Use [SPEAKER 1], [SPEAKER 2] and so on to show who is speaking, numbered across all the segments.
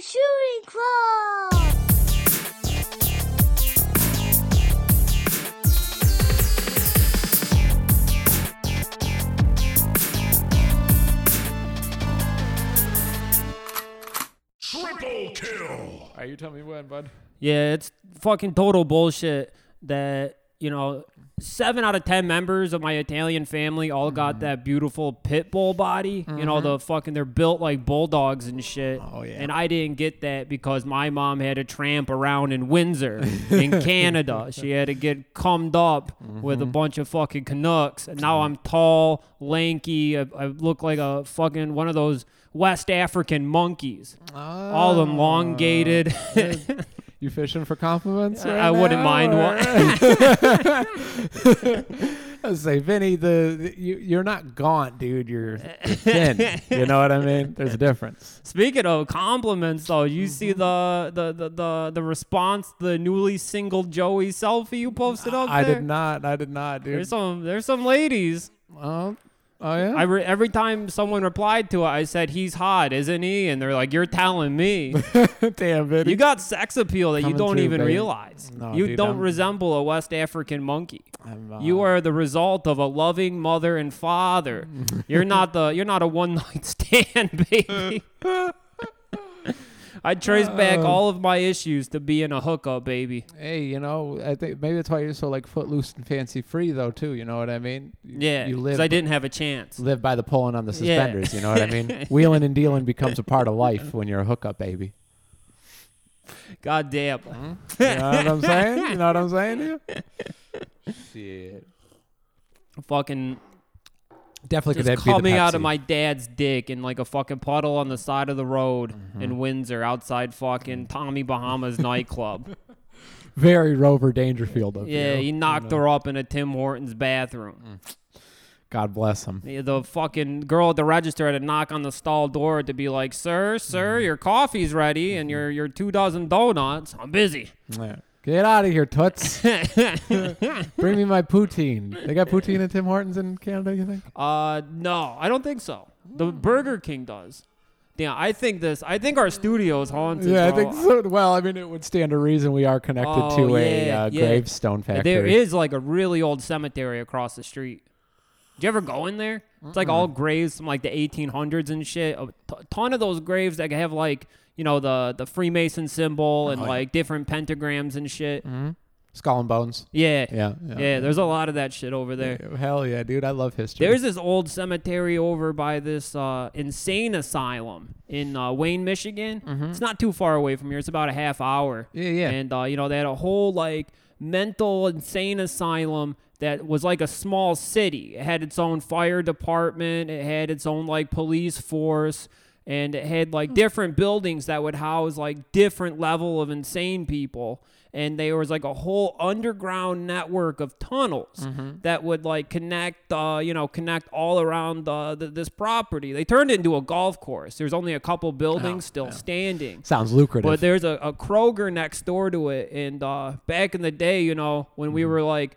[SPEAKER 1] Shooting Club!
[SPEAKER 2] Triple kill.
[SPEAKER 3] All right, you tell me when, bud.
[SPEAKER 4] Yeah, it's fucking total bullshit that, you know, seven out of 10 members of my Italian family all
[SPEAKER 3] Mm-hmm.
[SPEAKER 4] got that beautiful pit bull body. You know, the fucking, they're built like bulldogs and shit.
[SPEAKER 3] Oh, yeah.
[SPEAKER 4] And I didn't get that because my mom had to tramp around in Windsor, in Canada. She had to get cummed up with a
[SPEAKER 3] Mm-hmm.
[SPEAKER 4] bunch of fucking Canucks. And now I'm tall, lanky. I, I look like a fucking one of those West African monkeys,
[SPEAKER 3] Oh.
[SPEAKER 4] all elongated.
[SPEAKER 3] You fishing for compliments?
[SPEAKER 4] I-
[SPEAKER 3] right
[SPEAKER 4] I wouldn't
[SPEAKER 3] now,
[SPEAKER 4] mind
[SPEAKER 3] or- I was say, Vinny, the, the- you, you're not gaunt, dude. You're, you're thin. you know what I mean? There's a difference.
[SPEAKER 4] Speaking of compliments, though, you see
[SPEAKER 3] Mm-hmm.
[SPEAKER 4] the, the the the the response, the newly single Joey selfie you posted up
[SPEAKER 3] I
[SPEAKER 4] there.
[SPEAKER 3] did not. I did not, dude.
[SPEAKER 4] There's some there's some ladies.
[SPEAKER 3] oh, oh yeah.
[SPEAKER 4] I re- every time someone replied to it, I said he's hot, isn't he? And they're like, you're telling me
[SPEAKER 3] Damn, Vinny.
[SPEAKER 4] you got sex appeal that you
[SPEAKER 3] Coming
[SPEAKER 4] don't
[SPEAKER 3] through,
[SPEAKER 4] even
[SPEAKER 3] baby.
[SPEAKER 4] realize.
[SPEAKER 3] No,
[SPEAKER 4] you
[SPEAKER 3] dude,
[SPEAKER 4] don't
[SPEAKER 3] I'm-
[SPEAKER 4] resemble a West African monkey.
[SPEAKER 3] I'm, uh,
[SPEAKER 4] You are the result of a loving mother and father. You're not the you're not a one night stand, baby. I trace back all of my issues to being a hookup, baby.
[SPEAKER 3] Hey, you know, I think maybe that's why you're so like footloose and fancy free, though. Too, you know what I mean? You-
[SPEAKER 4] Yeah,
[SPEAKER 3] You
[SPEAKER 4] because
[SPEAKER 3] live.
[SPEAKER 4] I didn't have a chance.
[SPEAKER 3] Live by the pulling on the
[SPEAKER 4] Yeah.
[SPEAKER 3] suspenders, you know what I mean? Wheeling and dealing becomes a part of life when you're a hookup baby.
[SPEAKER 4] God damn.
[SPEAKER 3] You know what I'm saying? You know what I'm saying? to you? Shit.
[SPEAKER 4] Fucking
[SPEAKER 3] Definitely
[SPEAKER 4] just
[SPEAKER 3] could that be
[SPEAKER 4] coming
[SPEAKER 3] the
[SPEAKER 4] out of
[SPEAKER 3] Pepsi.
[SPEAKER 4] my dad's dick in like a fucking puddle on the side of the road in
[SPEAKER 3] Mm-hmm.
[SPEAKER 4] Windsor outside fucking Tommy Bahama's nightclub.
[SPEAKER 3] very Rover Dangerfield of
[SPEAKER 4] Yeah,
[SPEAKER 3] you.
[SPEAKER 4] he knocked her up in a Tim Hortons bathroom.
[SPEAKER 3] God bless him.
[SPEAKER 4] The, the fucking girl at the register had to knock on the stall door to be like, "Sir,
[SPEAKER 3] Mm-hmm.
[SPEAKER 4] sir, your coffee's ready and your your two dozen donuts. I'm busy."
[SPEAKER 3] Yeah. Get out of here, toots! Bring me my poutine. They got poutine at Tim Hortons in Canada. You think?
[SPEAKER 4] Uh, no, I don't think so. The
[SPEAKER 3] Mm.
[SPEAKER 4] Burger King does. Yeah, I think this. I think our studio is haunted.
[SPEAKER 3] Yeah, I
[SPEAKER 4] bro.
[SPEAKER 3] think so. Well, I mean, it would stand to reason we are connected
[SPEAKER 4] Oh,
[SPEAKER 3] to a
[SPEAKER 4] yeah,
[SPEAKER 3] uh,
[SPEAKER 4] yeah.
[SPEAKER 3] gravestone factory.
[SPEAKER 4] There is like a really old cemetery across the street. Did you ever go in there? It's like all graves from like the 1800s and shit. A t- ton of those graves that have like you know the the Freemason
[SPEAKER 3] Oh,
[SPEAKER 4] symbol and like different pentagrams and shit.
[SPEAKER 3] skull and bones.
[SPEAKER 4] Yeah.
[SPEAKER 3] Mm. Yeah,
[SPEAKER 4] yeah.
[SPEAKER 3] yeah.
[SPEAKER 4] there's a lot of that shit over there.
[SPEAKER 3] Hell yeah, dude! I love history.
[SPEAKER 4] There's this old cemetery over by this uh, insane asylum in uh, Wayne, Michigan. It's not too far away from here. It's about a half hour.
[SPEAKER 3] Mm-hmm. Yeah, yeah.
[SPEAKER 4] And uh, you know they had a whole like mental insane asylum that was like a small city. It had its own fire department. It had its own like police force. And it had like different buildings that would house like different level of insane people. And there was like a whole underground network of tunnels that would like connect, uh, you know, connect all around uh, th- this property. They turned it into a golf course. There's only a couple buildings still standing.
[SPEAKER 3] sounds lucrative.
[SPEAKER 4] But there's a, a Kroger next door to it. And uh, back in the day, you know, when
[SPEAKER 3] Mm-hmm.
[SPEAKER 4] we were like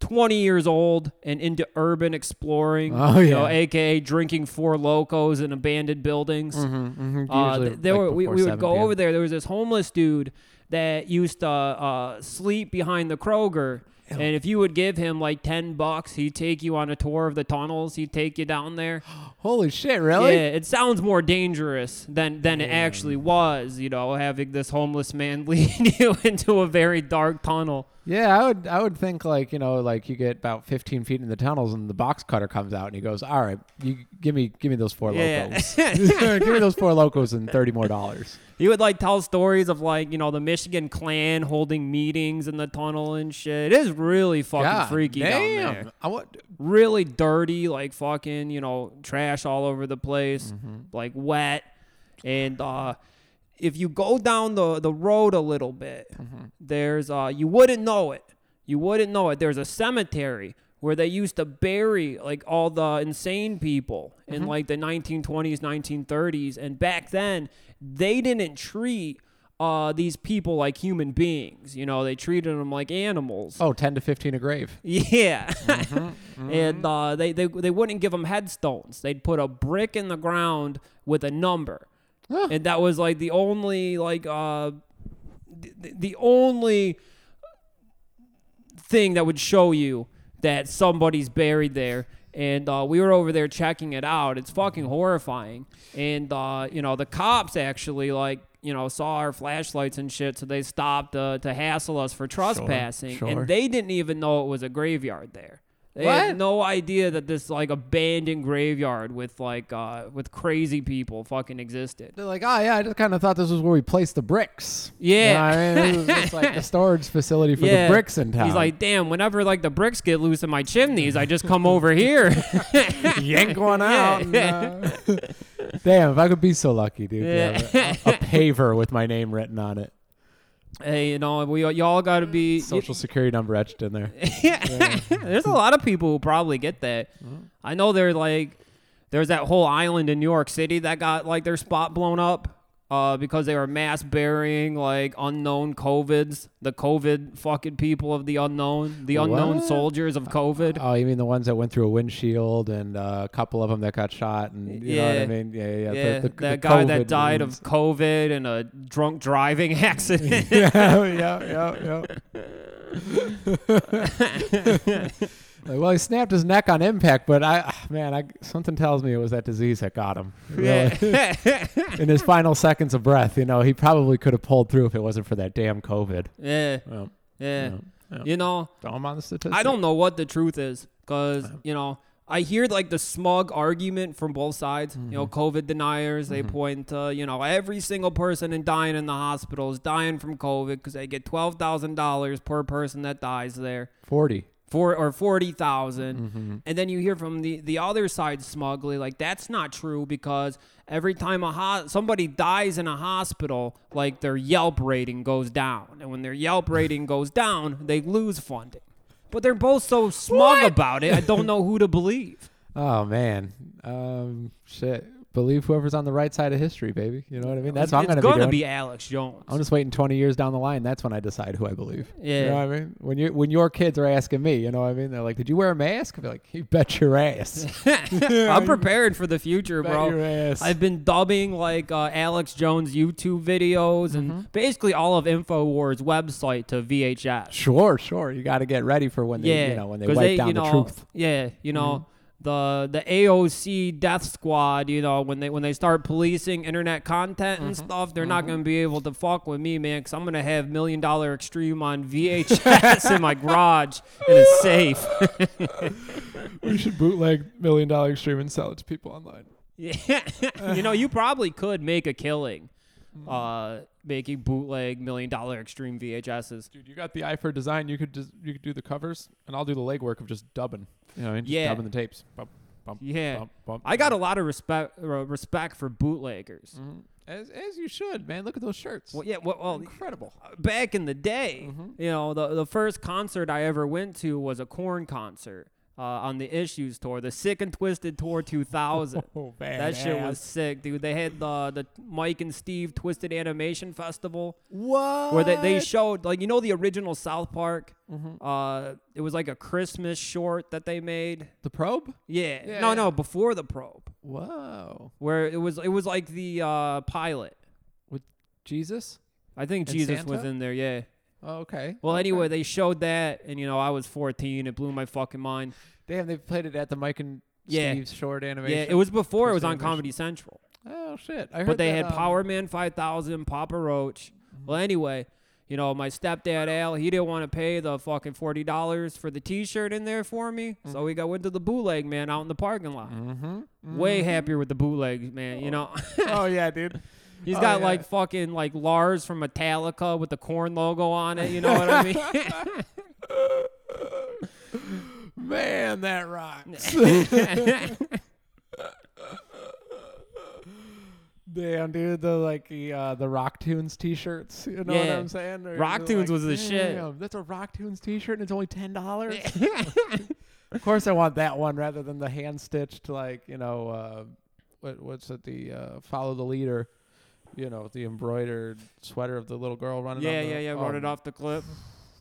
[SPEAKER 4] 20 years old and into urban exploring,
[SPEAKER 3] Oh,
[SPEAKER 4] you know,
[SPEAKER 3] yeah.
[SPEAKER 4] AKA drinking four locos in abandoned buildings. Uh,
[SPEAKER 3] Mm-hmm. Usually,
[SPEAKER 4] th- there
[SPEAKER 3] like,
[SPEAKER 4] were, we,
[SPEAKER 3] before
[SPEAKER 4] we would
[SPEAKER 3] 7
[SPEAKER 4] go
[SPEAKER 3] p.m..
[SPEAKER 4] over there. There was this homeless dude that used to uh, sleep behind the Kroger. And if you would give him like 10 bucks, he'd take you on a tour of the tunnels. He'd take you down there.
[SPEAKER 3] Holy shit! Really?
[SPEAKER 4] Yeah, it sounds more dangerous than than it actually was. You know, having this homeless man lead you into a very dark tunnel.
[SPEAKER 3] Yeah, I would I would think like, you know, like you get about 15 feet in the tunnels and the box cutter comes out and he goes, "All right, you give me give me those four
[SPEAKER 4] Yeah.
[SPEAKER 3] locos. give me those four locos and 30 more dollars."
[SPEAKER 4] He would like tell stories of like you know the Michigan Klan holding meetings in the tunnel and shit. It is really fucking
[SPEAKER 3] God
[SPEAKER 4] freaky down
[SPEAKER 3] damn.
[SPEAKER 4] there.
[SPEAKER 3] I want
[SPEAKER 4] Really dirty, like fucking you know trash all over the place, like wet, and uh, if you go down the, the road a little bit, there's uh you wouldn't know it. You wouldn't know it. There's a cemetery where they used to bury like all the insane people in like the 1920s, 1930s, and back then they didn't treat uh these people like human beings. You know, they treated them like animals.
[SPEAKER 3] oh, 10 to 15 a grave.
[SPEAKER 4] Yeah.
[SPEAKER 3] Mm-hmm,
[SPEAKER 4] and uh, they, they, they wouldn't give them headstones. They'd put a brick in the ground with a number. and that was like the only like uh th- th- the only thing that would show you that somebody's buried there. And uh, we were over there checking it out. It's fucking horrifying. And uh, you know, the cops actually like you know saw our flashlights and shit, so they stopped uh, to hassle us for trespassing.
[SPEAKER 3] sure.
[SPEAKER 4] And they didn't even know it was a graveyard there. They
[SPEAKER 3] What?
[SPEAKER 4] had no idea that this like abandoned graveyard with like uh, with crazy people fucking existed.
[SPEAKER 3] They're like, oh yeah, I just kind of thought this was where we placed the bricks.
[SPEAKER 4] Yeah.
[SPEAKER 3] You know what I mean? it's like the storage facility for
[SPEAKER 4] yeah.
[SPEAKER 3] the bricks in town.
[SPEAKER 4] He's like, damn. Whenever like the bricks get loose in my chimneys, I just come over here.
[SPEAKER 3] yank one out. and, uh, damn, if I could be so lucky, dude, to
[SPEAKER 4] Yeah.
[SPEAKER 3] have a, a paver with my name written on it,
[SPEAKER 4] Hey, you know, we y'all got to be.
[SPEAKER 3] social security number etched in there.
[SPEAKER 4] There's a lot of people who probably get that.
[SPEAKER 3] Mm-hmm.
[SPEAKER 4] I know they're like, there's that whole island in New York City that got like their spot blown up uh, because they were mass burying like unknown covids, the COVID fucking people of the unknown, the unknown
[SPEAKER 3] What?
[SPEAKER 4] soldiers of COVID.
[SPEAKER 3] Oh, you mean the ones that went through a windshield and uh, a couple of them that got shot and you know what
[SPEAKER 4] Yeah.
[SPEAKER 3] I mean? Yeah, yeah, yeah.
[SPEAKER 4] yeah,
[SPEAKER 3] the, the,
[SPEAKER 4] that
[SPEAKER 3] the
[SPEAKER 4] guy that
[SPEAKER 3] COVID
[SPEAKER 4] died
[SPEAKER 3] wounds.
[SPEAKER 4] of COVID and a drunk driving accident.
[SPEAKER 3] yeah, yeah, yeah, yeah. like, well, he snapped his neck on impact, but I, ah, man, I something tells me it was that disease that got him. Really.
[SPEAKER 4] yeah.
[SPEAKER 3] In his final seconds of breath, you know, he probably could have pulled through if it wasn't for that damn COVID.
[SPEAKER 4] yeah,
[SPEAKER 3] Well,
[SPEAKER 4] yeah.
[SPEAKER 3] yeah.
[SPEAKER 4] You know,
[SPEAKER 3] throw him on the statistics.
[SPEAKER 4] I don't know what the truth is because, you know, I hear like the smug argument from both sides. You know, COVID deniers, they point to, you know, every single person in dying in the hospital is dying from COVID because they get $12,000 per person that dies there
[SPEAKER 3] Forty.
[SPEAKER 4] four or forty
[SPEAKER 3] Mm-hmm.
[SPEAKER 4] and then you hear from the the other side smugly like that's not true because every time a ho- somebody dies in a hospital, like their Yelp rating goes down, and when their Yelp rating goes down, they lose funding. But they're both so smug about it. I don't know who to believe.
[SPEAKER 3] Oh man, um, shit. Believe whoever's on the right side of history, baby. You know what I mean? That's what I'm
[SPEAKER 4] it's
[SPEAKER 3] gonna, be, doing.
[SPEAKER 4] Alex Jones.
[SPEAKER 3] I'm just waiting 20 years down the line. That's when I decide who I believe. You
[SPEAKER 4] Yeah.
[SPEAKER 3] know what I mean? When you when your kids are asking me, you know what I mean? They're like, "Did you wear a mask?" I'm like, "You bet your ass."
[SPEAKER 4] I'm prepared for the future,
[SPEAKER 3] Bet
[SPEAKER 4] bro.
[SPEAKER 3] your ass.
[SPEAKER 4] I've been dubbing like uh, Alex Jones YouTube videos
[SPEAKER 3] Mm-hmm.
[SPEAKER 4] and basically all of Infowars website to VHS.
[SPEAKER 3] sure, sure. You got to get ready for when they,
[SPEAKER 4] yeah,
[SPEAKER 3] you know, when they
[SPEAKER 4] 'cause
[SPEAKER 3] wipe down
[SPEAKER 4] you
[SPEAKER 3] the
[SPEAKER 4] know,
[SPEAKER 3] truth. Mm-hmm.
[SPEAKER 4] Yeah, you know the the AOC death squad. You know when they when they start policing internet content and
[SPEAKER 3] Mm-hmm.
[SPEAKER 4] stuff, they're not gonna be able to fuck with me, man. Cause I'm gonna have million dollar extreme on VHS in my garage in a safe.
[SPEAKER 3] We should bootleg million dollar extreme and sell it to people online.
[SPEAKER 4] Yeah, you know, you probably could make a killing,
[SPEAKER 3] Mm-hmm.
[SPEAKER 4] uh, making bootleg million dollar extreme VHSs.
[SPEAKER 3] Dude, you got the eye for design. You could just you could do the covers, and I'll do the legwork of just dubbing. You know, what I mean, just
[SPEAKER 4] Yeah.
[SPEAKER 3] dubbing the tapes. Bump, bump,
[SPEAKER 4] Yeah.
[SPEAKER 3] bump, bump.
[SPEAKER 4] I got a lot of respect uh, respect for bootleggers.
[SPEAKER 3] as as you should, man. Look at those shirts.
[SPEAKER 4] Well, yeah, well, well uh,
[SPEAKER 3] Incredible. Mm-hmm.
[SPEAKER 4] back in the day, you know, the the first concert I ever went to was a Corn concert uh, on the Issues tour, the Sick and Twisted tour 2000.
[SPEAKER 3] Oh,
[SPEAKER 4] that shit was
[SPEAKER 3] badass.
[SPEAKER 4] sick, dude. They had the the Mike and Steve Twisted Animation Festival.
[SPEAKER 3] What? Mm-hmm.
[SPEAKER 4] where they, they showed like you know the original South Park. Uh, it was like a Christmas short that they made.
[SPEAKER 3] the probe?
[SPEAKER 4] Yeah,
[SPEAKER 3] Yeah,
[SPEAKER 4] no,
[SPEAKER 3] yeah.
[SPEAKER 4] no, before the probe,
[SPEAKER 3] Whoa,
[SPEAKER 4] where it was it was like the uh, pilot.
[SPEAKER 3] with Jesus?
[SPEAKER 4] I think
[SPEAKER 3] And
[SPEAKER 4] Jesus was
[SPEAKER 3] Santa?
[SPEAKER 4] in there. Yeah.
[SPEAKER 3] Oh, okay.
[SPEAKER 4] Well, anyway, they showed that, and you know I was 14. It blew my fucking mind.
[SPEAKER 3] Damn, they played it at the Mike and
[SPEAKER 4] Yeah.
[SPEAKER 3] Steve's short animation.
[SPEAKER 4] Yeah, it was before it was
[SPEAKER 3] Twisted
[SPEAKER 4] on
[SPEAKER 3] Animation.
[SPEAKER 4] Comedy Central.
[SPEAKER 3] Oh shit! I heard
[SPEAKER 4] but they
[SPEAKER 3] that,
[SPEAKER 4] had
[SPEAKER 3] um, Mm-hmm.
[SPEAKER 4] Power Man 5000, Papa Roach. Well, anyway, you know, my stepdad Al, he didn't want to pay the fucking forty dollars for the T-shirt in there for me,
[SPEAKER 3] Mm.
[SPEAKER 4] so we got into the bootleg man out in the parking lot. Way happier with the bootlegs man, you know.
[SPEAKER 3] Mm-hmm. oh yeah, dude.
[SPEAKER 4] He's
[SPEAKER 3] Oh,
[SPEAKER 4] got
[SPEAKER 3] yeah.
[SPEAKER 4] like fucking like Lars from Metallica with the corn logo on it. You know what I mean?
[SPEAKER 3] Man, that rocks. Damn, dude, the like the uh, the Rock Tunes T-shirts. You know what
[SPEAKER 4] Yeah.
[SPEAKER 3] I'm saying? Or
[SPEAKER 4] Rock
[SPEAKER 3] you're
[SPEAKER 4] Tunes was the shit.
[SPEAKER 3] "Damn, That's a Rock Tunes T-shirt, and it's only ten dollars. of course, I want that one rather than the hand stitched like you know uh, what what's it the uh, follow the leader. You know the embroidered sweater of the little girl running.
[SPEAKER 4] yeah,
[SPEAKER 3] on the,
[SPEAKER 4] yeah, yeah.
[SPEAKER 3] oh,
[SPEAKER 4] Run it off the clip.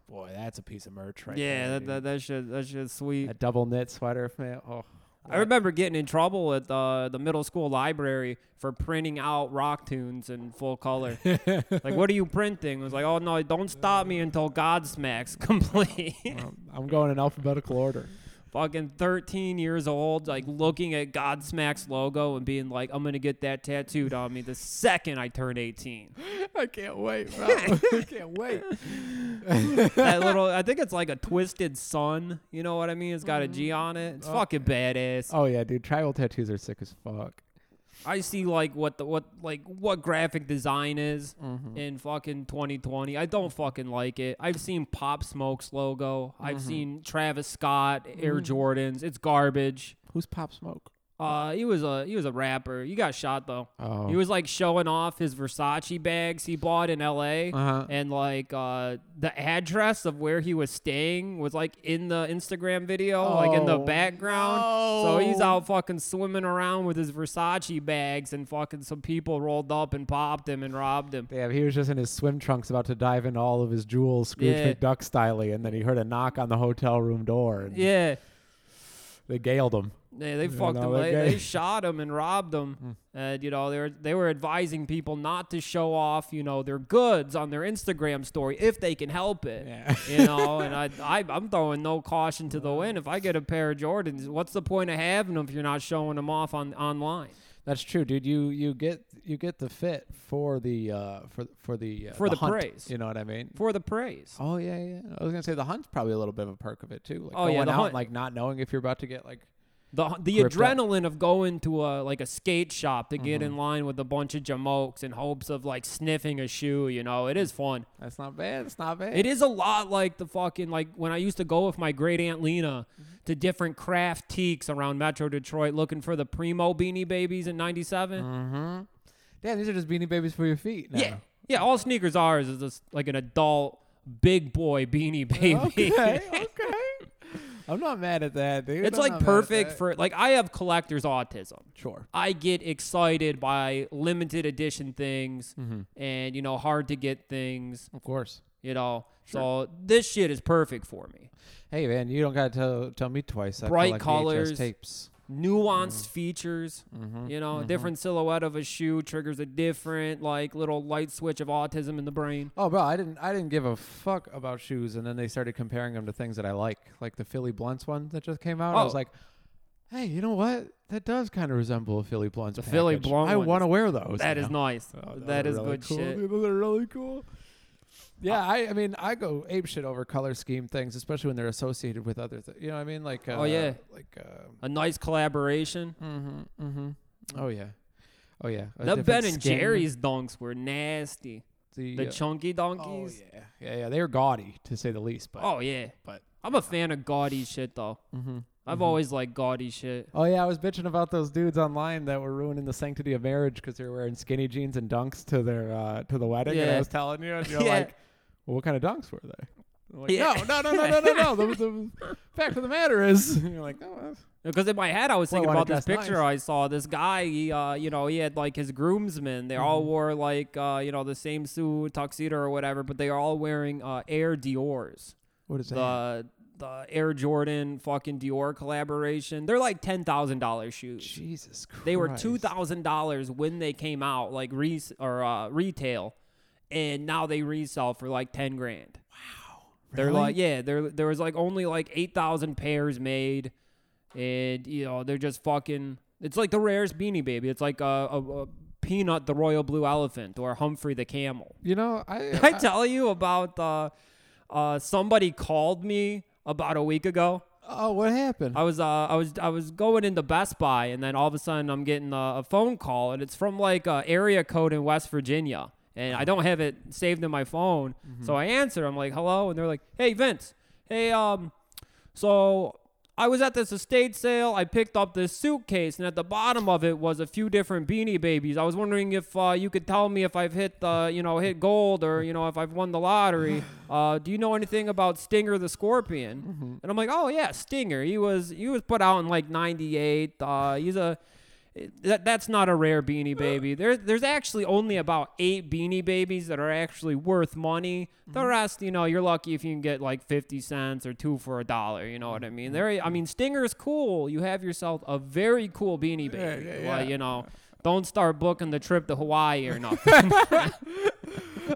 [SPEAKER 3] Boy, that's a piece of merch, right?
[SPEAKER 4] yeah,
[SPEAKER 3] there,
[SPEAKER 4] that,
[SPEAKER 3] dude.
[SPEAKER 4] that that shit that shit's sweet.
[SPEAKER 3] A double knit sweater, man. Oh,
[SPEAKER 4] I remember getting in trouble at the the middle school library for printing out rock tunes in full color. like, what are you printing? I was like, oh no, don't stop me until Godsmack's complete.
[SPEAKER 3] Um, I'm going in alphabetical order.
[SPEAKER 4] Fucking 13 years old, like looking at Godsmack's logo and being like, I'm gonna get that tattooed on me the second I turn 18.
[SPEAKER 3] I can't wait, bro. I can't wait.
[SPEAKER 4] that little, I think it's like a twisted sun. You know what I mean? It's got a G on it. It's fucking badass.
[SPEAKER 3] Oh yeah, dude. Tribal tattoos are sick as fuck.
[SPEAKER 4] I see like what the what like what graphic design is in fucking 2020. I don't fucking like it. I've seen Pop Smoke's logo. I've seen Travis Scott Air Jordans. It's garbage.
[SPEAKER 3] Who's Pop Smoke?
[SPEAKER 4] Uh, he was a he was a rapper. You got shot though.
[SPEAKER 3] Oh.
[SPEAKER 4] He was like showing off his Versace bags he bought in L.A.
[SPEAKER 3] Uh-huh.
[SPEAKER 4] and like uh, the address of where he was staying was like in the Instagram video, like in the
[SPEAKER 3] Oh,
[SPEAKER 4] background. So he's
[SPEAKER 3] no.
[SPEAKER 4] out fucking swimming around with his Versace bags, and fucking some people rolled up and popped him and robbed him.
[SPEAKER 3] Damn, he was just in his swim trunks about to dive into all of his jewels, Scrooge
[SPEAKER 4] Yeah.
[SPEAKER 3] McDuck style, and then he heard a knock on the hotel room door. And
[SPEAKER 4] Yeah,
[SPEAKER 3] They galed him.
[SPEAKER 4] yeah they fucked
[SPEAKER 3] no,
[SPEAKER 4] him.
[SPEAKER 3] that
[SPEAKER 4] They,
[SPEAKER 3] guy-
[SPEAKER 4] they shot him and robbed him. And you know they were they were advising people not to show off, you know, their goods on their Instagram story if they can help it.
[SPEAKER 3] Yeah.
[SPEAKER 4] you know, and I, I I'm throwing no caution to the wind. If I get a pair of Jordans, what's the point of having them if you're not showing them off on online
[SPEAKER 3] That's true, dude. You you get you get the fit for the uh, for for the uh,
[SPEAKER 4] For the
[SPEAKER 3] hunt,
[SPEAKER 4] praise.
[SPEAKER 3] You know what I mean?
[SPEAKER 4] for the praise?
[SPEAKER 3] Oh yeah, yeah. I was gonna say the hunt's probably a little bit of a perk of it too. Like
[SPEAKER 4] Oh, yeah,
[SPEAKER 3] going
[SPEAKER 4] the
[SPEAKER 3] out
[SPEAKER 4] hunt.
[SPEAKER 3] and like not knowing if you're about to get like
[SPEAKER 4] The the
[SPEAKER 3] Gripped up.
[SPEAKER 4] adrenaline of going to a like a skate shop to get in line with a bunch of jamokes in hopes of like sniffing a shoe. You know, it is fun.
[SPEAKER 3] that's not bad. It's not bad.
[SPEAKER 4] It is a lot like the fucking like when I used to go with my great aunt Lena
[SPEAKER 3] Mm-hmm.
[SPEAKER 4] to different craft teaks around Metro Detroit looking for the primo beanie babies in '97.
[SPEAKER 3] Mm-hmm. Damn, these are just beanie babies for your feet. Now.
[SPEAKER 4] Yeah. Yeah, all sneakers are is just like an adult big boy beanie baby.
[SPEAKER 3] Okay. okay. I'm not mad at that, dude.
[SPEAKER 4] it's
[SPEAKER 3] I'm
[SPEAKER 4] like
[SPEAKER 3] not mad at
[SPEAKER 4] perfect
[SPEAKER 3] that.
[SPEAKER 4] for like I have collector's autism.
[SPEAKER 3] sure.
[SPEAKER 4] I get excited by limited edition things and you know hard to get things,
[SPEAKER 3] Of course.
[SPEAKER 4] you know. So this shit is perfect for me.
[SPEAKER 3] Hey man, you don't gotta tell tell me twice. I
[SPEAKER 4] Bright
[SPEAKER 3] collect VHS
[SPEAKER 4] colors.
[SPEAKER 3] tapes. Mm-hmm.
[SPEAKER 4] Nuanced
[SPEAKER 3] Mm.
[SPEAKER 4] features, you know, different silhouette of a shoe triggers a different like little light switch of autism in the brain.
[SPEAKER 3] Oh, bro, I didn't I didn't give a fuck about shoes, and then they started comparing them to things that I like, like the Philly Blunts one that just came out. I was
[SPEAKER 4] Oh.
[SPEAKER 3] like, hey, you know what? That does kind of resemble a Philly Blunts.
[SPEAKER 4] The Philly
[SPEAKER 3] package.
[SPEAKER 4] Blunt
[SPEAKER 3] I
[SPEAKER 4] one
[SPEAKER 3] want to
[SPEAKER 4] is-
[SPEAKER 3] wear those.
[SPEAKER 4] That is
[SPEAKER 3] now."
[SPEAKER 4] nice.
[SPEAKER 3] Oh, those
[SPEAKER 4] that
[SPEAKER 3] are
[SPEAKER 4] is
[SPEAKER 3] really
[SPEAKER 4] good
[SPEAKER 3] cool,
[SPEAKER 4] shit. Uh,
[SPEAKER 3] dude. Those are really cool. Yeah, I, I mean, I go ape shit over color scheme things, especially when they're associated with other things. You know what I mean? Like, uh,
[SPEAKER 4] Oh, yeah.
[SPEAKER 3] like, uh,
[SPEAKER 4] A nice collaboration.
[SPEAKER 3] mm-hmm, mm-hmm. oh yeah, oh yeah. A
[SPEAKER 4] The
[SPEAKER 3] different
[SPEAKER 4] Ben and
[SPEAKER 3] skin.
[SPEAKER 4] Jerry's donks were nasty.
[SPEAKER 3] the,
[SPEAKER 4] The
[SPEAKER 3] uh,
[SPEAKER 4] chunky
[SPEAKER 3] oh
[SPEAKER 4] donkeys.
[SPEAKER 3] yeah, yeah, yeah. They're gaudy to say the least, but
[SPEAKER 4] Oh yeah.
[SPEAKER 3] but-
[SPEAKER 4] I'm a fan of gaudy shit though.
[SPEAKER 3] Mhm,
[SPEAKER 4] I've always liked gaudy shit.
[SPEAKER 3] Oh yeah, I was bitching about those dudes online that were ruining the sanctity of marriage because they were wearing skinny jeans and dunks to their uh, to the wedding. And I
[SPEAKER 4] Yeah.
[SPEAKER 3] was telling you, and you're
[SPEAKER 4] Yeah.
[SPEAKER 3] like, well, "What kind of dunks were they?" I'm like,
[SPEAKER 4] Yeah.
[SPEAKER 3] No, no, no, no, no, no, no. The, the fact of the matter is, and you're like, "Oh, that's-
[SPEAKER 4] Because in my head I was
[SPEAKER 3] Well,
[SPEAKER 4] thinking
[SPEAKER 3] why
[SPEAKER 4] about
[SPEAKER 3] not
[SPEAKER 4] this
[SPEAKER 3] dress
[SPEAKER 4] picture
[SPEAKER 3] nice?
[SPEAKER 4] I saw. This guy, he, uh, you know, he had like his groomsmen. They all
[SPEAKER 3] Mm-hmm.
[SPEAKER 4] wore like uh, you know the same suit, tuxedo or whatever, but they are all wearing uh, Air Dior's.
[SPEAKER 3] what is that?"
[SPEAKER 4] The the Air Jordan fucking Dior collaboration. They're like ten thousand dollar shoes.
[SPEAKER 3] Jesus Christ.
[SPEAKER 4] They were two thousand dollars when they came out, like re or uh, retail, and now they resell for like ten grand. They're like, yeah, there there was like only like eight thousand pairs made, and you know they're just fucking. It's like the rarest Beanie Baby. It's like a, a, a peanut, the royal blue elephant, or Humphrey the camel.
[SPEAKER 3] You know, I,
[SPEAKER 4] Did I tell you about uh, uh, somebody called me about a week ago?
[SPEAKER 3] oh, what happened?
[SPEAKER 4] I was uh, I was I was going into Best Buy and then all of a sudden I'm getting a, a phone call and it's from like a area code in West Virginia and I don't have it saved in my phone so I answer I'm like hello and they're like hey Vince hey um so I was at this estate sale I picked up this suitcase and at the bottom of it was a few different Beanie Babies I was wondering if uh, you could tell me if I've hit the you know hit gold or you know if I've won the lottery uh, do you know anything about Stinger the Scorpion and I'm like oh yeah Stinger he was he was put out in like 98 uh, he's a that that's not a rare beanie baby. There there's actually only about eight beanie babies that are actually worth money. The
[SPEAKER 3] Mm-hmm.
[SPEAKER 4] rest, you know, you're lucky if you can get like fifty cents or two for a dollar. You know what I
[SPEAKER 3] Mm-hmm.
[SPEAKER 4] mean? There, I mean, Stinger's cool. You have yourself a very cool beanie baby.
[SPEAKER 3] yeah, yeah.
[SPEAKER 4] Well, you know. Don't start booking the trip to Hawaii or nothing.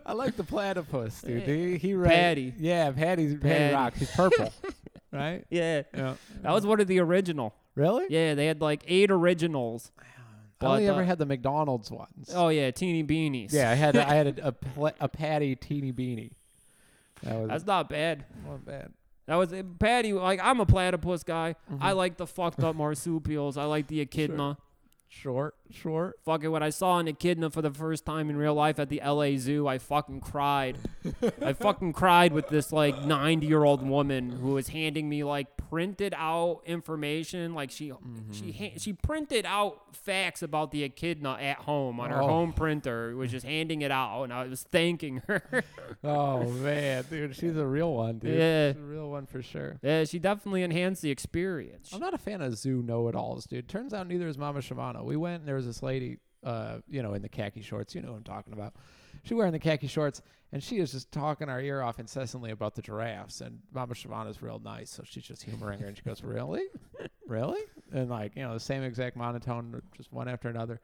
[SPEAKER 3] I like the platypus, dude. He, he right,
[SPEAKER 4] Eh, Patty.
[SPEAKER 3] Yeah, Patty's
[SPEAKER 4] Patty.
[SPEAKER 3] Patty rocks. He's purple, right?
[SPEAKER 4] yeah.
[SPEAKER 3] Yeah.
[SPEAKER 4] That was one of the original.
[SPEAKER 3] Really?
[SPEAKER 4] Yeah, they had like eight originals.
[SPEAKER 3] I only
[SPEAKER 4] But,
[SPEAKER 3] ever
[SPEAKER 4] uh,
[SPEAKER 3] had the McDonald's ones.
[SPEAKER 4] Oh yeah, teeny beanies.
[SPEAKER 3] Yeah, I had I had a a, pla- a patty teeny beanie. That was
[SPEAKER 4] That's not bad.
[SPEAKER 3] not bad.
[SPEAKER 4] That was Patty. Like I'm a platypus guy. I
[SPEAKER 3] Mm-hmm.
[SPEAKER 4] like the fucked up marsupials. I like the echidna.
[SPEAKER 3] Short, short.
[SPEAKER 4] Fucking when I saw an echidna for the first time in real life at the LA Zoo, I fucking cried. I fucking cried with this like 90 year old woman who was handing me like printed out information. Like she she
[SPEAKER 3] Mm-hmm.
[SPEAKER 4] ha- she printed out facts about the echidna at home on her
[SPEAKER 3] Oh.
[SPEAKER 4] home printer. Was just handing it out, and I was thanking her.
[SPEAKER 3] Oh man, dude, she's a real one, dude.
[SPEAKER 4] Yeah.
[SPEAKER 3] She's a real one for sure.
[SPEAKER 4] yeah, she definitely enhanced the experience.
[SPEAKER 3] I'm not a fan of zoo know-it-alls, dude. Turns out neither is Mama Shimano. We went and there was this lady, uh, you know, in the khaki shorts. You know what I'm talking about. She wearing the khaki shorts, and she is just talking our ear off incessantly about the giraffes. And Mama Shimano's real nice, so she's just humoring her, and she goes, "Really, really?" And like, you know, the same exact monotone, just one after another.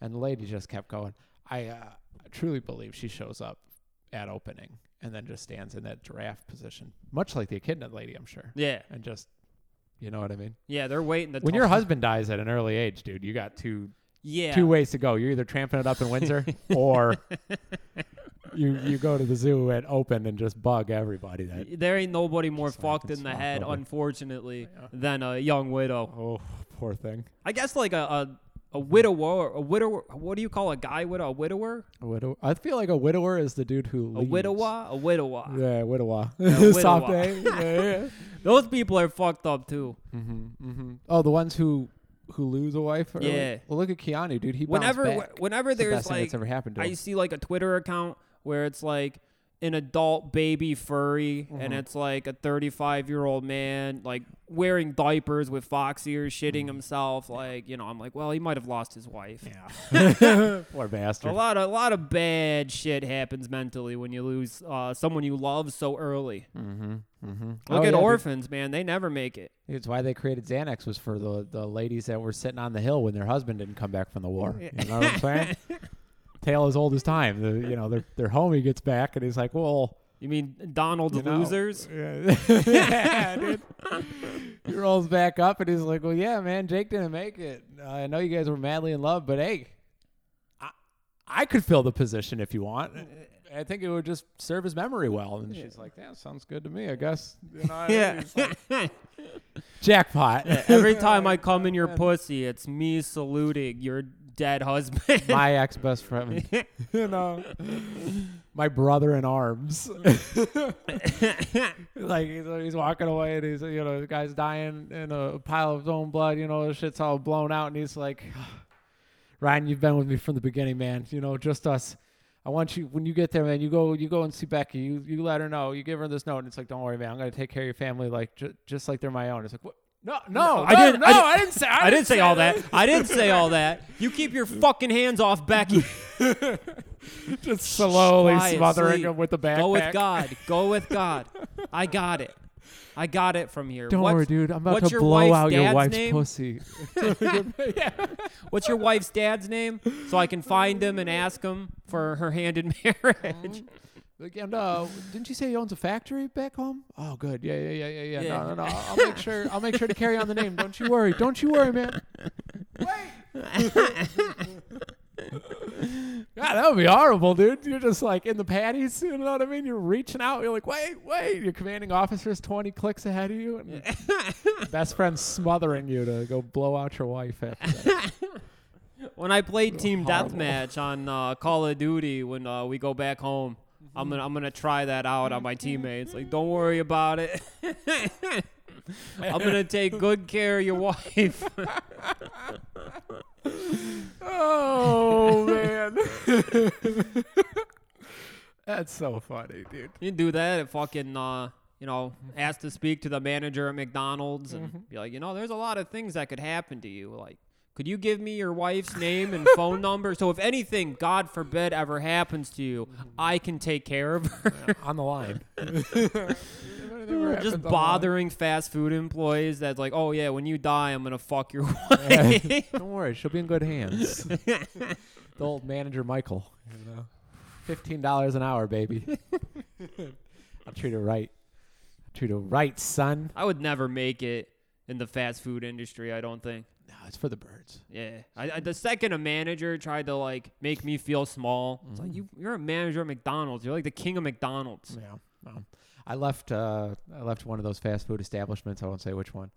[SPEAKER 3] And the lady just kept going. I uh, truly believe she shows up at opening and then just stands in that giraffe position, much like the echidna lady, I'm sure,
[SPEAKER 4] Yeah,
[SPEAKER 3] and just. You know what I mean?
[SPEAKER 4] yeah, they're waiting. To
[SPEAKER 3] when
[SPEAKER 4] talk-
[SPEAKER 3] your husband dies at an early age, dude, you got two
[SPEAKER 4] yeah,
[SPEAKER 3] two ways to go. You're either tramping it up in Windsor or you you go to the zoo at open and just bug everybody. That
[SPEAKER 4] there ain't nobody more
[SPEAKER 3] Just like
[SPEAKER 4] fucked in
[SPEAKER 3] it's
[SPEAKER 4] the
[SPEAKER 3] not
[SPEAKER 4] head,
[SPEAKER 3] public.
[SPEAKER 4] unfortunately, than a young widow.
[SPEAKER 3] oh poor thing,
[SPEAKER 4] I guess like a a, a widower, a widower. What do you call a guy widow? A widower?
[SPEAKER 3] a widow. I feel like a widower is the dude who
[SPEAKER 4] A
[SPEAKER 3] leaves.
[SPEAKER 4] widower? A widower.
[SPEAKER 3] Yeah, widower.
[SPEAKER 4] widower.
[SPEAKER 3] Soft A. Yeah, yeah.
[SPEAKER 4] Those people are fucked up too.
[SPEAKER 3] Oh, the ones who who lose a wife. early?
[SPEAKER 4] Yeah.
[SPEAKER 3] Well, look at Keanu, dude. He bounced
[SPEAKER 4] Whenever
[SPEAKER 3] back.
[SPEAKER 4] whenever
[SPEAKER 3] It's the
[SPEAKER 4] there's
[SPEAKER 3] best thing
[SPEAKER 4] like
[SPEAKER 3] that's ever happened to
[SPEAKER 4] I
[SPEAKER 3] him.
[SPEAKER 4] see like a Twitter account where it's like an adult baby furry
[SPEAKER 3] Mm-hmm.
[SPEAKER 4] and it's like a 35 year old man like wearing diapers with fox ears shitting
[SPEAKER 3] Mm.
[SPEAKER 4] himself like you know i'm like well he might have lost his wife
[SPEAKER 3] poor bastard.
[SPEAKER 4] A lot of a lot of bad shit happens mentally when you lose uh, someone you love so early. Mm-hmm. Mm-hmm. Look
[SPEAKER 3] Oh,
[SPEAKER 4] at
[SPEAKER 3] yeah, dude.
[SPEAKER 4] orphans, man; they never make it.
[SPEAKER 3] It's why they created Xanax was for the the ladies that were sitting on the hill when their husband didn't come back from the war. You know what I'm saying? Tale as old as time. The, you know, their their homie gets back and he's like, "Well,
[SPEAKER 4] You mean Donald's
[SPEAKER 3] you know,
[SPEAKER 4] losers?
[SPEAKER 3] Yeah, yeah dude. He rolls back up and he's like, "Well, yeah, man, Jake didn't make it. I know you guys were madly in love, but hey, I I could fill the position if you want." I think it would just serve his memory well. And she's like, "Yeah, sounds good to me. I guess." You know,
[SPEAKER 4] Yeah.
[SPEAKER 3] jackpot.
[SPEAKER 4] E-, Every time I come in your pussy, it's me saluting your dead husband.
[SPEAKER 3] my ex best friend. you know, my brother in arms. like he's, he's walking away, and he's you know the guy's dying in a pile of his own blood. You know, shit's all blown out, and he's like, Ryan, you've been with me from the beginning, man. You know, just us. I want you when you get there, man. You go, you go and see Becky. You you let her know. You give her this note, and it's like, don't worry, man. I'm gonna take care of your family, like ju- just like they're my own. It's like, what? No, no,
[SPEAKER 4] I didn't-
[SPEAKER 3] No,
[SPEAKER 4] I didn't-
[SPEAKER 3] I didn't say. I,
[SPEAKER 4] I didn't say all
[SPEAKER 3] that.
[SPEAKER 4] that. I didn't say all that. You keep your fucking hands off Becky.
[SPEAKER 3] Just slowly
[SPEAKER 4] Quiet,
[SPEAKER 3] smothering
[SPEAKER 4] sleep.
[SPEAKER 3] him with the backpack.
[SPEAKER 4] Go with God. Go with God. I got it. I got it from here.
[SPEAKER 3] Don't
[SPEAKER 4] What's-
[SPEAKER 3] worry, dude. I'm about
[SPEAKER 4] what's
[SPEAKER 3] to
[SPEAKER 4] your
[SPEAKER 3] blow
[SPEAKER 4] wife's
[SPEAKER 3] out your
[SPEAKER 4] dad's
[SPEAKER 3] wife's
[SPEAKER 4] name?
[SPEAKER 3] pussy.
[SPEAKER 4] What's your wife's dad's name? So I can find him and ask him for her hand in marriage.
[SPEAKER 3] Like, And uh, didn't you say he owns a factory back home? Oh, good. Yeah, yeah, yeah, yeah, yeah.
[SPEAKER 4] Yeah.
[SPEAKER 3] No, no, no. I'll I'll make sure. I'll make sure to carry on the name. Don't you worry. Don't you worry, man. Wait. God, that would be horrible, dude. You're just like in the patties. You know what I mean? You're reaching out. You're like, wait, wait. Your commanding officer's 20 clicks ahead of you, and your best friend's smothering you to go blow out your wife. After that.
[SPEAKER 4] When I played team
[SPEAKER 3] Horrible.
[SPEAKER 4] deathmatch on uh, Call of Duty, when uh, we go back home, I'm gonna I'm gonna try that out on my teammates. Like, don't worry about it. I'm gonna take good care of your wife.
[SPEAKER 3] Oh man. That's so funny, dude.
[SPEAKER 4] You can do that at fucking, uh, you know, ask to speak to the manager at McDonald's and be like, you know, there's a lot of things that could happen to you. Like, Could you give me your wife's name and phone number? So if anything, God forbid, ever happens to you, I can take care of her.
[SPEAKER 3] on the line.
[SPEAKER 4] We're just bothering fast food employees that's like, oh yeah, when you die, I'm gonna fuck your wife.
[SPEAKER 3] Don't worry, she'll be in good hands. the old manager Michael, you know, fifteen dollars an hour, baby. I'll treat her right. I'll treat her right, son.
[SPEAKER 4] I would never make it in the fast food industry. I don't think.
[SPEAKER 3] No, it's for the birds.
[SPEAKER 4] Yeah, I, I, the second a manager tried to like make me feel small, it's
[SPEAKER 3] Mm-hmm.
[SPEAKER 4] like you, you're a manager at McDonald's. You're like the king of McDonald's.
[SPEAKER 3] Yeah. no. I left. Uh, I left one of those fast food establishments. I won't say which one.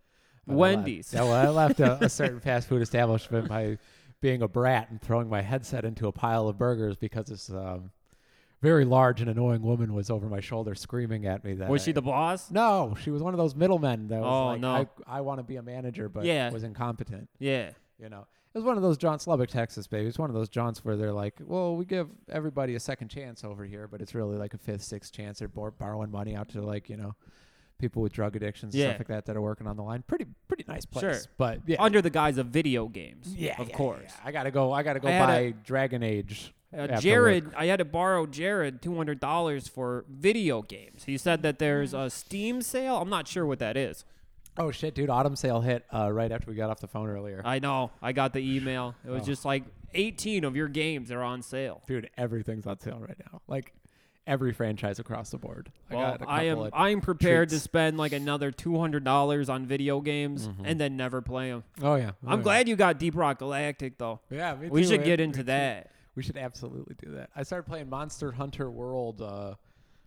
[SPEAKER 3] but I left-
[SPEAKER 4] Wendy's.
[SPEAKER 3] Yeah, well, I left a, a certain fast food establishment by being a brat and throwing my headset into a pile of burgers because this um, very large and annoying woman was over my shoulder screaming at me. That
[SPEAKER 4] Was she
[SPEAKER 3] I-
[SPEAKER 4] the boss?
[SPEAKER 3] No, she was one of those middlemen that was
[SPEAKER 4] Oh,
[SPEAKER 3] like,
[SPEAKER 4] no.
[SPEAKER 3] I, I want to be a manager, but
[SPEAKER 4] Yeah.
[SPEAKER 3] was incompetent.
[SPEAKER 4] Yeah.
[SPEAKER 3] You know, it was one of those jaunts, Lubbock, Texas, baby. It's one of those jaunts where they're like, well, we give everybody a second chance over here, but it's really like a fifth, sixth chance. They're bor- borrowing money out to like, you know, people with drug addictions and
[SPEAKER 4] Yeah.
[SPEAKER 3] stuff like that that are working on the line. Pretty, pretty nice place.
[SPEAKER 4] Sure.
[SPEAKER 3] But yeah.
[SPEAKER 4] Under the guise of video games.
[SPEAKER 3] yeah,
[SPEAKER 4] Of
[SPEAKER 3] yeah,
[SPEAKER 4] course.
[SPEAKER 3] yeah. I gotta go. I gotta go
[SPEAKER 4] I had
[SPEAKER 3] buy
[SPEAKER 4] a-
[SPEAKER 3] Dragon Age.
[SPEAKER 4] Uh,
[SPEAKER 3] after work.
[SPEAKER 4] Jared, I had to borrow Jared two hundred dollars for video games. He said that there's a Steam sale. I'm not sure what that is.
[SPEAKER 3] Oh shit, dude! Autumn sale hit uh, right after we got off the phone earlier.
[SPEAKER 4] I know. I got the email. It
[SPEAKER 3] Oh.
[SPEAKER 4] was just like 18 of your games are on sale.
[SPEAKER 3] dude, everything's on sale right now. Like every franchise across the board.
[SPEAKER 4] Well,
[SPEAKER 3] got a
[SPEAKER 4] I
[SPEAKER 3] couple
[SPEAKER 4] am
[SPEAKER 3] of-
[SPEAKER 4] I am prepared
[SPEAKER 3] treats.
[SPEAKER 4] to spend like another two hundred dollars on video games
[SPEAKER 3] Mm-hmm.
[SPEAKER 4] and then never play them.
[SPEAKER 3] oh yeah, Oh,
[SPEAKER 4] I'm
[SPEAKER 3] yeah.
[SPEAKER 4] glad you got Deep Rock Galactic though.
[SPEAKER 3] Yeah, me
[SPEAKER 4] we
[SPEAKER 3] too,
[SPEAKER 4] should
[SPEAKER 3] man.
[SPEAKER 4] get
[SPEAKER 3] Me
[SPEAKER 4] into
[SPEAKER 3] too.
[SPEAKER 4] that.
[SPEAKER 3] We should absolutely do that. I started playing Monster Hunter World uh,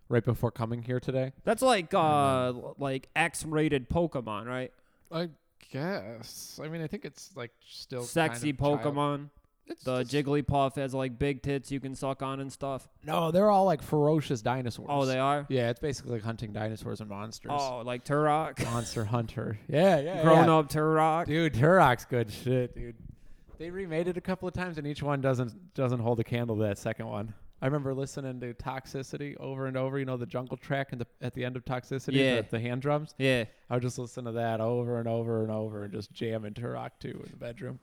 [SPEAKER 3] right before coming here today.
[SPEAKER 4] That's like uh like X-rated Pokemon, right?
[SPEAKER 3] I guess. I mean, I think it's like still
[SPEAKER 4] Sexy Pokemon. The Jigglypuff has like big tits you can suck on and stuff.
[SPEAKER 3] no, they're all like ferocious dinosaurs.
[SPEAKER 4] Oh, they are.
[SPEAKER 3] Yeah, it's basically like hunting dinosaurs and monsters.
[SPEAKER 4] Oh, like Turok,
[SPEAKER 3] Monster Hunter. Yeah, yeah.
[SPEAKER 4] grown
[SPEAKER 3] yeah.
[SPEAKER 4] up Turok.
[SPEAKER 3] Dude, Turok's good shit, dude. They remade it a couple of times, and each one doesn't doesn't hold a candle to that second one. I remember listening to Toxicity over and over. You know the jungle track and the, at the end of Toxicity,
[SPEAKER 4] Yeah.
[SPEAKER 3] the, the hand drums.
[SPEAKER 4] Yeah.
[SPEAKER 3] I would just listen to that over and over and over, and just jam in Turok two in the bedroom.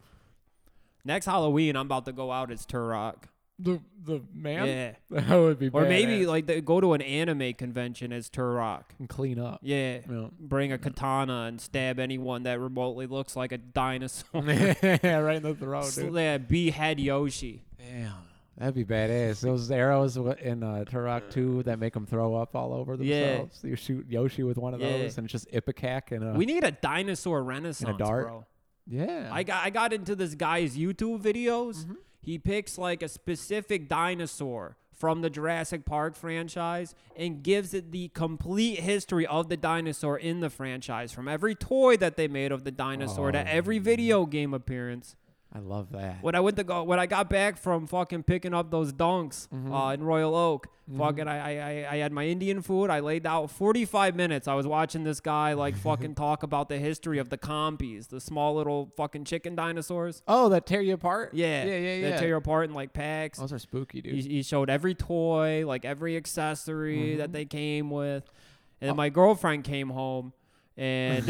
[SPEAKER 4] Next Halloween, I'm about to go out as Turok.
[SPEAKER 3] The the man.
[SPEAKER 4] Yeah.
[SPEAKER 3] That would be.
[SPEAKER 4] Or maybe
[SPEAKER 3] badass.
[SPEAKER 4] like they go to an anime convention as Turok.
[SPEAKER 3] and clean up.
[SPEAKER 4] Yeah.
[SPEAKER 3] Yeah.
[SPEAKER 4] Bring a katana and stab anyone that remotely looks like a dinosaur.
[SPEAKER 3] right in the throat, Oh, dude.
[SPEAKER 4] yeah, behead Yoshi.
[SPEAKER 3] Damn. That'd be badass. Those arrows wa- in uh, Turok 2 that make them throw up all over
[SPEAKER 4] Yeah.
[SPEAKER 3] themselves. You shoot Yoshi with one of
[SPEAKER 4] Yeah.
[SPEAKER 3] those, and it's just Ipecac and a.
[SPEAKER 4] We need a dinosaur renaissance,
[SPEAKER 3] dart.
[SPEAKER 4] bro.
[SPEAKER 3] yeah. Mm-hmm.
[SPEAKER 4] I got I got into this guy's YouTube videos. He picks like a specific dinosaur from the Jurassic Park franchise and gives it the complete history of the dinosaur in the franchise from every toy that they made of the dinosaur
[SPEAKER 3] Oh,
[SPEAKER 4] to every video game appearance.
[SPEAKER 3] I love that.
[SPEAKER 4] When I went to go when I got back from fucking picking up those dunks
[SPEAKER 3] Mm-hmm.
[SPEAKER 4] uh, in Royal Oak, fucking I, I- I I had my Indian food. I laid out 45 minutes. I was watching this guy like fucking talk about the history of the compies, the small little fucking chicken dinosaurs.
[SPEAKER 3] Oh, that tear you apart?
[SPEAKER 4] Yeah,
[SPEAKER 3] Yeah, yeah, yeah.
[SPEAKER 4] That tear you apart in like packs.
[SPEAKER 3] Those are spooky, dude.
[SPEAKER 4] He, he showed every toy, like every accessory
[SPEAKER 3] Mm-hmm.
[SPEAKER 4] that they came with. And
[SPEAKER 3] Uh,
[SPEAKER 4] then my girlfriend came home and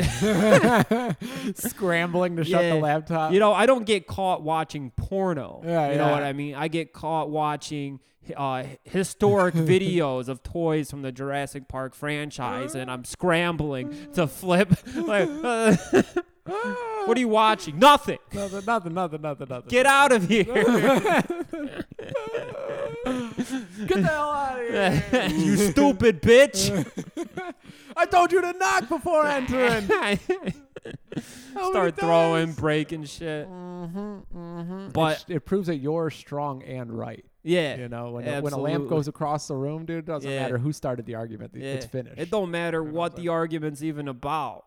[SPEAKER 3] Scrambling to shut the
[SPEAKER 4] Yeah.
[SPEAKER 3] laptop.
[SPEAKER 4] You know, I don't get caught watching porno.
[SPEAKER 3] Yeah,
[SPEAKER 4] you know
[SPEAKER 3] yeah.
[SPEAKER 4] what I mean? I get caught watching uh, historic videos of toys from the Jurassic Park franchise, and I'm scrambling to flip. like, uh, what are you watching? Nothing.
[SPEAKER 3] nothing, nothing, nothing, nothing, nothing.
[SPEAKER 4] Get out of here,
[SPEAKER 3] Get the hell out of here.
[SPEAKER 4] you stupid bitch.
[SPEAKER 3] I told you to knock before entering.
[SPEAKER 4] Start throwing, breaking shit.
[SPEAKER 3] mm-hmm.
[SPEAKER 4] But
[SPEAKER 3] It proves that you're strong and right.
[SPEAKER 4] yeah,
[SPEAKER 3] You know, when, a- when a lamp
[SPEAKER 4] absolutely.
[SPEAKER 3] goes across the room, dude, doesn't
[SPEAKER 4] Yeah.
[SPEAKER 3] matter who started the argument. the- It's
[SPEAKER 4] Yeah.
[SPEAKER 3] finished.
[SPEAKER 4] It don't matter what the argument's even about.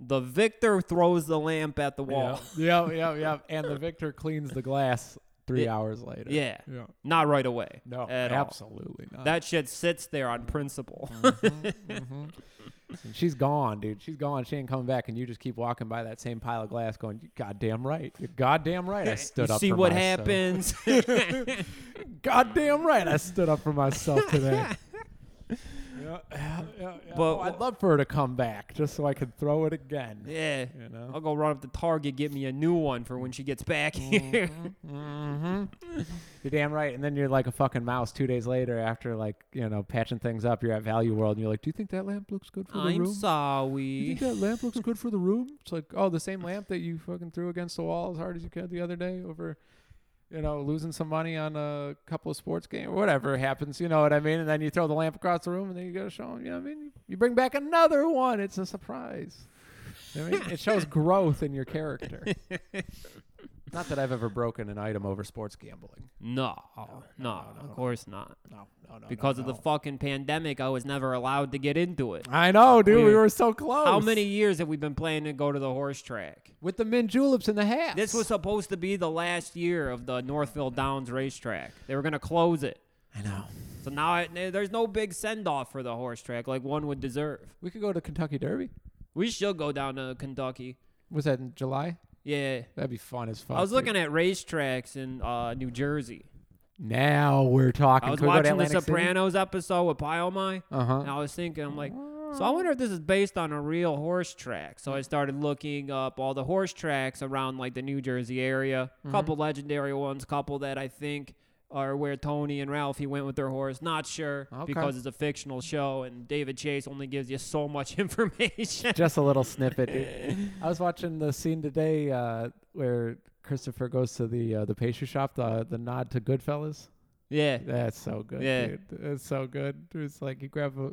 [SPEAKER 4] The victor throws the lamp at the
[SPEAKER 3] yeah.
[SPEAKER 4] wall.
[SPEAKER 3] yeah, yeah, yeah. And the victor cleans the glass three
[SPEAKER 4] Yeah.
[SPEAKER 3] hours later.
[SPEAKER 4] Yeah.
[SPEAKER 3] Yeah.
[SPEAKER 4] Not right away.
[SPEAKER 3] No,
[SPEAKER 4] at all.
[SPEAKER 3] absolutely not. Mm,
[SPEAKER 4] That shit sits there on principle.
[SPEAKER 3] And she's gone, dude. She's gone. She ain't coming back. And you just keep walking by that same pile of glass, going, "You "Goddamn right, you're goddamn right." I stood
[SPEAKER 4] you
[SPEAKER 3] up.
[SPEAKER 4] see
[SPEAKER 3] for
[SPEAKER 4] what
[SPEAKER 3] myself.
[SPEAKER 4] happens.
[SPEAKER 3] Goddamn right, I stood up for myself today. Yeah, yeah, yeah, yeah.
[SPEAKER 4] But
[SPEAKER 3] Oh, I'd
[SPEAKER 4] wh-
[SPEAKER 3] love for her to come back just so I could throw it again.
[SPEAKER 4] Yeah.
[SPEAKER 3] You know?
[SPEAKER 4] I'll go run up to Target, get me a new one for when she gets back
[SPEAKER 3] Mm-hmm.
[SPEAKER 4] here.
[SPEAKER 3] You're damn right. And then you're like a fucking mouse two days later after like, you know, patching things up. You're at Value World and you're like, Do you think that lamp looks good for the
[SPEAKER 4] I'm
[SPEAKER 3] room? You
[SPEAKER 4] sorry.
[SPEAKER 3] think that lamp looks good for the room? It's like, oh, the same lamp that you fucking threw against the wall as hard as you could the other day over, you know, losing some money on a couple of sports game or whatever happens. You know what I mean? And then you throw the lamp across the room and then you go to show them. You know what I mean? You bring back another one. It's a surprise. You know what I mean, it shows growth in your character. Not that I've ever broken an item over sports gambling.
[SPEAKER 4] No, no, of course not.
[SPEAKER 3] No, no, no.
[SPEAKER 4] Because of the fucking pandemic, I was never allowed to get into it.
[SPEAKER 3] I know, dude. We
[SPEAKER 4] Dude.
[SPEAKER 3] were so close.
[SPEAKER 4] How many years have we been planning to go to the horse track?
[SPEAKER 3] With the mint juleps in the hat.
[SPEAKER 4] This was supposed to be the last year of the Northville Downs racetrack. They were going to close it.
[SPEAKER 3] I know.
[SPEAKER 4] So now I, there's no big send off for the horse track like one would deserve.
[SPEAKER 3] We could go to Kentucky Derby.
[SPEAKER 4] We should go down to Kentucky.
[SPEAKER 3] Was that in July?
[SPEAKER 4] Yeah.
[SPEAKER 3] That'd be fun as fuck.
[SPEAKER 4] I was
[SPEAKER 3] dude.
[SPEAKER 4] looking at racetracks in uh, New Jersey.
[SPEAKER 3] Now we're talking.
[SPEAKER 4] I was
[SPEAKER 3] Can we go to
[SPEAKER 4] watching the
[SPEAKER 3] Atlantic City?
[SPEAKER 4] Sopranos episode with Pylmy,
[SPEAKER 3] Uh-huh.
[SPEAKER 4] and I was thinking, I'm like, so I wonder if this is based on a real horse track. So I started looking up all the horse tracks around like the New Jersey area.
[SPEAKER 3] Mm-hmm.
[SPEAKER 4] A couple legendary ones, couple that I think are where Tony and Ralphie went with their horse. Not sure
[SPEAKER 3] Okay.
[SPEAKER 4] because it's a fictional show, and David Chase only gives you so much information.
[SPEAKER 3] Just a little snippet. dude. I was watching the scene today uh, where Christopher goes to the uh, the pastry shop. The the nod to Goodfellas.
[SPEAKER 4] yeah,
[SPEAKER 3] That's so good,
[SPEAKER 4] Yeah.
[SPEAKER 3] dude. It's so good. It's like you grab a,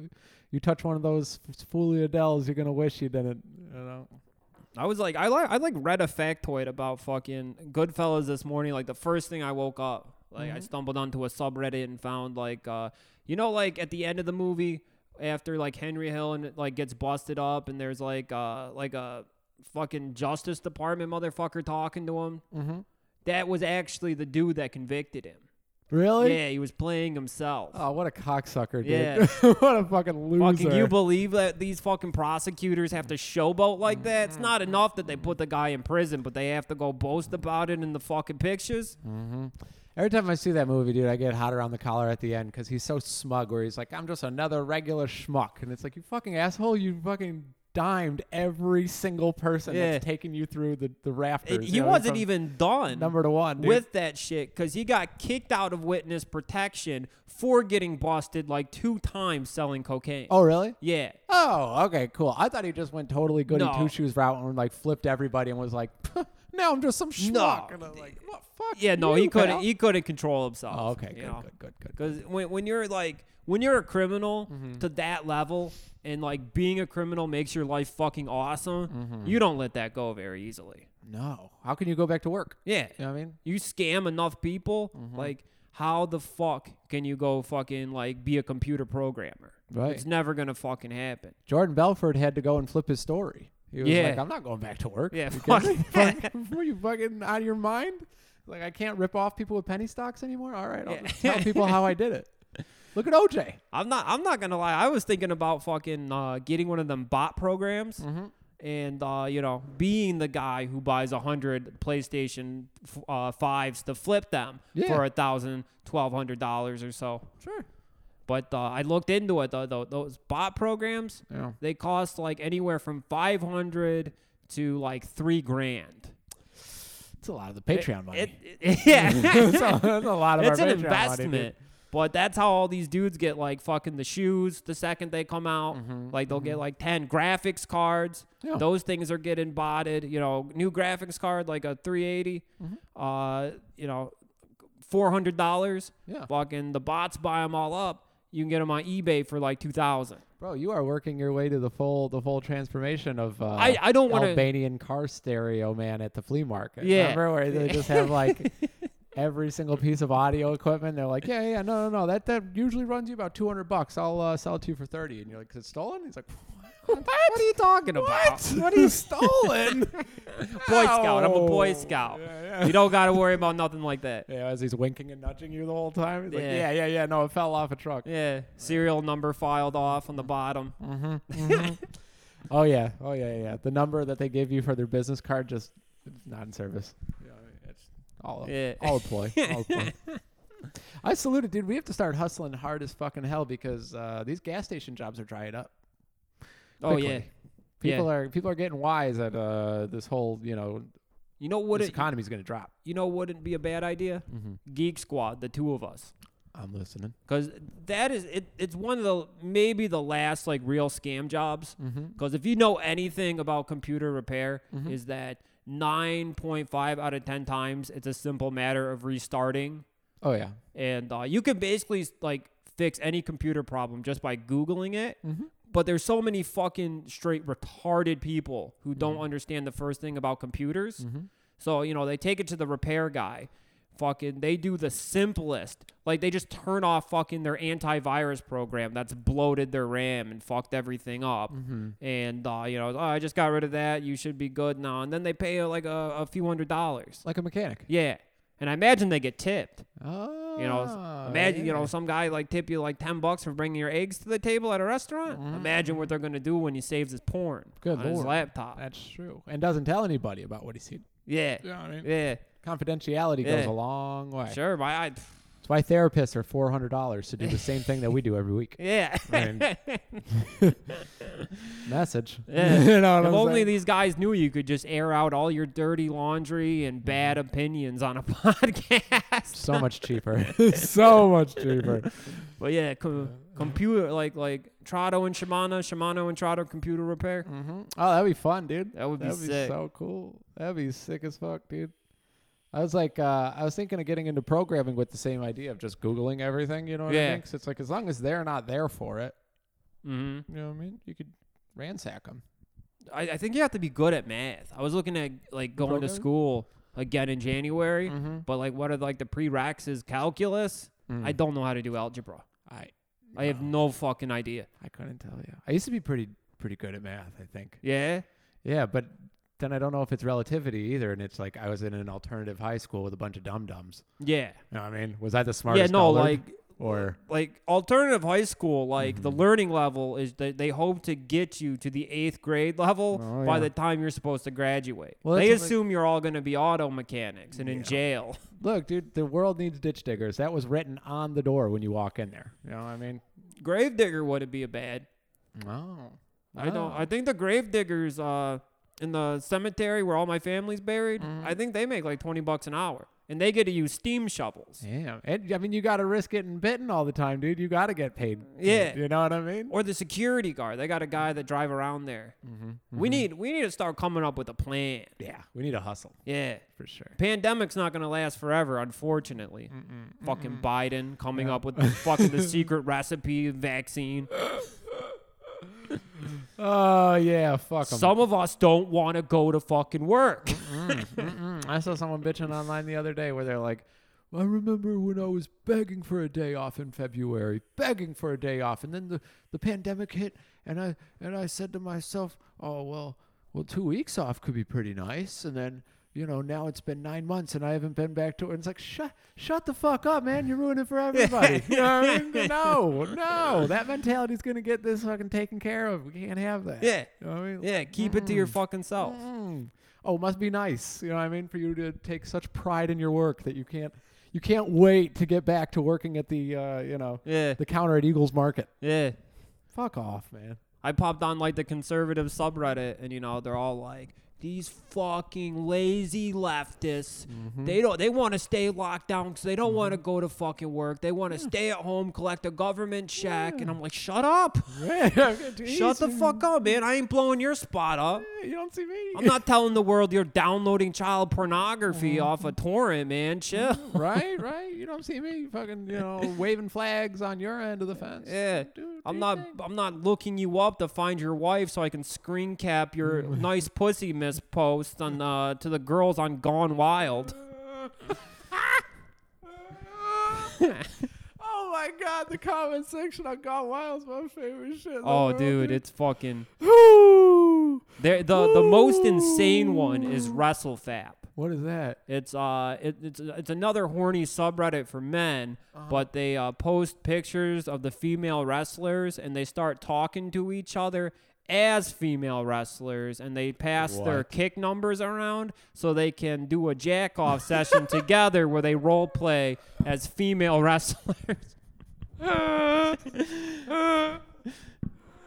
[SPEAKER 3] you touch one of those foliadels, you're gonna wish you didn't. You know.
[SPEAKER 4] I was like, I like, I like read a factoid about fucking Goodfellas this morning. Like the first thing I woke up, like I stumbled onto a subreddit and found like, uh, you know, like at the end of the movie after like Henry Hill and like gets busted up and there's like, uh, like a fucking Justice Department motherfucker talking to him. Mm-hmm. That was actually the dude that convicted him.
[SPEAKER 3] Really?
[SPEAKER 4] Yeah, he was playing himself.
[SPEAKER 3] Oh, what a cocksucker, dude.
[SPEAKER 4] Yeah.
[SPEAKER 3] what a fucking loser.
[SPEAKER 4] Fucking, you believe that these fucking prosecutors have to showboat like that? It's not enough that they put the guy in prison, but they have to go boast about it in the fucking pictures.
[SPEAKER 3] Mm-hmm. Every time I see that movie, dude, I get hot around the collar at the end because he's so smug. Where he's like, "I'm just another regular schmuck," and it's like, "You fucking asshole! You fucking dimed every single person
[SPEAKER 4] Yeah.
[SPEAKER 3] that's taken you through the the rafters."
[SPEAKER 4] It-
[SPEAKER 3] you
[SPEAKER 4] he
[SPEAKER 3] know,
[SPEAKER 4] wasn't
[SPEAKER 3] from
[SPEAKER 4] even done
[SPEAKER 3] number to one dude.
[SPEAKER 4] with that shit because he got kicked out of witness protection for getting busted like two times selling cocaine.
[SPEAKER 3] Oh, really?
[SPEAKER 4] yeah.
[SPEAKER 3] Oh, okay, cool. I thought he just went totally goody
[SPEAKER 4] No.
[SPEAKER 3] two shoes route and like flipped everybody and was like, "Now I'm just some schmuck." And I'm like, "What fuck?"
[SPEAKER 4] Yeah, no, he
[SPEAKER 3] you,
[SPEAKER 4] couldn't.
[SPEAKER 3] pal."
[SPEAKER 4] He couldn't control himself.
[SPEAKER 3] Oh, okay,
[SPEAKER 4] you
[SPEAKER 3] good,
[SPEAKER 4] know?
[SPEAKER 3] good, good, good.
[SPEAKER 4] Because when, when you're like when you're a criminal to that level and like being a criminal makes your life fucking awesome, you don't let that go very easily.
[SPEAKER 3] No, how can you go back to work?
[SPEAKER 4] Yeah.
[SPEAKER 3] You know what I mean?
[SPEAKER 4] You scam enough people, like how the fuck can you go fucking like be a computer programmer?
[SPEAKER 3] Right.
[SPEAKER 4] It's never gonna fucking happen.
[SPEAKER 3] Jordan Belford had to go and flip his story. He was
[SPEAKER 4] Yeah.
[SPEAKER 3] like, I'm not going back to work.
[SPEAKER 4] Yeah,
[SPEAKER 3] You
[SPEAKER 4] fuck
[SPEAKER 3] kidding me?
[SPEAKER 4] that.
[SPEAKER 3] Fuck- Were you fucking out of your mind? Like, I can't rip off people with penny stocks anymore? All right, I'll
[SPEAKER 4] Yeah.
[SPEAKER 3] just tell people how I did it. Look at OJ.
[SPEAKER 4] I'm not. I'm not gonna lie. I was thinking about fucking uh, getting one of them bot programs, and uh, you know, being the guy who buys a hundred PlayStation f- uh, fives to flip them
[SPEAKER 3] Yeah.
[SPEAKER 4] for a thousand, twelve hundred dollars or so.
[SPEAKER 3] Sure.
[SPEAKER 4] But uh, I looked into it. Though, though those bot programs,
[SPEAKER 3] Yeah.
[SPEAKER 4] they cost like anywhere from five hundred to like three grand.
[SPEAKER 3] It's a lot of the Patreon money.
[SPEAKER 4] It, it- yeah.
[SPEAKER 3] that's, a, that's a lot of
[SPEAKER 4] it's
[SPEAKER 3] our
[SPEAKER 4] an
[SPEAKER 3] Patreon money,
[SPEAKER 4] investment.
[SPEAKER 3] dude.
[SPEAKER 4] but that's how all these dudes get like fucking the shoes the second they come out. like they'll get like 10 graphics cards.
[SPEAKER 3] Mm-hmm, Yeah.
[SPEAKER 4] Those things are getting botted. You know, new graphics card, like a 380,
[SPEAKER 3] Mm-hmm.
[SPEAKER 4] uh, you know, $400.
[SPEAKER 3] Yeah.
[SPEAKER 4] Fucking the bots buy them all up. You can get them on eBay for like 2000
[SPEAKER 3] Bro, you are working your way to the full the full transformation of uh,
[SPEAKER 4] I- I don't wanna-
[SPEAKER 3] Albanian car stereo man at the flea market.
[SPEAKER 4] Yeah.
[SPEAKER 3] remember where they just have like every single piece of audio equipment. They're like, yeah, yeah, no, no, no, that that usually runs you about two hundred bucks. I'll uh, sell it to you for thirty, and you're like, is it stolen? He's like, what? What,
[SPEAKER 4] What are you talking about?
[SPEAKER 3] What are you stolen?
[SPEAKER 4] Boy Scout. I'm a Boy
[SPEAKER 3] Oh.
[SPEAKER 4] Scout.
[SPEAKER 3] Yeah, yeah.
[SPEAKER 4] You don't got to worry about nothing like that.
[SPEAKER 3] yeah, as he's winking and nudging you the whole time. He's like, yeah,
[SPEAKER 4] Yeah.
[SPEAKER 3] yeah, yeah. No, it fell off a truck.
[SPEAKER 4] Yeah. Serial number filed off on the bottom.
[SPEAKER 3] Mm-hmm. Oh yeah, oh yeah, yeah. The number that they give you for their business card just it's not in service. Yeah, it's all a,
[SPEAKER 4] Yeah.
[SPEAKER 3] all a ploy. All a ploy. I salute it, dude. We have to start hustling hard as fucking hell because uh, these gas station jobs are drying up.
[SPEAKER 4] Oh
[SPEAKER 3] Quickly.
[SPEAKER 4] yeah.
[SPEAKER 3] People
[SPEAKER 4] yeah.
[SPEAKER 3] are people are getting wise that uh, this whole you know
[SPEAKER 4] you know what
[SPEAKER 3] this
[SPEAKER 4] it, Mm-hmm.
[SPEAKER 3] economy's going to drop.
[SPEAKER 4] you know wouldn't be a bad idea? Geek Squad, the two of us.
[SPEAKER 3] I'm listening.
[SPEAKER 4] Cuz that is it, it's one of the maybe the last like real scam jobs. Cuz if you know anything about computer repair is that 9.5 out of 10 times it's a simple matter of restarting
[SPEAKER 3] Oh yeah,
[SPEAKER 4] and uh, you can basically like fix any computer problem just by googling it but there's so many fucking straight retarded people who don't understand the first thing about computers so you know they take it to the repair guy fucking they do the simplest like they just turn off fucking their antivirus program that's bloated their ram and fucked everything up
[SPEAKER 3] Mm-hmm.
[SPEAKER 4] and uh, you know oh, i just got rid of that you should be good now and then they pay uh, like a, a few hundred dollars
[SPEAKER 3] like a mechanic.
[SPEAKER 4] yeah and i imagine they get tipped
[SPEAKER 3] Oh,
[SPEAKER 4] you know, s- imagine you
[SPEAKER 3] yeah.
[SPEAKER 4] know some guy like tip you like ten bucks for bringing your eggs to the table at a restaurant. Imagine what they're gonna do when he saves his porn
[SPEAKER 3] Mm-hmm. Good
[SPEAKER 4] on his
[SPEAKER 3] lord.
[SPEAKER 4] laptop.
[SPEAKER 3] that's true, and doesn't tell anybody about what he's seen.
[SPEAKER 4] yeah,
[SPEAKER 3] You know what I mean?
[SPEAKER 4] yeah,
[SPEAKER 3] Confidentiality goes
[SPEAKER 4] Yeah.
[SPEAKER 3] a long way.
[SPEAKER 4] sure. My, I,
[SPEAKER 3] That's why therapists are four hundred dollars to do the same thing that we do every week.
[SPEAKER 4] yeah.
[SPEAKER 3] I mean, message.
[SPEAKER 4] Yeah.
[SPEAKER 3] you know what
[SPEAKER 4] if
[SPEAKER 3] I'm
[SPEAKER 4] only
[SPEAKER 3] saying?
[SPEAKER 4] these guys knew you could just air out all your dirty laundry and bad opinions on a podcast.
[SPEAKER 3] so much cheaper. so much cheaper.
[SPEAKER 4] But yeah, co- computer like like Trado and Shimano, Shimano and Trado computer repair.
[SPEAKER 3] Oh, that'd be fun, dude.
[SPEAKER 4] That would Mm-hmm.
[SPEAKER 3] that'd
[SPEAKER 4] be
[SPEAKER 3] be
[SPEAKER 4] sick.
[SPEAKER 3] so cool. That'd be sick as fuck, dude. I was like, uh, I was thinking of getting into programming with the same idea of just googling everything. You know what I
[SPEAKER 4] Yeah.
[SPEAKER 3] mean? 'Cause it's like as long as they're not there for it,
[SPEAKER 4] Mm-hmm.
[SPEAKER 3] you know what I mean. You could ransack them.
[SPEAKER 4] I, I think you have to be good at math. I was looking at like going
[SPEAKER 3] Programming?
[SPEAKER 4] to
[SPEAKER 3] Mm-hmm.
[SPEAKER 4] school again in January, but like what are like the prereqs is calculus.
[SPEAKER 3] Mm.
[SPEAKER 4] I don't know how to do algebra.
[SPEAKER 3] I
[SPEAKER 4] I have no fucking idea.
[SPEAKER 3] I couldn't tell you. I used to be pretty pretty good at math. I think.
[SPEAKER 4] Yeah,
[SPEAKER 3] Yeah, but then I don't know if it's relativity either. And it's like I was in an alternative high school with a bunch of dum dums.
[SPEAKER 4] yeah,
[SPEAKER 3] You know what I mean? Was I the smartest?
[SPEAKER 4] yeah. No,
[SPEAKER 3] dullard?
[SPEAKER 4] like
[SPEAKER 3] or
[SPEAKER 4] like alternative high school. Like
[SPEAKER 3] Mm-hmm.
[SPEAKER 4] the learning level is that they hope to get you to the eighth grade level
[SPEAKER 3] Oh,
[SPEAKER 4] by
[SPEAKER 3] yeah.
[SPEAKER 4] the time you're supposed to graduate.
[SPEAKER 3] Well,
[SPEAKER 4] they
[SPEAKER 3] that's like-
[SPEAKER 4] assume you're all going to be auto mechanics and in jail.
[SPEAKER 3] look, dude, the world needs ditch diggers. That was written on the door when you walk in there. You know what I mean?
[SPEAKER 4] Gravedigger wouldn't be a bad
[SPEAKER 3] Oh,
[SPEAKER 4] I don't. I think the grave diggers uh, in the cemetery where all my family's buried.
[SPEAKER 3] Mm.
[SPEAKER 4] I think they make like twenty bucks an hour, and they get to use steam shovels.
[SPEAKER 3] Damn. And, I mean, you got to risk getting bitten all the time, dude. You got to get paid.
[SPEAKER 4] Yeah.
[SPEAKER 3] You know what I mean?
[SPEAKER 4] Or the security guard. They got a guy that drive around there.
[SPEAKER 3] Mm-hmm.
[SPEAKER 4] We need. We need to start coming up with a plan.
[SPEAKER 3] Yeah. We need a hustle
[SPEAKER 4] Yeah.
[SPEAKER 3] for sure.
[SPEAKER 4] Pandemic's not gonna last forever, unfortunately. fucking Biden coming up with the fucking the secret recipe vaccine.
[SPEAKER 3] Oh yeah, fuck 'em.
[SPEAKER 4] Some of us don't want to go to fucking work.
[SPEAKER 3] I saw someone bitching online the other day where they're like, I remember when I was begging for a day off in February, begging for a day off, and then the, the pandemic hit, and I and I said to myself, oh well, well two weeks off could be pretty nice, and then you know now it's been nine months and I haven't been back to it. And it's like shut shut the fuck up, man! You're ruining it for everybody. you know what I mean? No, no, that mentality's gonna get this fucking taken care of. We can't have that.
[SPEAKER 4] Yeah.
[SPEAKER 3] you know what I mean?
[SPEAKER 4] yeah, keep it to your fucking self.
[SPEAKER 3] Mm. Oh, must be nice. You know what I mean? For you to take such pride in your work that you can't you can't wait to get back to working at the uh, you know
[SPEAKER 4] Yeah.
[SPEAKER 3] the counter at Eagles Market.
[SPEAKER 4] Yeah.
[SPEAKER 3] Fuck off, man.
[SPEAKER 4] I popped on like the conservative subreddit, and you know they're all like, "These fucking lazy leftists. They don't. They want to stay locked down because they don't want to go to fucking work. They want to stay at home, collect a government check." And I'm like, "Shut up! Shut the fuck up, man! I ain't blowing your spot up."
[SPEAKER 3] You don't see me.
[SPEAKER 4] I'm not telling the world you're downloading child pornography off a torrent, man. Chill.
[SPEAKER 3] right, right. You don't see me fucking, you know, waving flags on your end of the fence.
[SPEAKER 4] Yeah.
[SPEAKER 3] Do- do
[SPEAKER 4] I'm
[SPEAKER 3] your
[SPEAKER 4] not
[SPEAKER 3] thing.
[SPEAKER 4] I'm not looking you up to find your wife so I can screen cap your nice pussy miss post on uh, to the girls on Gone Wild.
[SPEAKER 3] Oh my god, the comment section on God Wild's my favorite shit. in the
[SPEAKER 4] Oh
[SPEAKER 3] world,
[SPEAKER 4] dude, it's fucking
[SPEAKER 3] Whoo!
[SPEAKER 4] there the the most insane one is WrestleFap.
[SPEAKER 3] What is that?
[SPEAKER 4] It's uh it, it's it's another horny subreddit for men, but they uh, post pictures of the female wrestlers and they start talking to each other as female wrestlers and they pass their
[SPEAKER 3] What?
[SPEAKER 4] kick numbers around so they can do a jack off session together where they role play as female wrestlers.
[SPEAKER 3] Oh,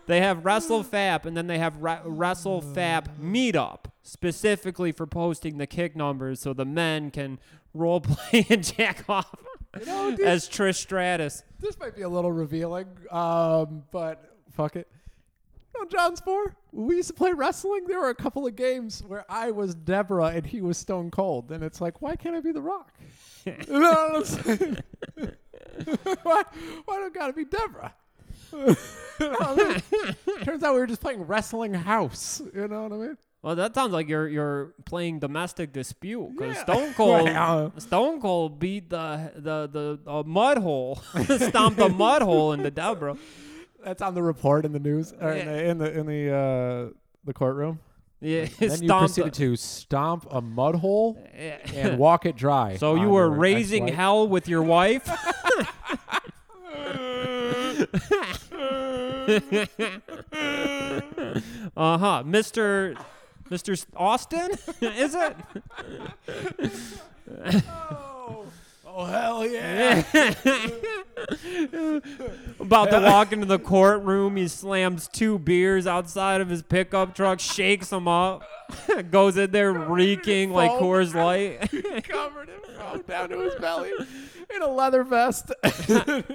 [SPEAKER 4] they have WrestleFap and then they have re- WrestleFap meetup specifically for posting the kick numbers so the men can role play and jack off as Trish Stratus.
[SPEAKER 3] This might be a little revealing, um, but fuck it. You know, John's four. When we used to play wrestling. There were a couple of games where I was Deborah and he was Stone Cold, and it's like, why can't I be The Rock? you know what I'm saying? why, why do it gotta be Deborah? You know what I mean? Turns out we were just playing wrestling house. You know what I mean?
[SPEAKER 4] Well, that sounds like you're you're playing domestic dispute because
[SPEAKER 3] Yeah.
[SPEAKER 4] Stone Cold
[SPEAKER 3] Well.
[SPEAKER 4] Stone Cold beat the the the, the mud hole, stomped a mud hole into Deborah.
[SPEAKER 3] That's on the report in the news or in the in the in the, uh, the courtroom.
[SPEAKER 4] Yeah,
[SPEAKER 3] Then you
[SPEAKER 4] stomped.
[SPEAKER 3] proceeded to stomp a mud hole
[SPEAKER 4] Yeah.
[SPEAKER 3] and walk it dry.
[SPEAKER 4] So you
[SPEAKER 3] on
[SPEAKER 4] were
[SPEAKER 3] your
[SPEAKER 4] raising
[SPEAKER 3] ex-wife.
[SPEAKER 4] hell with your wife. uh huh, Mister Mister Austin, is it?
[SPEAKER 3] Oh hell yeah!
[SPEAKER 4] About to walk into the courtroom, he slams two beers outside of his pickup truck, shakes them up, goes in there reeking like
[SPEAKER 3] Foam.
[SPEAKER 4] Coors Light.
[SPEAKER 3] Covered him from down to his belly in a leather vest. Just-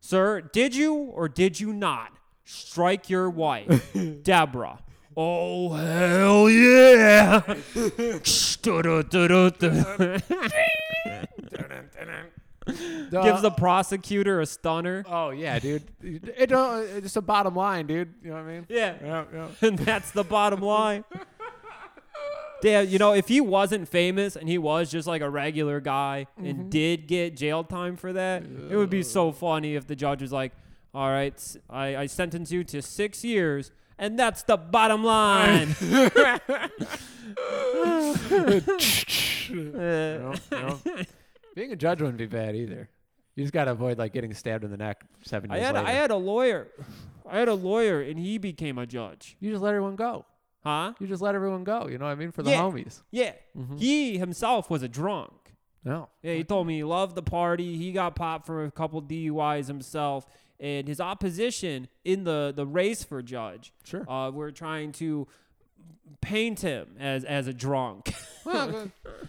[SPEAKER 4] Sir, did you or did you not strike your wife, Deborah? Oh hell yeah!
[SPEAKER 3] Uh,
[SPEAKER 4] Gives the prosecutor a stunner.
[SPEAKER 3] oh yeah, dude. It don't. It's just a bottom line, dude. You know what I mean?
[SPEAKER 4] Yeah.
[SPEAKER 3] yeah.
[SPEAKER 4] and that's the bottom line. Damn, you know, if he wasn't famous and he was just like a regular guy and did get jail time for that, it would be so funny if the judge was like, "All right, s- I, I sentence you to six years, and that's the bottom line."
[SPEAKER 3] No, no. Being a judge wouldn't be bad either. You just gotta avoid like getting stabbed in the neck seven
[SPEAKER 4] I
[SPEAKER 3] years
[SPEAKER 4] had
[SPEAKER 3] later.
[SPEAKER 4] I had a lawyer, I had a lawyer, and he became a judge,
[SPEAKER 3] you just let everyone go.
[SPEAKER 4] huh?
[SPEAKER 3] You just let everyone go. You know what I mean? For the
[SPEAKER 4] Yeah.
[SPEAKER 3] homies.
[SPEAKER 4] Yeah, he himself was a drunk.
[SPEAKER 3] No.
[SPEAKER 4] Yeah, he told me he loved the party. He got popped for a couple DUIs himself, and his opposition in the the race for judge.
[SPEAKER 3] Sure.
[SPEAKER 4] uh, we're trying to paint him as as a drunk.
[SPEAKER 3] Well,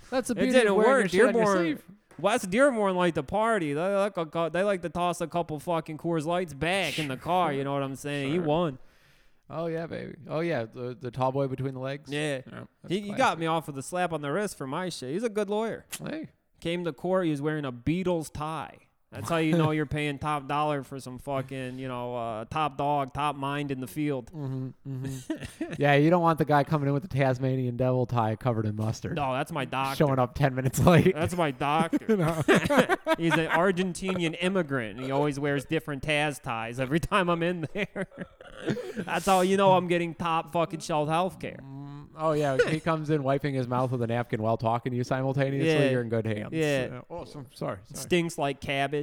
[SPEAKER 3] that's the
[SPEAKER 4] it
[SPEAKER 3] beauty
[SPEAKER 4] didn't
[SPEAKER 3] of wearing your
[SPEAKER 4] work.
[SPEAKER 3] shit on your
[SPEAKER 4] Dearborn.
[SPEAKER 3] sleeve.
[SPEAKER 4] West Dearborn liked the party. They like, a, cou- they like to toss a couple fucking Coors Lights back in the car. You know what I'm saying? He won.
[SPEAKER 3] Oh yeah, baby. Oh yeah, the the tall boy between the legs.
[SPEAKER 4] Yeah.
[SPEAKER 3] that's
[SPEAKER 4] He, he got me off with a slap on the wrist for my shit. He's a good lawyer.
[SPEAKER 3] classic. Hey.
[SPEAKER 4] Came to court. He was wearing a Beatles tie. That's how you know you're paying top dollar for some fucking, you know, uh, top dog, top mind in the field. mm-hmm.
[SPEAKER 3] yeah, you don't want the guy coming in with the Tasmanian devil tie covered in mustard,
[SPEAKER 4] No, that's my doctor.
[SPEAKER 3] showing up ten minutes late.
[SPEAKER 4] That's my doctor. He's an Argentinian immigrant. and He always wears different Taz ties every time I'm in there. That's how you know I'm getting top fucking shelf health care.
[SPEAKER 3] oh yeah, he comes in wiping his mouth with a napkin while talking to you simultaneously.
[SPEAKER 4] Yeah.
[SPEAKER 3] You're in good hands.
[SPEAKER 4] Yeah.
[SPEAKER 3] Oh, so, sorry. Mm-hmm. sorry.
[SPEAKER 4] Stinks like cabbage,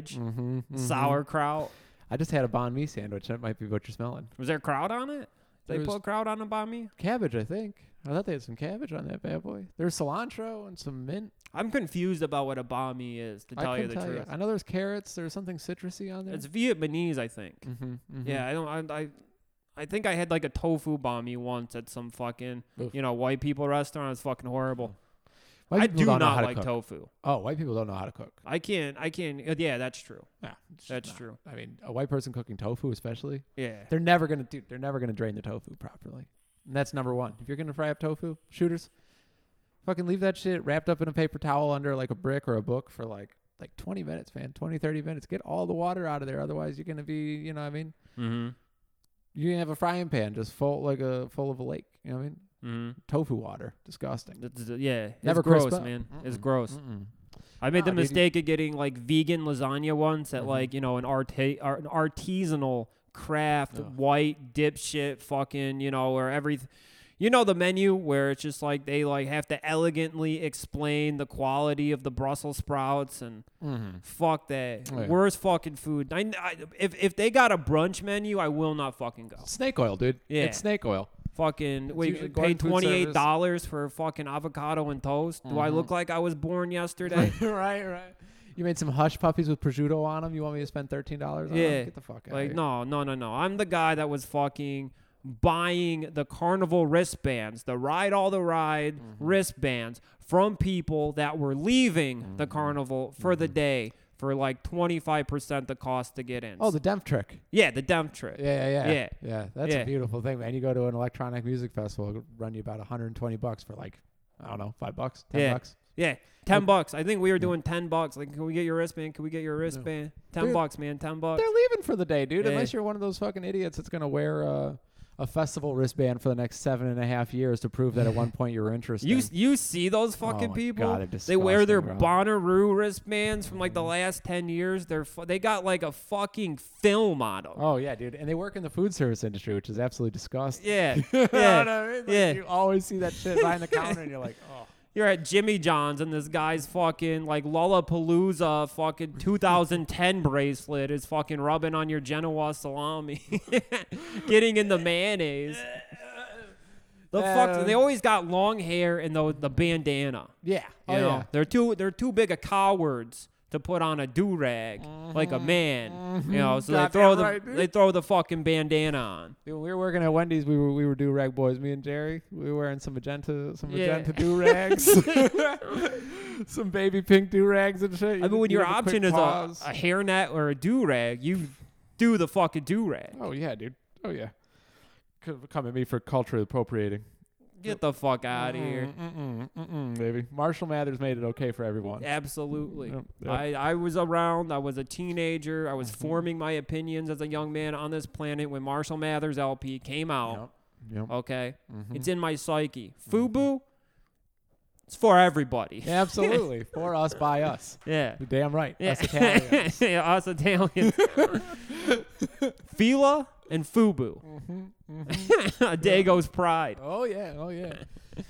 [SPEAKER 4] sauerkraut.
[SPEAKER 3] I just had a banh mi sandwich. That might be what you're smelling.
[SPEAKER 4] Was there kraut on it? They
[SPEAKER 3] There was-
[SPEAKER 4] put kraut on it by me?
[SPEAKER 3] Cabbage, I think. I thought they had some cabbage on that bad boy. There's cilantro and some mint.
[SPEAKER 4] I'm confused about what a bami is, to tell
[SPEAKER 3] I
[SPEAKER 4] you
[SPEAKER 3] couldn't
[SPEAKER 4] the
[SPEAKER 3] tell
[SPEAKER 4] truth.
[SPEAKER 3] you. I know there's carrots. There's something citrusy on there.
[SPEAKER 4] It's Vietnamese, I think.
[SPEAKER 3] Mm-hmm.
[SPEAKER 4] Yeah, I don't. I, I, I think I had like a tofu bami once at some fucking,
[SPEAKER 3] Oof.
[SPEAKER 4] you know, white people restaurant. It's fucking horrible.
[SPEAKER 3] White
[SPEAKER 4] I
[SPEAKER 3] people
[SPEAKER 4] do
[SPEAKER 3] don't
[SPEAKER 4] not
[SPEAKER 3] know how to
[SPEAKER 4] like
[SPEAKER 3] cook.
[SPEAKER 4] tofu.
[SPEAKER 3] Oh, white people don't know how to cook.
[SPEAKER 4] I can't. I can't. uh, Yeah, that's true.
[SPEAKER 3] Yeah, it's
[SPEAKER 4] That's
[SPEAKER 3] not-
[SPEAKER 4] true.
[SPEAKER 3] I mean, a white person cooking tofu, especially,
[SPEAKER 4] Yeah.
[SPEAKER 3] they're never gonna do. They're never gonna drain the tofu properly. And that's number one. If you're gonna fry up tofu, shooters, fucking leave that shit wrapped up in a paper towel under like a brick or a book for like like 20 minutes, man. 20, 30 minutes. Get all the water out of there. Otherwise, you're gonna be, you know, what I mean,
[SPEAKER 4] Mm-hmm.
[SPEAKER 3] you can have a frying pan just full like a full of a lake. You know what I mean?
[SPEAKER 4] Mm-hmm.
[SPEAKER 3] Tofu water, disgusting.
[SPEAKER 4] yeah.
[SPEAKER 3] Never
[SPEAKER 4] it's
[SPEAKER 3] crisp
[SPEAKER 4] gross,
[SPEAKER 3] up.
[SPEAKER 4] man. It's gross.
[SPEAKER 3] Mm-mm.
[SPEAKER 4] I made the
[SPEAKER 3] Nah, dude, you-
[SPEAKER 4] mistake of getting like vegan lasagna once at like
[SPEAKER 3] Mm-hmm.
[SPEAKER 4] you know an arti- ar- an artisanal craft white dipshit fucking you know where every you know the menu where it's just like they like have to elegantly explain the quality of the Brussels sprouts and Mm-hmm. fuck that.
[SPEAKER 3] Oh, yeah.
[SPEAKER 4] Worst fucking food. I, I- if if they got a brunch menu, I will not fucking go.
[SPEAKER 3] Snake oil, dude.
[SPEAKER 4] Yeah.
[SPEAKER 3] It's snake oil.
[SPEAKER 4] Fucking
[SPEAKER 3] usually
[SPEAKER 4] wait,
[SPEAKER 3] garden
[SPEAKER 4] pay
[SPEAKER 3] food
[SPEAKER 4] twenty eight dollars for fucking avocado and toast. Do
[SPEAKER 3] Mm-hmm.
[SPEAKER 4] I look like I was born yesterday?
[SPEAKER 3] right, right. You made some hush puppies with prosciutto on them. You want me to spend thirteen dollars on
[SPEAKER 4] Yeah.
[SPEAKER 3] them? Get the fuck out.
[SPEAKER 4] Like, no, no, no, no. I'm the guy that was fucking buying the carnival wristbands, the ride all the ride
[SPEAKER 3] Mm-hmm.
[SPEAKER 4] wristbands from people that were leaving
[SPEAKER 3] Mm-hmm.
[SPEAKER 4] the carnival for the day for like 25% the cost to get in.
[SPEAKER 3] Oh, the Demp trick.
[SPEAKER 4] yeah, the dump trip.
[SPEAKER 3] Yeah, yeah, yeah.
[SPEAKER 4] Yeah.
[SPEAKER 3] that's
[SPEAKER 4] Yeah.
[SPEAKER 3] a beautiful thing, man. You go to an electronic music festival, it'll run you about 120 bucks for like, I don't know, five bucks, ten
[SPEAKER 4] Yeah.
[SPEAKER 3] bucks.
[SPEAKER 4] Yeah. 10 bucks. I think we were doing 10 bucks. Like, can we get your wristband? Can we get your wristband? 10
[SPEAKER 3] They're-
[SPEAKER 4] bucks, man. 10 bucks.
[SPEAKER 3] They're leaving for the day, dude.
[SPEAKER 4] Yeah.
[SPEAKER 3] Unless you're one of those fucking idiots that's gonna wear uh, a festival wristband for the next seven and a half years to prove that at one point you were interested.
[SPEAKER 4] You you see those fucking
[SPEAKER 3] Oh my
[SPEAKER 4] people?
[SPEAKER 3] God, they're
[SPEAKER 4] they wear their
[SPEAKER 3] disgusting,
[SPEAKER 4] Bonnaroo wristbands from like the last ten years. They're fu- they got like a fucking film on them.
[SPEAKER 3] oh yeah, dude. And they work in the food service industry, which is absolutely disgusting.
[SPEAKER 4] Yeah,
[SPEAKER 3] You know what
[SPEAKER 4] yeah.
[SPEAKER 3] I mean? Like,
[SPEAKER 4] yeah.
[SPEAKER 3] You always see that shit behind the counter, and you're like, oh.
[SPEAKER 4] You're at Jimmy John's and this guy's fucking like Lollapalooza fucking 2010 bracelet is fucking rubbing on your Genoa salami, getting in the mayonnaise. The
[SPEAKER 3] Um,
[SPEAKER 4] fuck? They always got long hair and the the bandana.
[SPEAKER 3] Yeah. oh
[SPEAKER 4] You know,
[SPEAKER 3] yeah.
[SPEAKER 4] they're too they're too big of cowards to put on a do rag like
[SPEAKER 3] Mm-hmm.
[SPEAKER 4] a man. You know, so they
[SPEAKER 3] Goddamn
[SPEAKER 4] throw the
[SPEAKER 3] right, dude.
[SPEAKER 4] they throw the fucking bandana on.
[SPEAKER 3] Dude, when we were working at Wendy's, we were we were do rag boys. Me and Jerry, we were wearing some magenta some
[SPEAKER 4] Yeah.
[SPEAKER 3] magenta do rags, some baby pink do rags and shit.
[SPEAKER 4] I mean, when
[SPEAKER 3] You
[SPEAKER 4] your
[SPEAKER 3] have
[SPEAKER 4] option
[SPEAKER 3] quick
[SPEAKER 4] is a,
[SPEAKER 3] pause.
[SPEAKER 4] a hairnet or a do rag, you do the fucking do rag.
[SPEAKER 3] oh yeah, dude, oh yeah, C- come at me for culturally appropriating.
[SPEAKER 4] Get the fuck out of
[SPEAKER 3] Mm-hmm.
[SPEAKER 4] here.
[SPEAKER 3] Mm-mm, mm-mm, baby. Marshall Mathers made it okay for everyone.
[SPEAKER 4] Absolutely.
[SPEAKER 3] Yep, yep. Mm-hmm.
[SPEAKER 4] I, I was around. I was a teenager. I was forming my opinions as a young man on this planet when Marshall Mathers LP came out.
[SPEAKER 3] Yep, yep. Mm-hmm.
[SPEAKER 4] Okay. It's in my psyche. Fubu, it's for everybody. Yeah.
[SPEAKER 3] Absolutely, for us by us.
[SPEAKER 4] Yeah.
[SPEAKER 3] You're damn right.
[SPEAKER 4] Yeah.
[SPEAKER 3] Us Italians.
[SPEAKER 4] Yeah, us Italians. Fila and Fubu. Dago's pride.
[SPEAKER 3] oh yeah, oh yeah.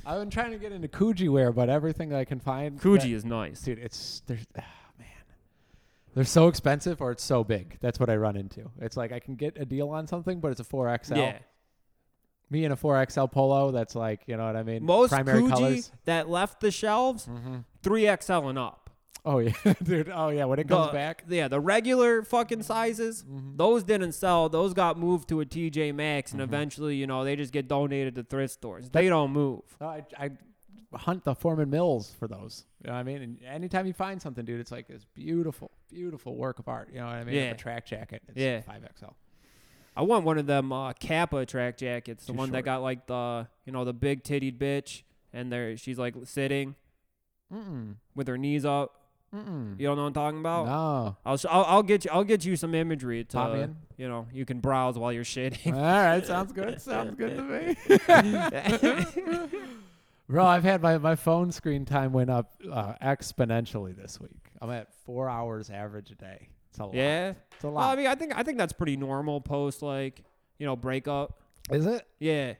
[SPEAKER 3] I've been trying to get into Coogee wear, but everything that I can find. that-
[SPEAKER 4] Coogee is nice.
[SPEAKER 3] dude it's there's ah, man they're so expensive or it's so big that's what i run into it's like i can get a deal on something but it's a 4xl
[SPEAKER 4] Yeah.
[SPEAKER 3] me in a 4xl polo that's like you know what i mean
[SPEAKER 4] Most
[SPEAKER 3] primary
[SPEAKER 4] Coogee
[SPEAKER 3] colors
[SPEAKER 4] that left the shelves, 3XL and up.
[SPEAKER 3] oh yeah dude oh yeah when it comes
[SPEAKER 4] the-
[SPEAKER 3] back
[SPEAKER 4] Yeah, the regular fucking sizes, those didn't sell. Those got moved to a TJ Maxx, and eventually, you know, they just get donated to thrift stores. They don't move.
[SPEAKER 3] no, oh, I, I hunt the foreman mills for those you know what i mean and anytime you find something dude it's like this beautiful beautiful work of art you know what i mean
[SPEAKER 4] Yeah.
[SPEAKER 3] like a track jacket it's
[SPEAKER 4] Yeah.
[SPEAKER 3] 5xl
[SPEAKER 4] I want one of them uh, Kappa track jackets, the
[SPEAKER 3] Too
[SPEAKER 4] one that
[SPEAKER 3] short.
[SPEAKER 4] got like the you know the big tittied bitch, and there she's like sitting
[SPEAKER 3] Mm-mm.
[SPEAKER 4] with her knees up.
[SPEAKER 3] Mm-mm.
[SPEAKER 4] You don't know what I'm talking about?
[SPEAKER 3] no
[SPEAKER 4] I'll, sh- I'll I'll get you I'll get you some imagery to
[SPEAKER 3] Pop me in.
[SPEAKER 4] you know you can browse while you're shitting.
[SPEAKER 3] All right, sounds good. Sounds good to me. Bro, I've had my, my phone screen time went up uh, exponentially this week. I'm at four hours average a day. It's a lot.
[SPEAKER 4] yeah.
[SPEAKER 3] It's a
[SPEAKER 4] Well, I
[SPEAKER 3] lot.
[SPEAKER 4] mean I think I think that's pretty normal post like you know breakup.
[SPEAKER 3] Is it?
[SPEAKER 4] Yeah.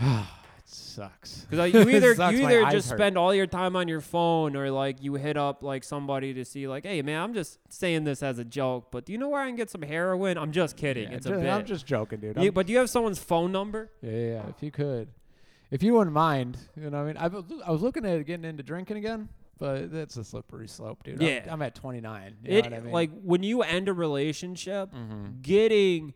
[SPEAKER 3] It sucks.
[SPEAKER 4] Because like, uh, you
[SPEAKER 3] It
[SPEAKER 4] either
[SPEAKER 3] sucks,
[SPEAKER 4] you
[SPEAKER 3] my
[SPEAKER 4] either
[SPEAKER 3] eyes
[SPEAKER 4] just
[SPEAKER 3] hurt.
[SPEAKER 4] spend all your time on your phone or like you hit up like somebody to see like, hey man, I'm just saying this as a joke, but do you know where I can get some heroin? I'm just kidding.
[SPEAKER 3] Yeah,
[SPEAKER 4] it's
[SPEAKER 3] ju-
[SPEAKER 4] a bit.
[SPEAKER 3] I'm just joking, dude. I'm-
[SPEAKER 4] You- but do you have someone's phone number?
[SPEAKER 3] yeah, yeah, yeah, if you could. If you wouldn't mind, you know what I mean? I, was- I was looking at getting into drinking again, but that's a slippery slope, dude. I'm-
[SPEAKER 4] Yeah.
[SPEAKER 3] I'm, at 29. You
[SPEAKER 4] It,
[SPEAKER 3] know what I mean? Mm-hmm.
[SPEAKER 4] Like when you end a relationship, getting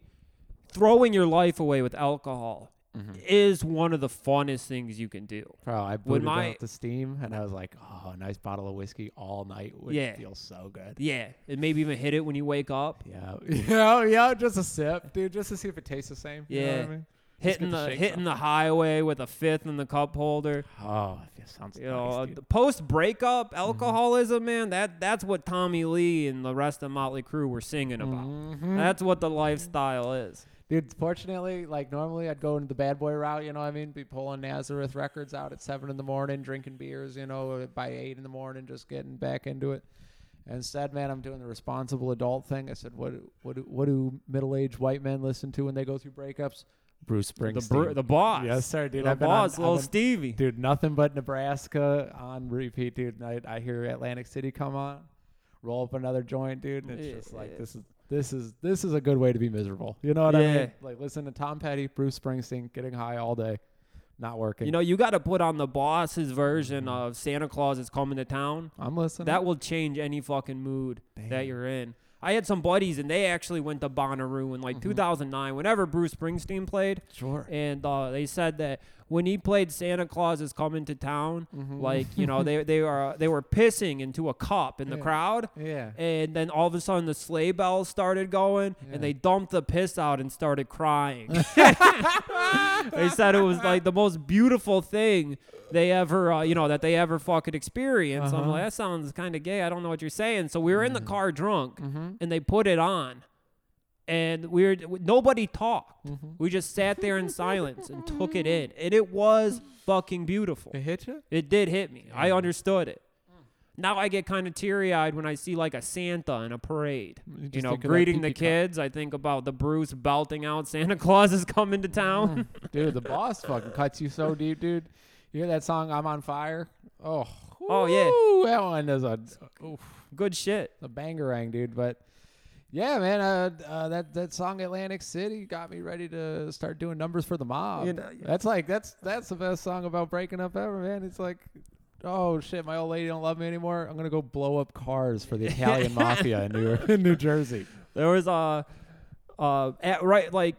[SPEAKER 4] throwing your life away with alcohol
[SPEAKER 3] Mm-hmm.
[SPEAKER 4] is one of the funnest things you can do.
[SPEAKER 3] Bro, I booted down
[SPEAKER 4] my-
[SPEAKER 3] up the steam, and I was like, "Oh, a nice bottle of whiskey all night would
[SPEAKER 4] Yeah.
[SPEAKER 3] feel so good."
[SPEAKER 4] Yeah, and maybe even hit it when you wake up.
[SPEAKER 3] Yeah, yeah, yeah. Just a sip, dude, just to see if it tastes the same. you know what I
[SPEAKER 4] Yeah.
[SPEAKER 3] mean? Just
[SPEAKER 4] Hitting
[SPEAKER 3] get the
[SPEAKER 4] the
[SPEAKER 3] shakes
[SPEAKER 4] hitting the highway with a fifth in the cup holder.
[SPEAKER 3] Oh, it feels- sounds
[SPEAKER 4] You know,
[SPEAKER 3] nice,
[SPEAKER 4] uh,
[SPEAKER 3] dude. Mm-hmm.
[SPEAKER 4] the post breakup alcoholism, man. That that's what Tommy Lee and the rest of Motley Crue were singing about.
[SPEAKER 3] Mm-hmm.
[SPEAKER 4] That's what the lifestyle is.
[SPEAKER 3] Dude, fortunately, like normally I'd go into the bad boy route, you know what I mean? Be pulling Nazareth records out at seven in the morning, drinking beers, you know, uh, by eight in the morning, just getting back into it. Instead, man, I'm doing the responsible adult thing. I said, what, what, do- what do middle aged white men listen to when they go through breakups? Bruce
[SPEAKER 4] The,
[SPEAKER 3] Springsteen.
[SPEAKER 4] br- the boss.
[SPEAKER 3] Yes, sir, dude.
[SPEAKER 4] The
[SPEAKER 3] I've been on-
[SPEAKER 4] boss,
[SPEAKER 3] I've
[SPEAKER 4] little
[SPEAKER 3] been-
[SPEAKER 4] Stevie.
[SPEAKER 3] dude, nothing but Nebraska on repeat, dude. And I, I hear Atlantic City come on, roll up another joint, dude. And it's
[SPEAKER 4] Yeah,
[SPEAKER 3] just
[SPEAKER 4] yeah.
[SPEAKER 3] like this is this is this is a good way to be miserable. You know what I
[SPEAKER 4] Yeah.
[SPEAKER 3] mean? Like listen to Tom Petty, Bruce Springsteen, getting high all day, not working.
[SPEAKER 4] You know, you got to put on the boss's version
[SPEAKER 3] Mm-hmm.
[SPEAKER 4] of Santa Claus is coming to town.
[SPEAKER 3] I'm listening.
[SPEAKER 4] That will change any fucking mood that
[SPEAKER 3] Damn.
[SPEAKER 4] you're in. I had some buddies and they actually went to Bonnaroo in like
[SPEAKER 3] Mm-hmm.
[SPEAKER 4] 2009, whenever Bruce Springsteen played.
[SPEAKER 3] sure.
[SPEAKER 4] And uh, they said that when he played Santa Claus is coming to town,
[SPEAKER 3] Mm-hmm.
[SPEAKER 4] like you know they they are they were pissing into a cup in the
[SPEAKER 3] Yeah.
[SPEAKER 4] crowd.
[SPEAKER 3] Yeah.
[SPEAKER 4] And then all of a sudden the sleigh bells started going
[SPEAKER 3] Yeah.
[SPEAKER 4] and they dumped the piss out and started crying. they said it was like the most beautiful thing they ever, uh, you know, that they ever fucking experienced. I'm
[SPEAKER 3] Uh-huh. Mm.
[SPEAKER 4] like, that sounds kind of gay. I don't know what you're saying. So we were in the car drunk
[SPEAKER 3] Mm-hmm.
[SPEAKER 4] and they put it on. And we were, w- nobody talked.
[SPEAKER 3] Mm-hmm.
[SPEAKER 4] We just sat there in silence and took it in. And it was fucking beautiful.
[SPEAKER 3] They hit you?
[SPEAKER 4] It did hit me. I understood it. Now I get kind of teary eyed when I see like a Santa in a parade.
[SPEAKER 3] You
[SPEAKER 4] You
[SPEAKER 3] just
[SPEAKER 4] know,
[SPEAKER 3] think of that
[SPEAKER 4] greeting the
[SPEAKER 3] tiki cup.
[SPEAKER 4] kids. I think about the Bruce belting out Santa Claus is coming to
[SPEAKER 3] Mm.
[SPEAKER 4] town.
[SPEAKER 3] Dude, the boss fucking cuts you so deep, dude. You hear that song I'm on fire? Oh.
[SPEAKER 4] Oh, yeah.
[SPEAKER 3] Ooh, that one is a oof,
[SPEAKER 4] Good shit.
[SPEAKER 3] a bangerang, dude, but yeah, man, uh, uh, that that song Atlantic City got me ready to start doing numbers for the mob.
[SPEAKER 4] You know, yeah.
[SPEAKER 3] That's like that's that's the best song about breaking up ever, man. It's like Oh shit! My old lady don't love me anymore. I'm gonna go blow up cars for the Italian mafia in New in New Jersey.
[SPEAKER 4] There was a, uh, at right like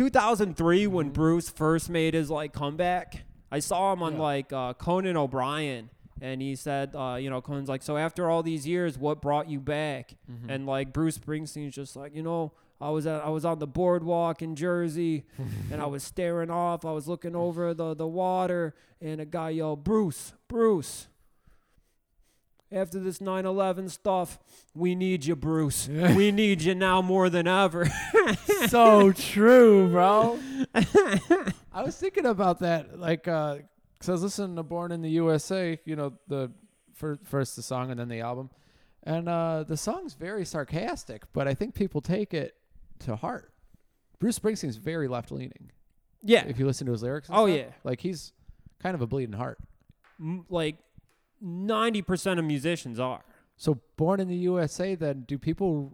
[SPEAKER 4] 2003 when Bruce first made his like comeback. I saw him on
[SPEAKER 3] Yeah.
[SPEAKER 4] like uh, Conan O'Brien, and he said, uh, you know, Conan's like, so after all these years, what brought you back? And like Bruce Springsteen's just like, you know. I was at, I was on the boardwalk in Jersey, and I was staring off. I was looking over the, the water, and a guy yelled, "Bruce, Bruce! After this 9/11 stuff, we need you, Bruce. we need you now more than ever."
[SPEAKER 3] so true, bro. I was thinking about that, like, uh 'cause I was listening to "Born in the USA," you know, the first, first the song and then the album, and uh, the song's very sarcastic, but I think people take it to heart. Bruce Springsteen's very left leaning.
[SPEAKER 4] yeah,
[SPEAKER 3] If you listen to his lyrics, and
[SPEAKER 4] Oh,
[SPEAKER 3] stuff.
[SPEAKER 4] yeah.
[SPEAKER 3] like he's kind of a bleeding heart.
[SPEAKER 4] m- like 90% of musicians are.
[SPEAKER 3] So "Born in the USA," then do people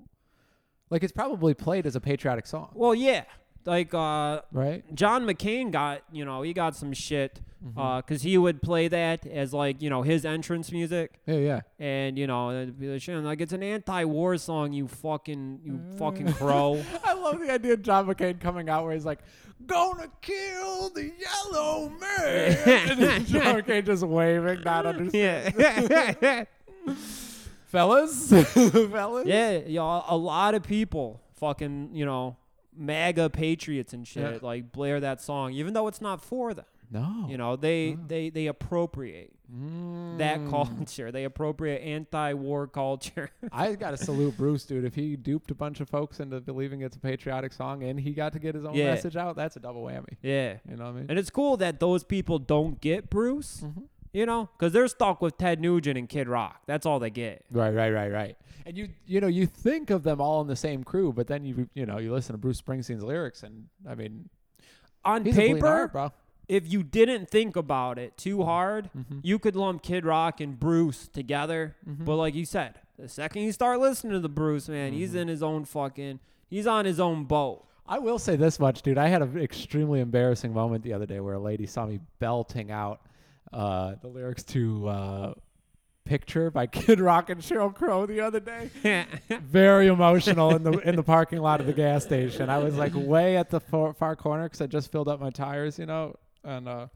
[SPEAKER 3] like it's probably played as a patriotic song,
[SPEAKER 4] Well, yeah. Like uh
[SPEAKER 3] right?
[SPEAKER 4] John McCain got, you know, he got some shit uh, 'cause he would play that as like, you know, his entrance music.
[SPEAKER 3] Yeah, yeah.
[SPEAKER 4] And you know, it'd be like, "Shannon, like it's an anti-war song, you fucking, you fucking crow.
[SPEAKER 3] I love the idea of John McCain coming out where he's like, "Gonna kill the yellow man," and then John McCain just waving, not understanding.
[SPEAKER 4] yeah,
[SPEAKER 3] Fellas, fellas.
[SPEAKER 4] yeah, y'all. A lot of people, fucking, you know, MAGA patriots and shit,
[SPEAKER 3] Yeah.
[SPEAKER 4] like blare that song, even though it's not for them.
[SPEAKER 3] No.
[SPEAKER 4] You know, they
[SPEAKER 3] Mm.
[SPEAKER 4] they they appropriate that culture. They appropriate anti-war culture.
[SPEAKER 3] I gotta salute Bruce, dude. If he duped a bunch of folks into believing it's a patriotic song, and he got to get his own
[SPEAKER 4] Yeah.
[SPEAKER 3] message out, that's a double whammy.
[SPEAKER 4] yeah.
[SPEAKER 3] You know what I mean?
[SPEAKER 4] And it's cool that those people don't get Bruce,
[SPEAKER 3] Mm-hmm.
[SPEAKER 4] you know, cuz they're stuck with Ted Nugent and Kid Rock. That's all they get.
[SPEAKER 3] Right, right, right, right. And you, you know, you think of them all in the same crew, but then you, you know, you listen to Bruce Springsteen's lyrics, and I mean,
[SPEAKER 4] On
[SPEAKER 3] he's a bleeding
[SPEAKER 4] paper,
[SPEAKER 3] heart, bro. Mm-hmm.
[SPEAKER 4] if you didn't think about it too hard, you could lump Kid Rock and Bruce together.
[SPEAKER 3] Mm-hmm.
[SPEAKER 4] But like you said, the second you start listening to the Bruce, man,
[SPEAKER 3] Mm-hmm.
[SPEAKER 4] he's in his own fucking he's on his own boat.
[SPEAKER 3] I will say this much, dude. I had an extremely embarrassing moment the other day where a lady saw me belting out uh, the lyrics to uh, "Picture" by Kid Rock and Cheryl Crow the other day. Very emotional in the in the parking lot of the gas station. I was like way at the far, far corner because I just filled up my tires, you know, and uh,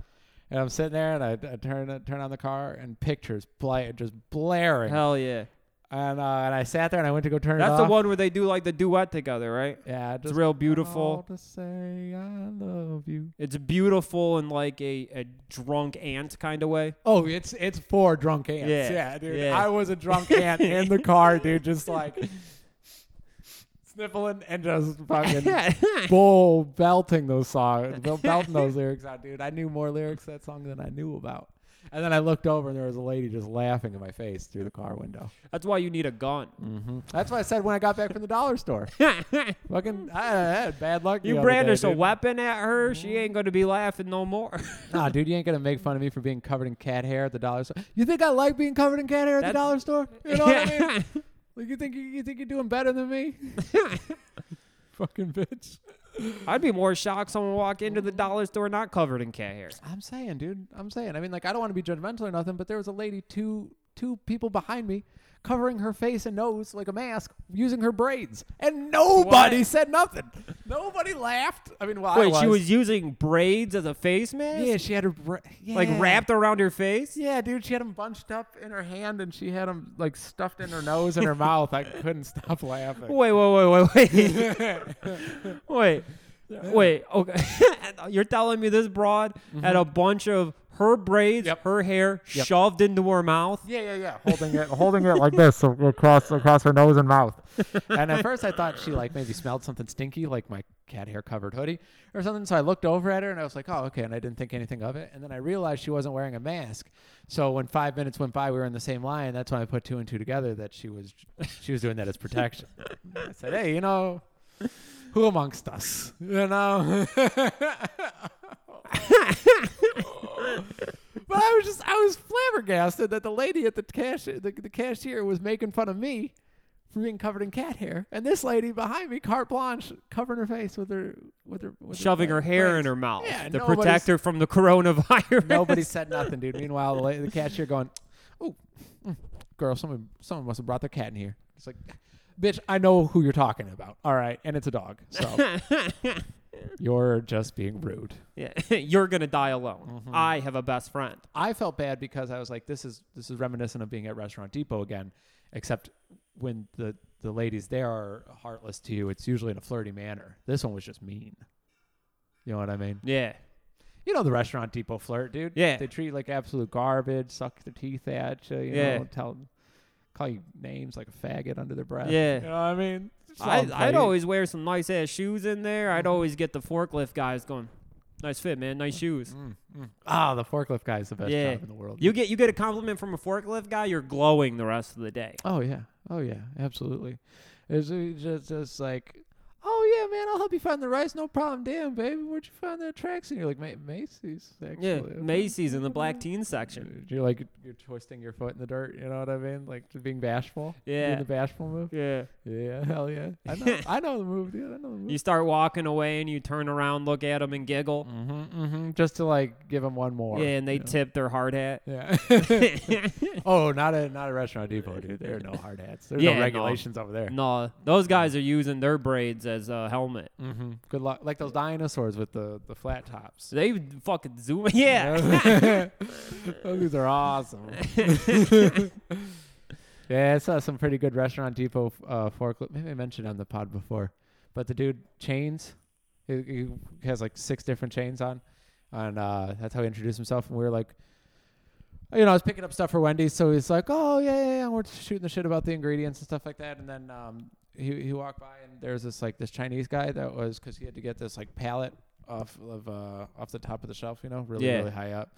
[SPEAKER 3] and I'm sitting there and I, I turn I turn on the car and "Pictures" play just blaring,
[SPEAKER 4] Hell yeah.
[SPEAKER 3] and uh, and I sat there and I went to go turn it
[SPEAKER 4] That's
[SPEAKER 3] off.
[SPEAKER 4] the one where they do like the duet together, right?
[SPEAKER 3] Yeah,
[SPEAKER 4] It's
[SPEAKER 3] just Oh,
[SPEAKER 4] real beautiful.
[SPEAKER 3] called To say I love you.
[SPEAKER 4] It's beautiful in like a, a drunk ant kind of way.
[SPEAKER 3] Oh, it's it's for drunk ants.
[SPEAKER 4] Yeah,
[SPEAKER 3] Yeah, dude.
[SPEAKER 4] yeah.
[SPEAKER 3] I was a drunk ant in the car, dude, just like sniffling and just fucking bull belting those songs, bel- belting those lyrics out, dude. I knew more lyrics to that song than I knew about. And then I looked over and there was a lady just laughing in my face through the car window.
[SPEAKER 4] That's why you need a gun.
[SPEAKER 3] Mm. That's what I said when I got back from the dollar store. Fucking, I, I had bad luck. the
[SPEAKER 4] you
[SPEAKER 3] other
[SPEAKER 4] brandish
[SPEAKER 3] day,
[SPEAKER 4] a
[SPEAKER 3] dude. Mm.
[SPEAKER 4] weapon at her, she ain't gonna be laughing no more.
[SPEAKER 3] Nah, dude, you ain't gonna make fun of me for being covered in cat hair at the dollar store. You think I like being covered in cat hair at
[SPEAKER 4] That's-
[SPEAKER 3] the dollar store? You know what I mean? Like, you think you, you think you're doing better than me? Fucking bitch.
[SPEAKER 4] I'd be more shocked someone walk into
[SPEAKER 3] Mm.
[SPEAKER 4] the dollar store not covered in cat hair.
[SPEAKER 3] I'm saying, dude. I'm saying. I mean, like, I don't want to be judgmental or nothing, but there was a lady two two people behind me covering her face and nose like a mask using her braids, and nobody said nothing. Nobody laughed. I mean, well, I
[SPEAKER 4] Wait, she was using braids as a face mask?
[SPEAKER 3] yeah, she had her bra- yeah.
[SPEAKER 4] Like wrapped around her face?
[SPEAKER 3] Yeah, dude, she had them bunched up in her hand, and she had them like stuffed in her nose and her mouth. I couldn't stop laughing.
[SPEAKER 4] Wait, wait, wait, wait, wait. wait. Wait, okay. You're telling me this broad had a bunch of her braids,
[SPEAKER 3] Mm-hmm. Yep.
[SPEAKER 4] her hair
[SPEAKER 3] Yep.
[SPEAKER 4] shoved into her mouth?
[SPEAKER 3] Yeah, yeah, yeah. Holding it, holding it like this across across her nose and mouth. And at first, I thought she like maybe smelled something stinky, like my cat hair covered hoodie or something. So I looked over at her and I was like, "Oh, okay." And I didn't think anything of it. And then I realized she wasn't wearing a mask. So when five minutes went by, we were in the same line. That's when I put two and two together that she was she was doing that as protection. I said, "Hey, you know." Who amongst us? You know? But I was just I was flabbergasted that the lady at the cash the, the cashier was making fun of me for being covered in cat hair, and this lady behind me, carte blanche, covering her face with her with her with
[SPEAKER 4] Shoving her hair in her mouth
[SPEAKER 3] Yeah,
[SPEAKER 4] to
[SPEAKER 3] nobody's-
[SPEAKER 4] protect her from the coronavirus.
[SPEAKER 3] Nobody said nothing, dude. Meanwhile, the, la- the cashier going, "Oh, mm, girl, someone someone must have brought their cat in here." It's like, bitch, I know who you're talking about. All right, and it's a dog. So you're just being rude.
[SPEAKER 4] Yeah, you're gonna die alone. I have a best friend.
[SPEAKER 3] I felt bad because I was like, this is this is reminiscent of being at Restaurant Depot again, except when the the ladies there are heartless to you, it's usually in a flirty manner. This one was just mean. You know what I mean?
[SPEAKER 4] Yeah,
[SPEAKER 3] You know the Restaurant Depot flirt, dude.
[SPEAKER 4] Yeah.
[SPEAKER 3] they treat you like absolute garbage, suck their teeth at you. you
[SPEAKER 4] Yeah.
[SPEAKER 3] know, tell call you names like a faggot under their breath.
[SPEAKER 4] Yeah.
[SPEAKER 3] you know what I mean. It's all
[SPEAKER 4] I, I'd
[SPEAKER 3] petty.
[SPEAKER 4] always wear some nice ass shoes in there. I'd always get the forklift guys going, "Nice fit, man. Nice shoes."
[SPEAKER 3] ah the forklift guy is the best
[SPEAKER 4] yeah,
[SPEAKER 3] job in the world.
[SPEAKER 4] You get you get a compliment from a forklift guy, you're glowing the rest of the day.
[SPEAKER 3] Oh yeah. Oh yeah. Absolutely. It's uh, just just like, oh yeah, man, I'll help you find the rice, no problem. Damn, baby, where'd you find that tracks? And you're like, Ma- Macy's. Actually.
[SPEAKER 4] Yeah,
[SPEAKER 3] Okay."
[SPEAKER 4] Macy's in the black teen section.
[SPEAKER 3] You're like you're twisting your foot in the dirt. You know what I mean? Like just being bashful.
[SPEAKER 4] Yeah.
[SPEAKER 3] Doing the bashful move.
[SPEAKER 4] Yeah,
[SPEAKER 3] Yeah. Hell yeah. I know. I know the move, dude. I know the move.
[SPEAKER 4] you start walking away and you turn around, look at them, and giggle.
[SPEAKER 3] mm-hmm, mm-hmm. Just to like give them one more.
[SPEAKER 4] Yeah, and they
[SPEAKER 3] you know?
[SPEAKER 4] tip their hard hat.
[SPEAKER 3] Yeah. oh, not a not a restaurant depot, dude. There are no hard hats. There's
[SPEAKER 4] Yeah,
[SPEAKER 3] no
[SPEAKER 4] no.
[SPEAKER 3] regulations over there.
[SPEAKER 4] no, those guys are using their braids as a helmet.
[SPEAKER 3] Mm-hmm. Good luck. Like those dinosaurs with the the flat tops.
[SPEAKER 4] So they fucking zoom. Yeah.
[SPEAKER 3] Those dudes are awesome. yeah, I saw some pretty good Restaurant Depot uh, forklift. Maybe I mentioned on the pod before, but the dude chains. He, he has like six different chains on, and uh, that's how he introduced himself. And we were like, you know, I was picking up stuff for Wendy's, so he's like, "Oh yeah, yeah, yeah," and we're shooting the shit about the ingredients and stuff like that. And then um, he he walked by, and there's this like this Chinese guy that was because he had to get this like pallet off of uh off the top of the shelf, you know, really
[SPEAKER 4] Yeah.
[SPEAKER 3] really high up,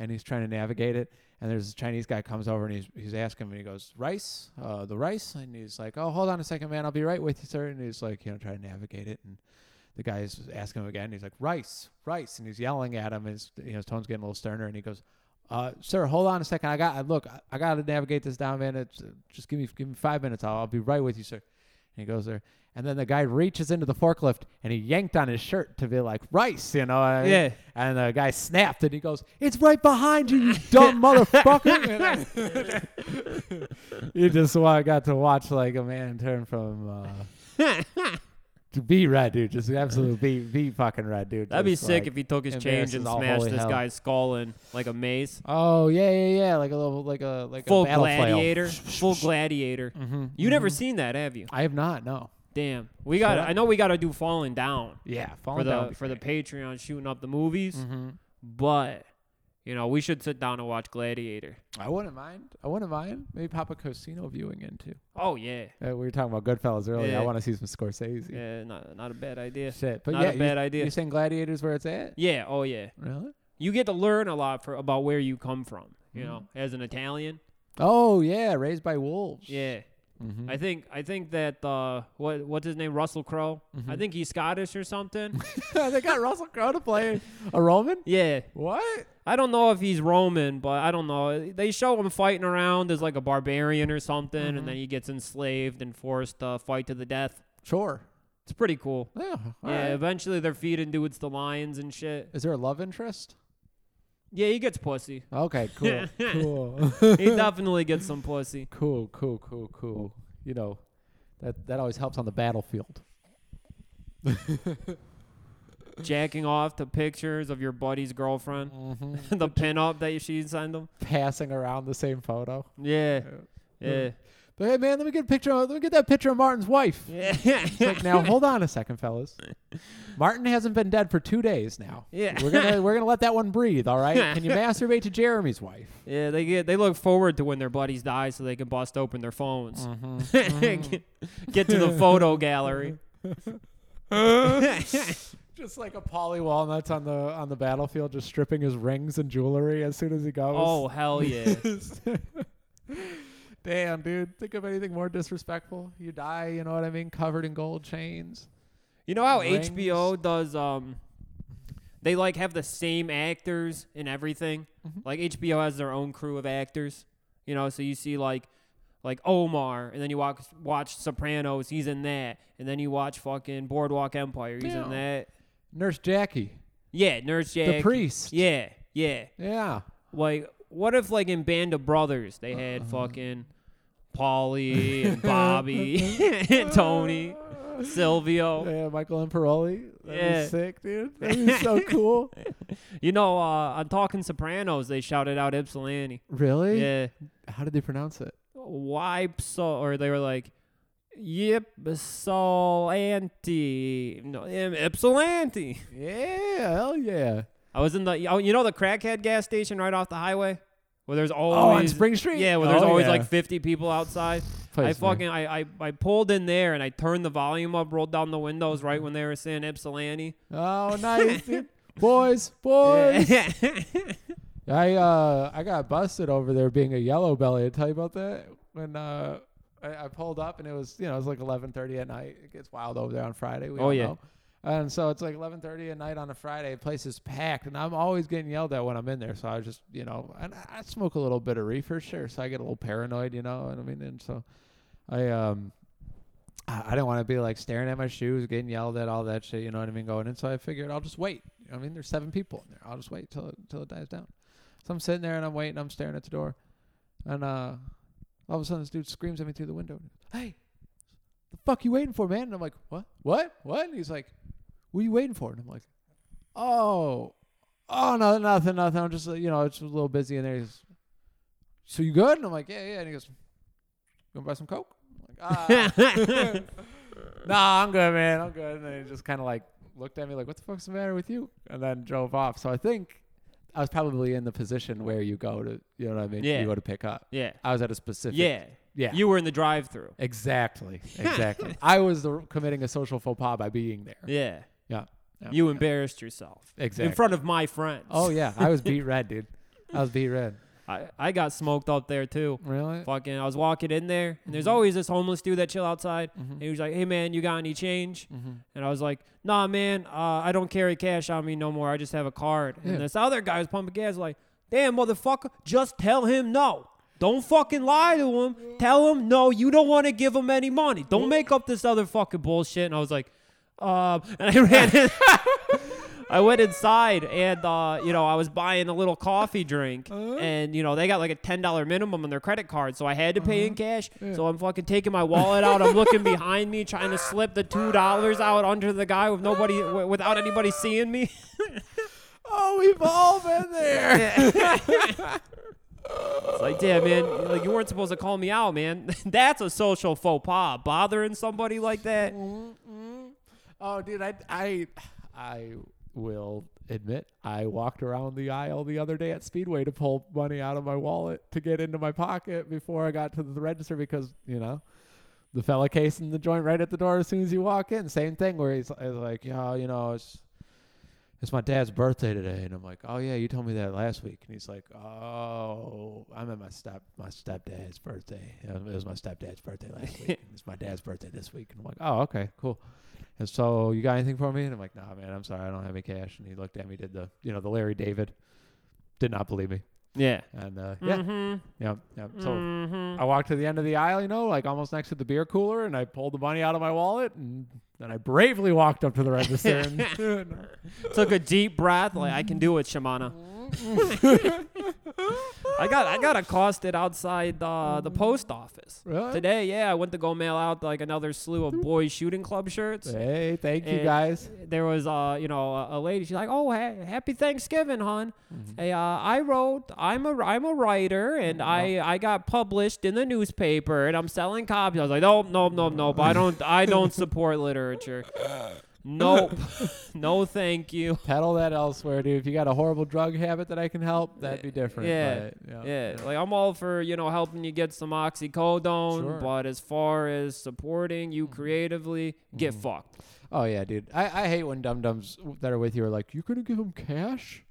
[SPEAKER 3] and he's trying to navigate it. And there's this Chinese guy comes over and he's he's asking him, and he goes, "Rice, uh, the rice," and he's like, "Oh, hold on a second, man, I'll be right with you, sir." And he's like, you know, trying to navigate it and the guy's asking him again. He's like, "Rice, rice," and he's yelling at him. His you know, his tone's getting a little sterner, and he goes, uh, "Sir, hold on a second. I got I- look. I, I got to navigate this down, man. It's, uh, just give me give me five minutes. I'll, I'll be right with you, sir." And he goes there, and then the guy reaches into the forklift and he yanked on his shirt to be like, "Rice," you know? what I mean?
[SPEAKER 4] Yeah.
[SPEAKER 3] And the guy snapped, and he goes, "It's right behind you, you dumb motherfucker!" And I- you just wa- got to watch like a man turn from uh, to be red, dude. Just absolute be be fucking red, dude.
[SPEAKER 4] That'd be
[SPEAKER 3] Just,
[SPEAKER 4] sick
[SPEAKER 3] like,
[SPEAKER 4] if he took his
[SPEAKER 3] embarrasses
[SPEAKER 4] change and
[SPEAKER 3] all
[SPEAKER 4] smashed
[SPEAKER 3] holy
[SPEAKER 4] this
[SPEAKER 3] hell.
[SPEAKER 4] guy's skull in like a mace.
[SPEAKER 3] Oh yeah, yeah, yeah. Like a little, like a Mm-hmm, like
[SPEAKER 4] Full
[SPEAKER 3] a battle flail.
[SPEAKER 4] gladiator. Full gladiator. You never seen that, have you?
[SPEAKER 3] I have not. No.
[SPEAKER 4] Damn. We got.
[SPEAKER 3] up.
[SPEAKER 4] I know we got to do falling down
[SPEAKER 3] Yeah,
[SPEAKER 4] for
[SPEAKER 3] falling down.
[SPEAKER 4] the
[SPEAKER 3] would be
[SPEAKER 4] for
[SPEAKER 3] great. Mm-hmm.
[SPEAKER 4] the Patreon shooting up the movies, but you know we should sit down and watch Gladiator.
[SPEAKER 3] I wouldn't mind. I wouldn't mind. Maybe pop a casino viewing into.
[SPEAKER 4] Oh yeah,
[SPEAKER 3] Uh, we were talking about Goodfellas earlier.
[SPEAKER 4] Yeah.
[SPEAKER 3] I want to see some Scorsese.
[SPEAKER 4] yeah. Not not a bad idea.
[SPEAKER 3] Shit, but
[SPEAKER 4] not
[SPEAKER 3] yeah,
[SPEAKER 4] a bad
[SPEAKER 3] you,
[SPEAKER 4] idea.
[SPEAKER 3] You're saying Gladiator's where it's at?
[SPEAKER 4] Yeah. Oh yeah.
[SPEAKER 3] Really?
[SPEAKER 4] you get to learn a lot for about where you come from. You know,
[SPEAKER 3] Mm-hmm.
[SPEAKER 4] as an Italian.
[SPEAKER 3] Oh yeah, Raised by Wolves.
[SPEAKER 4] Yeah.
[SPEAKER 3] Mm-hmm.
[SPEAKER 4] I think I think that uh, what what's his name Russell Crowe
[SPEAKER 3] Mm-hmm.
[SPEAKER 4] I think he's Scottish or something
[SPEAKER 3] they got Russell Crowe to play a Roman.
[SPEAKER 4] yeah
[SPEAKER 3] What?
[SPEAKER 4] I don't know if he's Roman but I don't know they show him fighting around as like a barbarian or something
[SPEAKER 3] Mm-hmm.
[SPEAKER 4] and then he gets enslaved and forced to fight to the death
[SPEAKER 3] Sure.
[SPEAKER 4] it's pretty cool
[SPEAKER 3] Yeah. all
[SPEAKER 4] yeah
[SPEAKER 3] right.
[SPEAKER 4] eventually they're feeding dudes to lions and shit
[SPEAKER 3] Is there a love interest?
[SPEAKER 4] yeah he gets pussy
[SPEAKER 3] Okay. Cool. cool.
[SPEAKER 4] he definitely gets some pussy
[SPEAKER 3] cool. Cool. Cool. Cool. You know, that that always helps on the battlefield.
[SPEAKER 4] jacking off to pictures of your buddy's girlfriend
[SPEAKER 3] Mm-hmm.
[SPEAKER 4] the pinup that she sent him
[SPEAKER 3] Passing around the same photo.
[SPEAKER 4] yeah yeah
[SPEAKER 3] But hey, man, let me get a picture. Of, let me get that picture of Martin's wife.
[SPEAKER 4] yeah.
[SPEAKER 3] Like, now, hold on a second, fellas. Martin hasn't been dead for two days now.
[SPEAKER 4] Yeah.
[SPEAKER 3] we're gonna we're gonna let that one breathe. All right. Can you masturbate to Jeremy's wife?
[SPEAKER 4] Yeah, they get they look forward to when their buddies die so they can bust open their phones.
[SPEAKER 3] Mm-hmm.
[SPEAKER 4] get, get to the photo gallery.
[SPEAKER 3] Just like a Polly Walnuts on the on the battlefield, just stripping his rings and jewelry as soon as he goes.
[SPEAKER 4] oh hell yeah.
[SPEAKER 3] Damn, dude. Think of anything more disrespectful. You die, you know what I mean? Covered in gold chains.
[SPEAKER 4] You know how
[SPEAKER 3] Rings.
[SPEAKER 4] HBO does um they like have the same actors and everything.
[SPEAKER 3] Mm-hmm.
[SPEAKER 4] Like HBO has their own crew of actors. You know, so you see like like Omar, and then you watch watch Sopranos, he's in that, and then you watch fucking Boardwalk Empire, he's
[SPEAKER 3] Yeah.
[SPEAKER 4] in that.
[SPEAKER 3] Nurse Jackie.
[SPEAKER 4] Yeah, Nurse Jack.
[SPEAKER 3] priest.
[SPEAKER 4] Yeah, yeah.
[SPEAKER 3] Yeah.
[SPEAKER 4] Like, what if like in Band of Brothers they had
[SPEAKER 3] Uh-huh.
[SPEAKER 4] fucking Polly and Bobby and Tony, Silvio.
[SPEAKER 3] Oh. Yeah, Michael Imperoli. That'd
[SPEAKER 4] Yeah.
[SPEAKER 3] be sick, dude. That'd be so cool.
[SPEAKER 4] You know, uh, on Talking Sopranos they shouted out Ypsilanti.
[SPEAKER 3] Really?
[SPEAKER 4] Yeah,
[SPEAKER 3] How did they pronounce it?
[SPEAKER 4] wipe so, or they were like. Yip Ypsilanti, no, Im- Ypsilanti.
[SPEAKER 3] Yeah, hell yeah.
[SPEAKER 4] I was in the, oh, you know, the crackhead gas station right off the highway, where there's always
[SPEAKER 3] Oh, on Spring Street?
[SPEAKER 4] Oh, Yeah, where there's
[SPEAKER 3] Oh,
[SPEAKER 4] always
[SPEAKER 3] yeah.
[SPEAKER 4] like 50 people outside. I
[SPEAKER 3] Place, man.
[SPEAKER 4] fucking I, I I pulled in there and I turned the volume up, rolled down the windows right when they were saying Ypsilanti.
[SPEAKER 3] Oh, nice, dude. Boys, boys. I uh I got busted over there being a yellow belly. Did I tell you about that? When uh I, I pulled up and it was you know, it was like eleven thirty at night. It gets wild over there on Friday. We
[SPEAKER 4] Oh,
[SPEAKER 3] all
[SPEAKER 4] yeah.
[SPEAKER 3] know. And so it's like eleven thirty at night on a Friday, place is packed and I'm always getting yelled at when I'm in there. So I was just, you know, and I, I smoke a little bit of reefer, sure, so I get a little paranoid, you know, and I mean and so I um I I didn't want to be like staring at my shoes, getting yelled at, all that shit. You know what I mean? Going in, so I figured I'll just wait. You know what I mean, there's seven people in there. I'll just wait till it, till it dies down. So I'm sitting there and I'm waiting. I'm staring at the door, and uh, all of a sudden this dude screams at me through the window. Hey, the fuck you waiting for, man? And I'm like, what? What? What? And he's like, what are you waiting for? And I'm like, oh, oh no, nothing, nothing. I'm just uh, you know, it's a little busy in there. He's, so you good? And I'm like, yeah, yeah. And he goes, gonna buy some coke? I'm like, ah. nah, I'm good, man. I'm good. And then he just kind of like looked at me like, what the fuck's the matter with you? And then drove off. So I think I was probably in the position where you go to, you know what I mean?
[SPEAKER 4] Yeah.
[SPEAKER 3] You go to pick up.
[SPEAKER 4] yeah,
[SPEAKER 3] I was at a specific.
[SPEAKER 4] yeah,
[SPEAKER 3] Yeah.
[SPEAKER 4] You were in the drive-through.
[SPEAKER 3] Exactly. Exactly. I was the, committing a social faux pas by being there.
[SPEAKER 4] Yeah,
[SPEAKER 3] Yeah. yeah.
[SPEAKER 4] you embarrassed yourself in
[SPEAKER 3] Exactly.
[SPEAKER 4] front of my friends.
[SPEAKER 3] Oh, yeah. I was beat red, dude. I was beat red.
[SPEAKER 4] I, I got smoked up there too.
[SPEAKER 3] Really?
[SPEAKER 4] Fucking, I was walking in there, and
[SPEAKER 3] Mm-hmm.
[SPEAKER 4] there's always this homeless dude that chill outside. And he was like, "Hey man, you got any change?"
[SPEAKER 3] Mm-hmm.
[SPEAKER 4] And I was like, "Nah, man, uh, I don't carry cash on me no more. I just have a card."
[SPEAKER 3] Yeah.
[SPEAKER 4] And this other guy was pumping gas, like, "Damn motherfucker, just tell him no. Don't fucking lie to him. Tell him no. You don't want to give him any money. Don't make up this other fucking bullshit." And I was like, "Um," and I ran in. I went inside and uh, you know I was buying a little coffee drink and you know they got like a ten dollar minimum on their credit card, so I had to pay in cash. So I'm fucking taking my wallet out. I'm looking behind me, trying to slip the two dollars out under the guy with nobody w- without anybody seeing me.
[SPEAKER 3] Oh, we've all been there.
[SPEAKER 4] It's like, damn man, like you weren't supposed to call me out, man. That's a social faux pas, bothering somebody like that.
[SPEAKER 3] Oh, dude, I, I, I will admit, I walked around the aisle the other day at Speedway to pull money out of my wallet to get into my pocket before I got to the register because you know. The fella casing the joint right at the door as soon as you walk in. Same thing where he's, he's like, yeah, you know, it's it's my dad's birthday today. And I'm like, oh, yeah, you told me that last week. And he's like, oh, I'm at my step my stepdad's birthday. Uh, It was my stepdad's birthday last week. and it's my dad's birthday this week. And I'm like, oh, okay, cool. And so you got anything for me? And I'm like, nah, man, I'm sorry. I don't have any cash. And he looked at me, did the, you know, the Larry David. Did not believe me.
[SPEAKER 4] Yeah.
[SPEAKER 3] And uh, yeah,
[SPEAKER 4] Mm-hmm.
[SPEAKER 3] yeah, yeah. So
[SPEAKER 4] mm-hmm.
[SPEAKER 3] I walked to the end of the aisle, you know, like almost next to the beer cooler, and I pulled the money out of my wallet, and then I bravely walked up to the register. and,
[SPEAKER 4] Took a deep breath. Like I can do it, Shimana. I got I got accosted outside uh, the post office
[SPEAKER 3] Really?
[SPEAKER 4] today. Yeah, I went to go mail out like another slew of boys shooting club shirts.
[SPEAKER 3] hey, thank you
[SPEAKER 4] And
[SPEAKER 3] guys.
[SPEAKER 4] There was uh, you know, a, a lady. She's like, "Oh, ha- happy Thanksgiving, hon.
[SPEAKER 3] Mm-hmm.
[SPEAKER 4] Hey, uh, I wrote. I'm a I'm a writer, and I I got published in the newspaper, and I'm selling copies." I was like, "Nope, nope, nope, nope.
[SPEAKER 3] Mm-hmm.
[SPEAKER 4] I don't I don't support literature. Nope, no, thank you."
[SPEAKER 3] Peddle that elsewhere, dude. If you got a horrible drug habit that I can help, that'd be different.
[SPEAKER 4] Yeah,
[SPEAKER 3] but,
[SPEAKER 4] yeah. Like I'm all for you know helping you get some oxycodone,
[SPEAKER 3] Sure. Mm-hmm.
[SPEAKER 4] but as far as supporting you creatively, get fucked.
[SPEAKER 3] Oh yeah, dude. I, I hate when dum dums that are with you are like, you're gonna give them cash.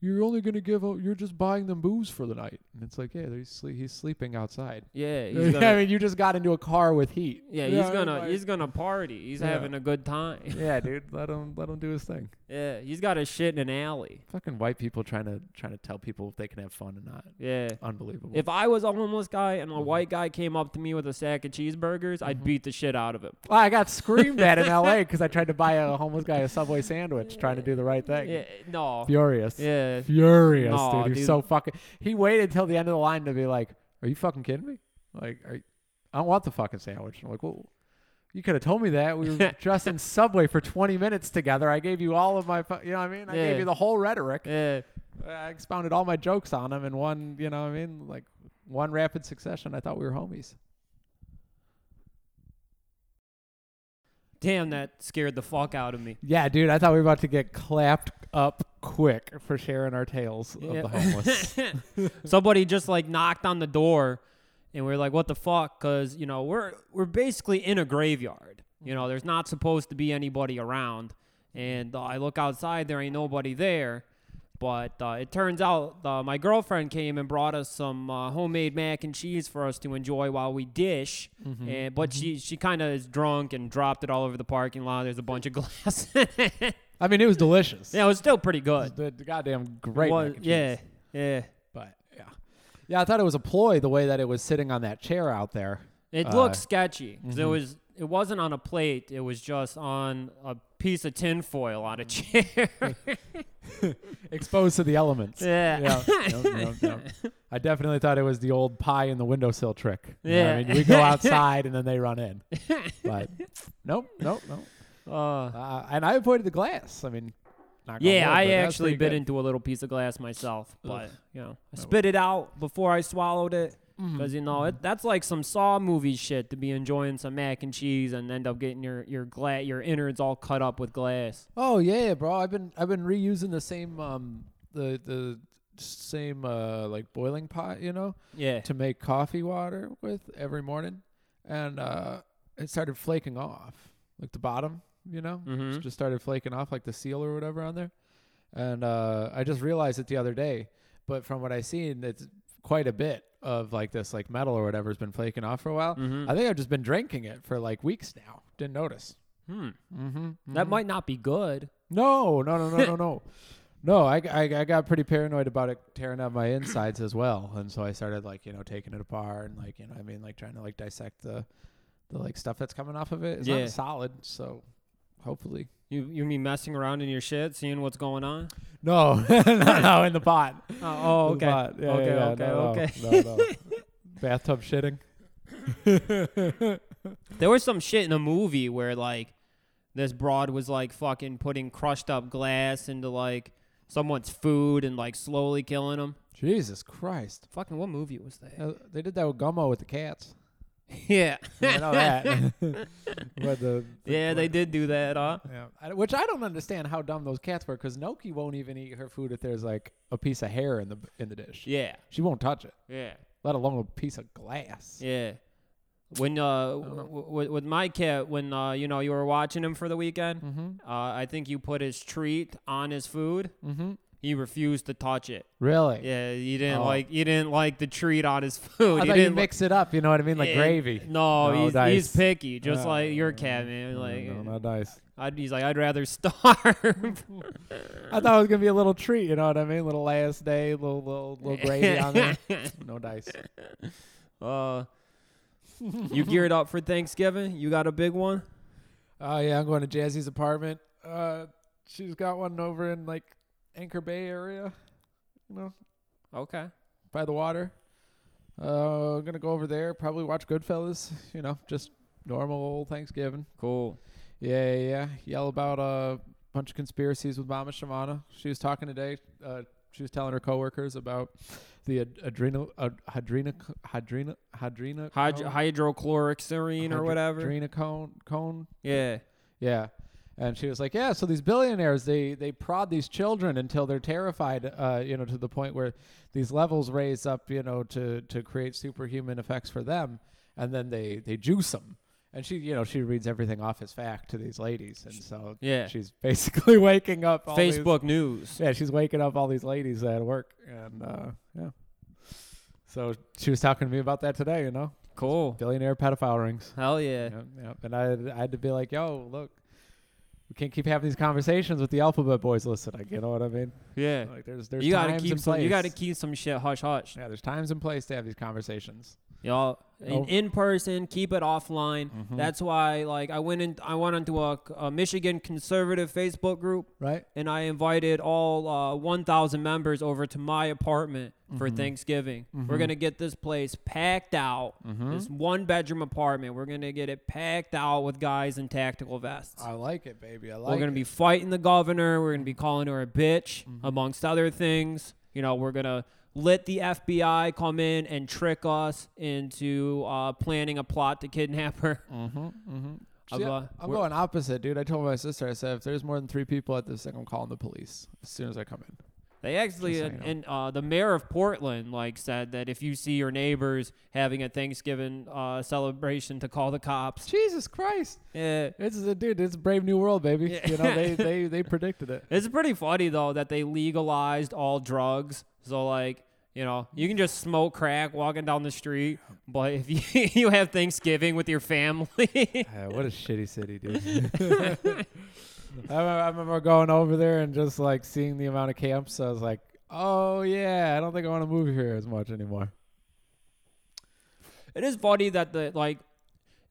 [SPEAKER 3] You're only gonna give. A, you're just buying them booze for the night, and it's like, yeah, they're sleep, he's sleeping outside.
[SPEAKER 4] Yeah, he's gonna,
[SPEAKER 3] I mean, you just got into a car with heat.
[SPEAKER 4] yeah,
[SPEAKER 3] You
[SPEAKER 4] he's
[SPEAKER 3] know what I mean?
[SPEAKER 4] gonna
[SPEAKER 3] Like-
[SPEAKER 4] he's gonna party. He's
[SPEAKER 3] Yeah.
[SPEAKER 4] having a good time.
[SPEAKER 3] yeah, dude. Let him let him do his thing.
[SPEAKER 4] yeah, he's got a shit in an alley.
[SPEAKER 3] Fucking white people trying to trying to tell people if they can have fun or not.
[SPEAKER 4] Yeah.
[SPEAKER 3] Unbelievable.
[SPEAKER 4] If I was a homeless guy and a white guy came up to me with a sack of cheeseburgers, I'd beat the shit out of him.
[SPEAKER 3] well, I got screamed at in L.A. because I tried to buy a homeless guy a Subway sandwich, trying to do the right thing.
[SPEAKER 4] Yeah, no.
[SPEAKER 3] Furious.
[SPEAKER 4] Yeah.
[SPEAKER 3] Furious,
[SPEAKER 4] Aw,
[SPEAKER 3] dude. He's
[SPEAKER 4] dude.
[SPEAKER 3] so fucking. He waited till the end of the line to be like, "Are you fucking kidding me? Like, are you, I don't want the fucking sandwich." I'm like, "Well, you could have told me that. We were just in Subway for 20 minutes together. I gave you all of my, fu- you know what I mean? I
[SPEAKER 4] Yeah.
[SPEAKER 3] gave you the whole rhetoric.
[SPEAKER 4] Yeah.
[SPEAKER 3] I expounded all my jokes on him in one, you know what I mean? Like one rapid succession. I thought we were homies.
[SPEAKER 4] Damn, that scared the fuck out of me.
[SPEAKER 3] Yeah, dude, I thought we were about to get clapped up quick for sharing our tales
[SPEAKER 4] Yeah.
[SPEAKER 3] of the homeless.
[SPEAKER 4] Somebody just like knocked on the door, and we are like, "What the fuck?" Because you know we're we're basically in a graveyard. You
[SPEAKER 3] Mm-hmm.
[SPEAKER 4] know, there's not supposed to be anybody around, and uh, I look outside. There ain't nobody there. But uh, it turns out uh, my girlfriend came and brought us some uh, homemade mac and cheese for us to enjoy while we dish.
[SPEAKER 3] Mm-hmm.
[SPEAKER 4] And, but she she kind of is drunk and dropped it all over the parking lot. There's a bunch of glass. yeah,
[SPEAKER 3] I mean, it was delicious.
[SPEAKER 4] it was still pretty good.
[SPEAKER 3] The, the goddamn great.
[SPEAKER 4] Was-
[SPEAKER 3] mac and cheese.
[SPEAKER 4] yeah, yeah.
[SPEAKER 3] But yeah. Yeah, I thought it was a ploy the way that it was sitting on that chair out there.
[SPEAKER 4] It
[SPEAKER 3] Uh,
[SPEAKER 4] looked sketchy 'cause it was it wasn't on a plate. It was just on a piece of tinfoil on a
[SPEAKER 3] Mm.
[SPEAKER 4] chair.
[SPEAKER 3] Exposed to the elements.
[SPEAKER 4] yeah.
[SPEAKER 3] yeah, yep, yep, yep. I definitely thought it was the old pie in the windowsill trick. You know what I
[SPEAKER 4] Yeah.
[SPEAKER 3] mean, we go outside and then they run in. But nope, nope, nope.
[SPEAKER 4] Uh,
[SPEAKER 3] Uh, and I avoided the glass. I mean, not gonna
[SPEAKER 4] yeah,
[SPEAKER 3] lie,
[SPEAKER 4] I
[SPEAKER 3] but that's
[SPEAKER 4] actually
[SPEAKER 3] pretty
[SPEAKER 4] bit
[SPEAKER 3] good.
[SPEAKER 4] into a little piece of glass myself, but you know, I spit it out before I swallowed it
[SPEAKER 3] Mm-hmm.
[SPEAKER 4] because you know it, that's like some Saw movie shit to be enjoying some mac and cheese and end up getting your your gla- your innards all cut up with glass.
[SPEAKER 3] Oh yeah, bro. I've been I've been reusing the same um the the same uh like boiling pot, you know,
[SPEAKER 4] Yeah,
[SPEAKER 3] to make coffee water with every morning, and uh it started flaking off like the bottom, you know,
[SPEAKER 4] Mhm.
[SPEAKER 3] It just started flaking off like the seal or whatever on there, and uh I just realized it the other day. But from what I seen, it's quite a bit of like this like metal or whatever has been flaking off for a while. I think I've just been drinking it for like weeks now. Didn't notice.
[SPEAKER 4] hmm.
[SPEAKER 3] Mm-hmm.
[SPEAKER 4] that might not be good.
[SPEAKER 3] No, no, no, no, no, no. No, I, I, I got pretty paranoid about it tearing up my insides as well, and so I started like you know taking it apart and like you know what I mean like trying to like dissect the, the like stuff that's coming off of it. It's
[SPEAKER 4] Yeah.
[SPEAKER 3] not solid, so hopefully
[SPEAKER 4] You you mean messing around in your shit, seeing what's going on?
[SPEAKER 3] no, no, no, in the pot.
[SPEAKER 4] Oh, oh
[SPEAKER 3] In the
[SPEAKER 4] okay,
[SPEAKER 3] pot. Yeah,
[SPEAKER 4] okay,
[SPEAKER 3] yeah, yeah.
[SPEAKER 4] okay,
[SPEAKER 3] No, no, no,
[SPEAKER 4] okay.
[SPEAKER 3] no. Bathtub shitting.
[SPEAKER 4] There was some shit in a movie where like this broad was like fucking putting crushed up glass into like someone's food and like slowly killing them.
[SPEAKER 3] Jesus Christ!
[SPEAKER 4] Fucking what movie was that?
[SPEAKER 3] Uh, they did that with Gummo with the cats.
[SPEAKER 4] yeah.
[SPEAKER 3] I know that. But the, the
[SPEAKER 4] yeah, they did do that, huh?
[SPEAKER 3] Yeah, I, which I don't understand how dumb those cats were, because Noki won't even eat her food if there's like a piece of hair in the in the dish.
[SPEAKER 4] Yeah.
[SPEAKER 3] She won't touch it,
[SPEAKER 4] Yeah.
[SPEAKER 3] let alone a piece of glass.
[SPEAKER 4] Yeah. When uh, w- w- with my cat, when uh, you know you were watching him for the weekend,
[SPEAKER 3] Mm-hmm.
[SPEAKER 4] uh, I think you put his treat on his food. Mm-hmm. He refused to touch it.
[SPEAKER 3] Really?
[SPEAKER 4] Yeah, you didn't
[SPEAKER 3] Oh.
[SPEAKER 4] like you didn't like the treat on his
[SPEAKER 3] I
[SPEAKER 4] food.
[SPEAKER 3] thought
[SPEAKER 4] He
[SPEAKER 3] you
[SPEAKER 4] didn't li-
[SPEAKER 3] mix it up. You know what I mean, like
[SPEAKER 4] Yeah,
[SPEAKER 3] gravy.
[SPEAKER 4] No,
[SPEAKER 3] No
[SPEAKER 4] he's, he's
[SPEAKER 3] dice.
[SPEAKER 4] picky, just
[SPEAKER 3] No,
[SPEAKER 4] like your cat, man. Like
[SPEAKER 3] no, not nice.
[SPEAKER 4] I'd, he's like I'd rather starve.
[SPEAKER 3] I
[SPEAKER 4] uh.
[SPEAKER 3] thought it was gonna be a little treat. You know what I mean? Little last day, little little little gravy on there. No dice.
[SPEAKER 4] uh, you geared up for Thanksgiving? You got a big one?
[SPEAKER 3] Oh yeah, I'm going to Jazzy's apartment. Uh, she's got one over in like Anchor Bay area, you know,
[SPEAKER 4] Okay.
[SPEAKER 3] by the water. Uh, gonna go over there. Probably watch Goodfellas. You know, just normal old Thanksgiving.
[SPEAKER 4] Cool.
[SPEAKER 3] Yeah, yeah, yeah. Yell about a bunch of conspiracies with Mama Shamana. She was talking today. Uh, she was telling her coworkers about the ad- adrenal, ad- hadrena, hadrena, hadrena,
[SPEAKER 4] Hyd-
[SPEAKER 3] cone?
[SPEAKER 4] hydrochloric serine or
[SPEAKER 3] Hydro-
[SPEAKER 4] whatever.
[SPEAKER 3] Adrena cone, cone.
[SPEAKER 4] Yeah.
[SPEAKER 3] Yeah. And she was like, "Yeah, so these billionaires, they they prod these children until they're terrified, uh, you know, to the point where these levels raise up, you know, to to create superhuman effects for them, and then they they juice them." And she, you know, she reads everything off as fact to these ladies, and so
[SPEAKER 4] Yeah.
[SPEAKER 3] she's basically waking up all these-
[SPEAKER 4] Facebook News.
[SPEAKER 3] yeah, she's waking up all these ladies at work, and uh, yeah. So she was talking to me about that today, you know,
[SPEAKER 4] Cool.
[SPEAKER 3] billionaire pedophile rings.
[SPEAKER 4] Hell yeah.
[SPEAKER 3] Yep, yep. And I, I had to be like, yo, look, we can't keep having these conversations with the Alphabet Boys listening. You know what I mean?
[SPEAKER 4] Yeah.
[SPEAKER 3] Like, there's, there's
[SPEAKER 4] You gotta
[SPEAKER 3] times
[SPEAKER 4] keep
[SPEAKER 3] and
[SPEAKER 4] some.
[SPEAKER 3] place.
[SPEAKER 4] You gotta keep some shit hush hush.
[SPEAKER 3] Yeah, there's times and place to have these conversations.
[SPEAKER 4] Y'all in,
[SPEAKER 3] Oh.
[SPEAKER 4] in person, keep it offline. That's why, like, I went in. I went into a, a Michigan conservative Facebook group.
[SPEAKER 3] Right?
[SPEAKER 4] and I invited all uh, 1,000 members over to my apartment for Thanksgiving. We're gonna get this place packed out. This one bedroom apartment. We're gonna get it packed out with guys in tactical vests.
[SPEAKER 3] I like it, baby. I like
[SPEAKER 4] we're gonna be fighting the governor. We're gonna be calling her a bitch, amongst other things. You know, we're gonna let the FBI come in and trick us into uh, planning a plot to kidnap her.
[SPEAKER 3] See,
[SPEAKER 4] Of, uh,
[SPEAKER 3] I'm
[SPEAKER 4] we're-
[SPEAKER 3] going opposite, dude. I told my sister, I said, if there's more than three people at this thing, I'm calling the police as soon as I come in.
[SPEAKER 4] They actually,
[SPEAKER 3] Just so
[SPEAKER 4] and,
[SPEAKER 3] you
[SPEAKER 4] and, uh, the mayor of Portland, like, said that if you see your neighbors having a Thanksgiving uh, celebration, to call the cops. eh,
[SPEAKER 3] Jesus Christ.
[SPEAKER 4] Yeah.
[SPEAKER 3] This is a dude. It's a brave new world, baby.
[SPEAKER 4] Yeah.
[SPEAKER 3] You know, they, they, they predicted it.
[SPEAKER 4] It's pretty funny though that they legalized all drugs. So like, you know, you can just smoke crack walking down the street, but if you you have Thanksgiving with your family,
[SPEAKER 3] Yeah, what a shitty city, dude. I, remember, I remember going over there and just like seeing the amount of camps. I was like, oh yeah, I don't think I want to move here as much anymore.
[SPEAKER 4] it is funny that the like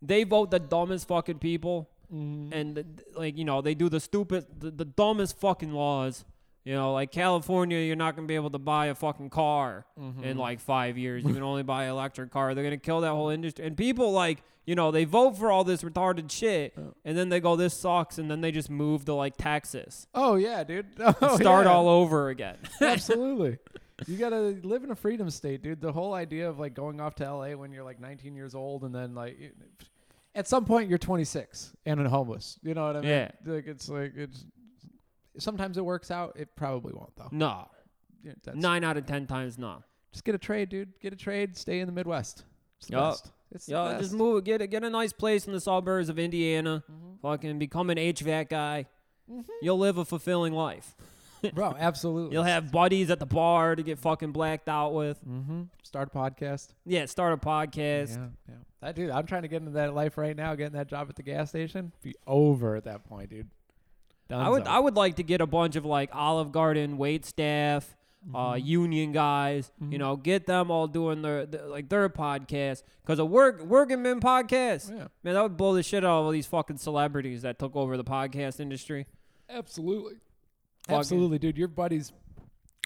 [SPEAKER 4] they vote the dumbest fucking people
[SPEAKER 3] Mm-hmm.
[SPEAKER 4] and th- th- like you know they do the stupid the, the dumbest fucking laws you know like california you're not gonna be able to buy a fucking car
[SPEAKER 3] Mm-hmm.
[SPEAKER 4] in like five years you can only buy an electric car they're gonna kill that whole industry and people like you know they vote for all this retarded shit and then they go this sucks and then they just move to like texas
[SPEAKER 3] Oh yeah, dude. Oh,
[SPEAKER 4] start
[SPEAKER 3] yeah.
[SPEAKER 4] all over again
[SPEAKER 3] Absolutely. You gotta live in a freedom state, dude. The whole idea of like going off to LA when you're like 19 years old and then like it- at some point you're 26 and then homeless. You know what I mean?
[SPEAKER 4] Yeah.
[SPEAKER 3] Like it's like it's sometimes it works out. It probably won't though.
[SPEAKER 4] no
[SPEAKER 3] Yeah, That's
[SPEAKER 4] nine out of ten times no
[SPEAKER 3] Just get a trade, dude. Get a trade. Stay in the Midwest. It's the
[SPEAKER 4] Yup.
[SPEAKER 3] best. It's the
[SPEAKER 4] Yeah,
[SPEAKER 3] best.
[SPEAKER 4] just move. Get a, get a nice place in the suburbs of Indiana.
[SPEAKER 3] Mm-hmm.
[SPEAKER 4] Fucking become an HVAC guy. You'll live a fulfilling life.
[SPEAKER 3] bro. Absolutely.
[SPEAKER 4] You'll have buddies at the bar to get fucking blacked out with.
[SPEAKER 3] Mm-hmm. Start a podcast.
[SPEAKER 4] Yeah, start a podcast.
[SPEAKER 3] Yeah, yeah. That dude, I'm trying to get into that life right now. Getting that job at the gas station, be over at that point, dude.
[SPEAKER 4] I would
[SPEAKER 3] Dunzo.
[SPEAKER 4] I would like to get a bunch of like Olive Garden wait staff, uh, union guys. You know, get them all doing their, their like their podcast because a work working men podcast.
[SPEAKER 3] Yeah.
[SPEAKER 4] Man, that would blow the shit out of all these fucking celebrities that took over the podcast industry.
[SPEAKER 3] absolutely,
[SPEAKER 4] Fucking-
[SPEAKER 3] absolutely, dude. Your buddies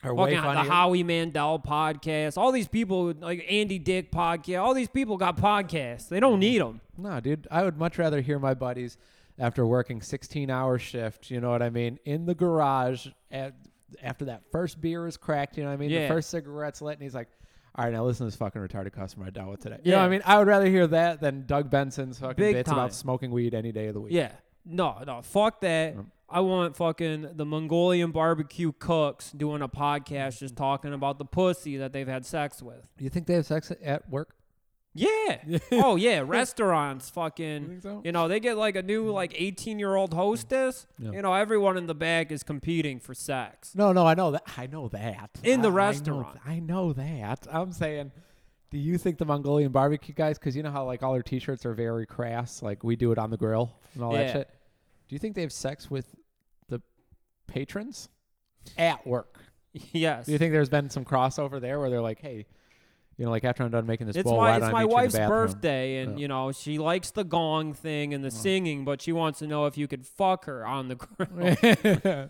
[SPEAKER 3] are way
[SPEAKER 4] Fucking the
[SPEAKER 3] funnier.
[SPEAKER 4] Howie Mandel podcast. All these people, like Andy Dick podcast. All these people got podcasts. They don't need them.
[SPEAKER 3] no, dude, I would much rather hear my buddies after working 16 hour shift. You know what I mean? In the garage at, after that first beer is cracked. You know what I mean?
[SPEAKER 4] Yeah.
[SPEAKER 3] The first cigarette's lit, and he's like. All right, now listen to this fucking retarded customer I dealt with today. You know what
[SPEAKER 4] Yeah.
[SPEAKER 3] I mean? I would rather hear that than Doug Benson's fucking
[SPEAKER 4] Big
[SPEAKER 3] bits
[SPEAKER 4] time.
[SPEAKER 3] about smoking weed any day of the week.
[SPEAKER 4] Yeah. No, no. Fuck that. I want fucking the Mongolian barbecue cooks doing a podcast just talking about the pussy that they've had sex with.
[SPEAKER 3] You think they have sex at work?
[SPEAKER 4] Yeah. oh yeah, restaurants fucking
[SPEAKER 3] You think so?
[SPEAKER 4] you know, they get like a new like 18-year-old hostess.
[SPEAKER 3] Yeah.
[SPEAKER 4] You know, everyone in the back is competing for sex.
[SPEAKER 3] No, no, I know that. I know that.
[SPEAKER 4] In the
[SPEAKER 3] I- I know
[SPEAKER 4] restaurant.
[SPEAKER 3] th- I know, that. I'm saying, do you think the Mongolian barbecue guys? Because you know how like all their T-shirts are very crass, like we do it on the grill and all
[SPEAKER 4] Yeah.
[SPEAKER 3] that shit. Do you think they have sex with the patrons at work?
[SPEAKER 4] yes.
[SPEAKER 3] Do you think there's been some crossover there where they're like, hey, you know, like after I'm done making this
[SPEAKER 4] it's
[SPEAKER 3] bowl,
[SPEAKER 4] my
[SPEAKER 3] why
[SPEAKER 4] it's
[SPEAKER 3] don't I
[SPEAKER 4] my
[SPEAKER 3] meet you in the
[SPEAKER 4] wife's
[SPEAKER 3] bathroom?
[SPEAKER 4] birthday and
[SPEAKER 3] Yeah. Uh-huh.
[SPEAKER 4] you know, she likes the gong thing and the singing, but she wants to know if you could fuck her on the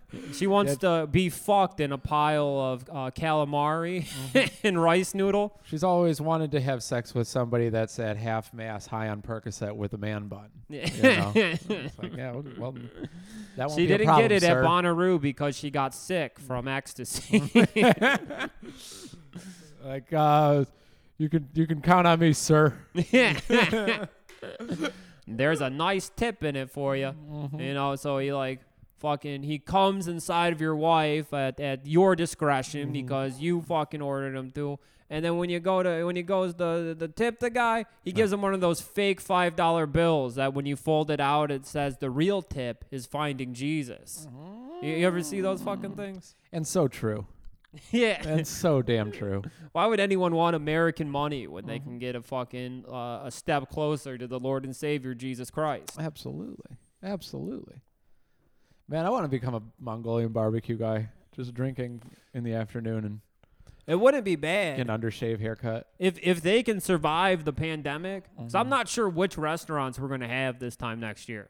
[SPEAKER 4] grill. she wants to be fucked in a pile of uh, calamari
[SPEAKER 3] Uh-huh.
[SPEAKER 4] and rice noodle.
[SPEAKER 3] She's always wanted to have sex with somebody that's at half mass, high on Percocet, with a man bun. You know? It's like, yeah, well, that won't
[SPEAKER 4] She
[SPEAKER 3] be a
[SPEAKER 4] didn't
[SPEAKER 3] problem,
[SPEAKER 4] get it
[SPEAKER 3] sir.
[SPEAKER 4] at Bonnaroo because she got sick from ecstasy.
[SPEAKER 3] Like, uh, you can you can count on me, sir.
[SPEAKER 4] There's a nice tip in it for you. You know, so he like fucking he comes inside of your wife at, at your discretion because you fucking ordered him to. And then when you go to when he goes to the tip the guy, he gives him one of those fake five dollar bills that when you fold it out it says the real tip is finding Jesus. You, you ever see those fucking things?
[SPEAKER 3] And so true.
[SPEAKER 4] Yeah.
[SPEAKER 3] And so damn true.
[SPEAKER 4] Why would anyone want American money when they can get a fucking uh, a step closer to the Lord and Savior Jesus Christ?
[SPEAKER 3] Absolutely. Absolutely. Man, I want to become a Mongolian barbecue guy. Just drinking in the afternoon and
[SPEAKER 4] It wouldn't be bad
[SPEAKER 3] an undershave haircut.
[SPEAKER 4] if if they can survive the pandemic. So
[SPEAKER 3] Mm-hmm.
[SPEAKER 4] I'm not sure which restaurants we're gonna have this time next year.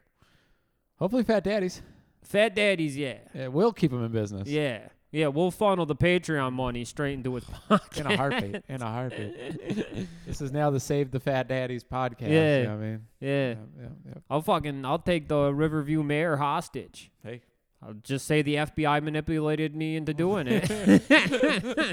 [SPEAKER 3] Hopefully, Fat Daddies.
[SPEAKER 4] Fat Daddy's, yeah,
[SPEAKER 3] It will keep him in business.
[SPEAKER 4] yeah, yeah. We'll funnel the Patreon money straight into his pocket.
[SPEAKER 3] In a heartbeat. In a heartbeat. this is now the Save the Fat Daddies podcast. you
[SPEAKER 4] Yeah.
[SPEAKER 3] know what I mean,
[SPEAKER 4] yeah,
[SPEAKER 3] yeah, yeah.
[SPEAKER 4] I'll fucking I'll take the Riverview mayor hostage.
[SPEAKER 3] Hey.
[SPEAKER 4] I'll just say the FBI manipulated me into doing it.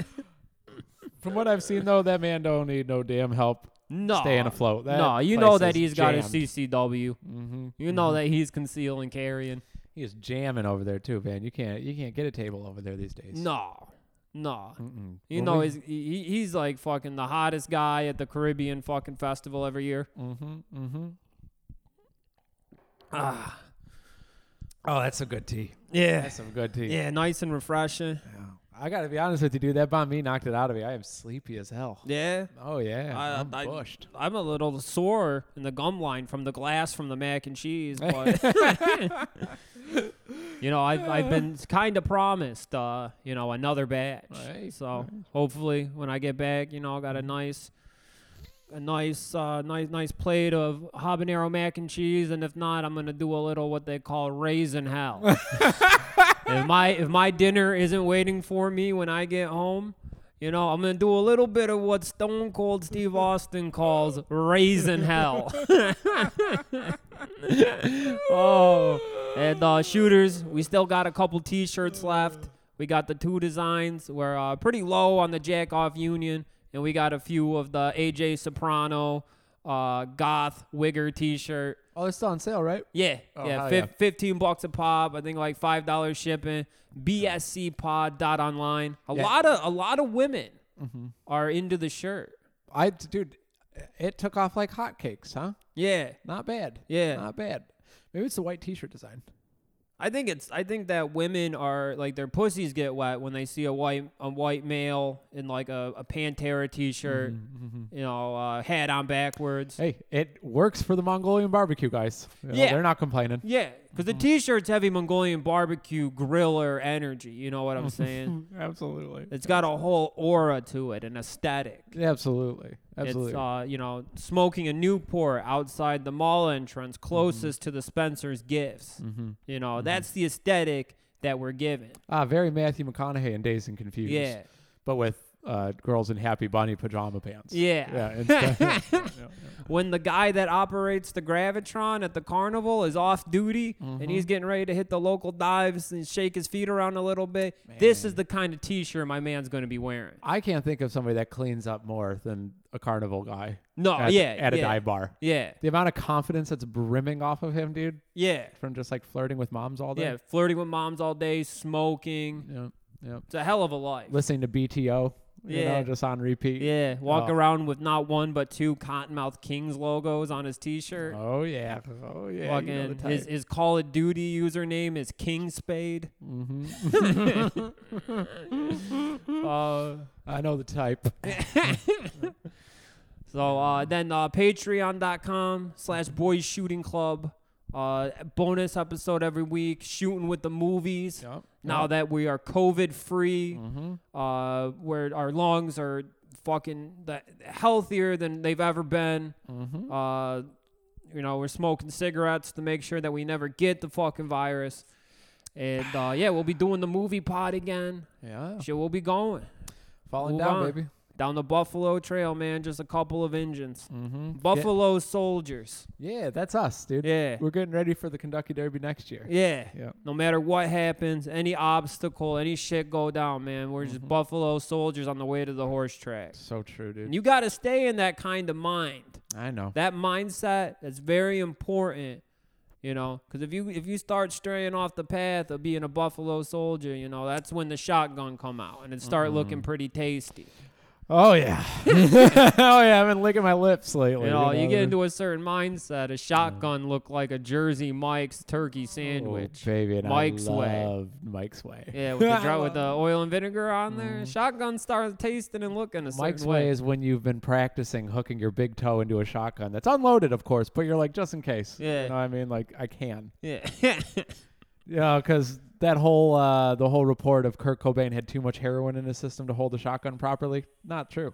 [SPEAKER 3] From what I've seen, though, that man don't need no damn help.
[SPEAKER 4] no,
[SPEAKER 3] Staying afloat. That
[SPEAKER 4] no, you
[SPEAKER 3] place
[SPEAKER 4] know
[SPEAKER 3] is
[SPEAKER 4] that he's got his
[SPEAKER 3] jammed.
[SPEAKER 4] CCW.
[SPEAKER 3] Mm-hmm.
[SPEAKER 4] You know that he's concealing carrying.
[SPEAKER 3] He is jamming over there too, man. You can't you can't get a table over there these days.
[SPEAKER 4] No, no.
[SPEAKER 3] Mm-mm.
[SPEAKER 4] You
[SPEAKER 3] Well,
[SPEAKER 4] know
[SPEAKER 3] we-
[SPEAKER 4] he's he, he's like fucking the hottest guy at the Caribbean fucking festival every year.
[SPEAKER 3] Mhm. Mhm. Ah. Oh, that's some good tea.
[SPEAKER 4] Yeah,
[SPEAKER 3] That's some good tea.
[SPEAKER 4] yeah, nice and refreshing.
[SPEAKER 3] I gotta be honest with you, dude. That bomb me knocked it out of me. I am sleepy as hell.
[SPEAKER 4] Yeah,
[SPEAKER 3] Oh yeah,
[SPEAKER 4] I-
[SPEAKER 3] I'm
[SPEAKER 4] I-
[SPEAKER 3] bushed.
[SPEAKER 4] I'm a little sore in the gum line from the glass from the mac and cheese, but you know I've I've been kind of promised, uh, you know, another batch.
[SPEAKER 3] Right,
[SPEAKER 4] so hopefully when I get back, you know, I got a nice. A nice, uh, nice, nice plate of habanero mac and cheese, and if not, I'm gonna do a little what they call raisin hell. if my if my dinner isn't waiting for me when I get home, you know, I'm gonna do a little bit of what Stone Cold Steve Austin calls raising hell. oh, and uh, shooters, we still got a couple T-shirts left. We got the two designs. We're uh, pretty low on the Jack Off Union, and we got a few of the AJ Soprano uh, Goth Wigger T-shirt.
[SPEAKER 3] Oh, it's still on sale, right?
[SPEAKER 4] Yeah,
[SPEAKER 3] Oh,
[SPEAKER 4] yeah,
[SPEAKER 3] hell
[SPEAKER 4] fif-
[SPEAKER 3] yeah.
[SPEAKER 4] fifteen bucks a pop. I think like five dollars shipping. BSCpod.online. A
[SPEAKER 3] Yeah.
[SPEAKER 4] lot of a lot of women are into the shirt.
[SPEAKER 3] I, dude, it took off like hotcakes, huh?
[SPEAKER 4] Yeah,
[SPEAKER 3] Not bad.
[SPEAKER 4] Yeah.
[SPEAKER 3] not bad. Maybe it's the white T-shirt design.
[SPEAKER 4] Uh, I think it's I think that women are like their pussies get wet when they see a white a white male in like a, a Pantera T-shirt,
[SPEAKER 3] Mm-hmm.
[SPEAKER 4] you know, uh, hat on backwards.
[SPEAKER 3] Hey, it works for the Mongolian barbecue guys. You know,
[SPEAKER 4] Yeah.
[SPEAKER 3] they're not complaining.
[SPEAKER 4] Yeah, because the T-shirt's heavy Mongolian barbecue griller energy. You know what I'm saying?
[SPEAKER 3] Absolutely.
[SPEAKER 4] it's got a whole aura to it, an aesthetic.
[SPEAKER 3] Absolutely. Absolutely.
[SPEAKER 4] It's uh, you know, smoking a Newport outside the mall entrance,
[SPEAKER 3] Mm-hmm.
[SPEAKER 4] closest to the Spencer's Gifts. You know, that's the aesthetic that we're given.
[SPEAKER 3] ah, very Matthew McConaughey in Days and Confused.
[SPEAKER 4] Yeah.
[SPEAKER 3] But with uh, girls in happy bunny pajama pants.
[SPEAKER 4] Yeah.
[SPEAKER 3] Yeah. uh, instead- yeah, yeah, yeah.
[SPEAKER 4] When the guy that operates the gravitron at the carnival is off duty and
[SPEAKER 3] Mm-hmm.
[SPEAKER 4] he's getting ready to hit the local dives and shake his feet around a little bit, this is the kind of T-shirt my man's going to be wearing.
[SPEAKER 3] I can't think of somebody that cleans up more than a carnival guy.
[SPEAKER 4] No,
[SPEAKER 3] at,
[SPEAKER 4] yeah,
[SPEAKER 3] At a
[SPEAKER 4] yeah.
[SPEAKER 3] dive bar.
[SPEAKER 4] Yeah,
[SPEAKER 3] The amount of confidence that's brimming off of him, dude,
[SPEAKER 4] yeah,
[SPEAKER 3] from just like flirting with moms all day.
[SPEAKER 4] yeah. Flirting with moms all day, smoking.
[SPEAKER 3] Yeah. Yeah.
[SPEAKER 4] It's a hell of a life.
[SPEAKER 3] Listening to BTO. You
[SPEAKER 4] Yeah.
[SPEAKER 3] know, just on repeat.
[SPEAKER 4] Yeah, walk
[SPEAKER 3] Oh.
[SPEAKER 4] around with not one but two Cottonmouth Kings logos on his T-shirt.
[SPEAKER 3] Oh yeah. Oh yeah.
[SPEAKER 4] Fucking
[SPEAKER 3] You know the type.
[SPEAKER 4] his, his Call of Duty username is King Spade.
[SPEAKER 3] Mm-hmm.
[SPEAKER 4] uh,
[SPEAKER 3] I know the type.
[SPEAKER 4] so uh, then uh, patreon.com slash boys shooting club. Uh, bonus episode every week, shooting with the movies.
[SPEAKER 3] Yup,
[SPEAKER 4] Now
[SPEAKER 3] yup. Mm-hmm.
[SPEAKER 4] that we are COVID free,
[SPEAKER 3] Mm.
[SPEAKER 4] uh, where our lungs are fucking the, healthier than they've ever been.
[SPEAKER 3] Mm-hmm.
[SPEAKER 4] Uh, you know, we're smoking cigarettes to make sure that we never get the fucking virus. And uh, yeah, we'll be doing the movie pod again.
[SPEAKER 3] Yeah.
[SPEAKER 4] Shit, we'll be going
[SPEAKER 3] Falling
[SPEAKER 4] Move
[SPEAKER 3] down,
[SPEAKER 4] on.
[SPEAKER 3] baby.
[SPEAKER 4] down the Buffalo Trail, man. Just a couple of engines.
[SPEAKER 3] Mm-hmm.
[SPEAKER 4] Buffalo soldiers.
[SPEAKER 3] Yeah, that's us, dude.
[SPEAKER 4] Yeah.
[SPEAKER 3] We're getting ready for the Kentucky Derby next year.
[SPEAKER 4] Yeah.
[SPEAKER 3] Yeah.
[SPEAKER 4] No matter what happens, any obstacle, any shit go down, man. We're just Buffalo soldiers on the way to the horse track.
[SPEAKER 3] So true, dude.
[SPEAKER 4] And you got to stay in that kind of mind.
[SPEAKER 3] I know.
[SPEAKER 4] That mindset is very important, you know, because if you if you start straying off the path of being a Buffalo soldier, you know, that's when the shotgun come out and it start
[SPEAKER 3] Mm-hmm.
[SPEAKER 4] looking pretty tasty.
[SPEAKER 3] Oh yeah. oh yeah. I've been licking my lips lately.
[SPEAKER 4] You know, you get
[SPEAKER 3] they're-
[SPEAKER 4] into a certain mindset. A shotgun look like a Jersey Mike's turkey sandwich.
[SPEAKER 3] Mm. Oh, baby, and
[SPEAKER 4] Mike's
[SPEAKER 3] I
[SPEAKER 4] way.
[SPEAKER 3] love Mike's way.
[SPEAKER 4] Yeah, with the,
[SPEAKER 3] I
[SPEAKER 4] dry, with
[SPEAKER 3] love-
[SPEAKER 4] the oil and vinegar on there, shotgun starts tasting and looking a certain
[SPEAKER 3] Mm-hmm. Mike's way
[SPEAKER 4] way.
[SPEAKER 3] is when you've been practicing hooking your big toe into a shotgun that's unloaded, of course, but you're like just in case.
[SPEAKER 4] Yeah.
[SPEAKER 3] You know what I mean? Like I can.
[SPEAKER 4] yeah,
[SPEAKER 3] Yeah, because that whole uh, the whole report of Kurt Cobain had too much heroin in his system to hold the shotgun properly. Not true.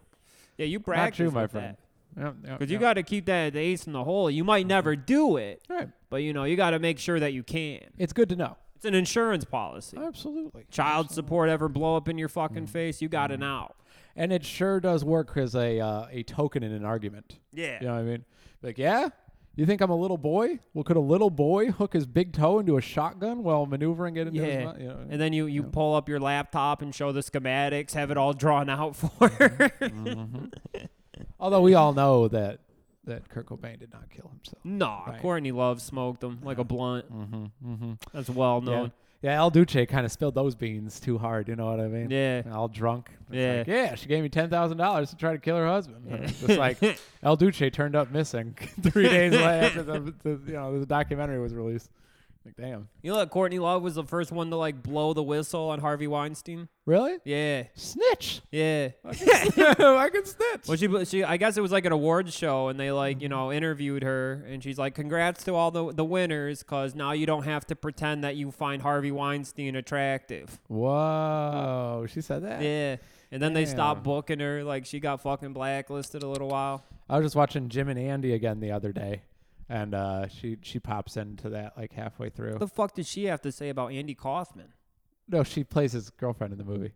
[SPEAKER 4] yeah, you
[SPEAKER 3] Not
[SPEAKER 4] practice
[SPEAKER 3] true, my
[SPEAKER 4] with
[SPEAKER 3] friend.
[SPEAKER 4] that.
[SPEAKER 3] Because
[SPEAKER 4] Cause you got to keep that ace in the hole. You might never do it,
[SPEAKER 3] right.
[SPEAKER 4] but you know you got to make sure that you can.
[SPEAKER 3] It's good to know.
[SPEAKER 4] It's an insurance policy.
[SPEAKER 3] Absolutely.
[SPEAKER 4] Child support ever blow up in your fucking face, you got an out.
[SPEAKER 3] And it sure does work as a uh, a token in an argument.
[SPEAKER 4] Yeah.
[SPEAKER 3] You know what I mean? Like, yeah, you think I'm a little boy? Well, could a little boy hook his big toe into a shotgun while maneuvering it into his
[SPEAKER 4] Yeah.
[SPEAKER 3] mouth? You know,
[SPEAKER 4] And then you, you pull up your laptop and show the schematics, have it all drawn out for her.
[SPEAKER 3] Although we all know that that Kurt Cobain did not kill himself.
[SPEAKER 4] no,
[SPEAKER 3] Right.
[SPEAKER 4] Courtney Love smoked them like a blunt. Mm-hmm, That's well
[SPEAKER 3] Yeah.
[SPEAKER 4] known.
[SPEAKER 3] yeah, El Duce kind of spilled those beans too hard. You know what I mean?
[SPEAKER 4] Yeah.
[SPEAKER 3] All drunk. It's
[SPEAKER 4] Yeah.
[SPEAKER 3] like, yeah, she gave me ten thousand dollars to try to kill her husband. And it's just like El Duce turned up missing three days la- after the, the you know the documentary was released. Like, damn.
[SPEAKER 4] You know that Courtney Love was the first one to like blow the whistle on Harvey Weinstein.
[SPEAKER 3] Really?
[SPEAKER 4] Yeah,
[SPEAKER 3] Snitch.
[SPEAKER 4] yeah.
[SPEAKER 3] I can snitch.
[SPEAKER 4] Well, she, she, I guess it was like an awards show, and they like, you know, interviewed her, and she's like, "Congrats to all the the winners, cause now you don't have to pretend that you find Harvey Weinstein attractive."
[SPEAKER 3] Whoa, she said that.
[SPEAKER 4] Yeah. And then they stopped
[SPEAKER 3] Damn.
[SPEAKER 4] booking her. Like she got fucking blacklisted a little while.
[SPEAKER 3] I was just watching Jim and Andy again the other day, and uh, she she pops into that like halfway through.
[SPEAKER 4] What the fuck did she have to say about Andy Kaufman?
[SPEAKER 3] No, she plays his girlfriend in the movie.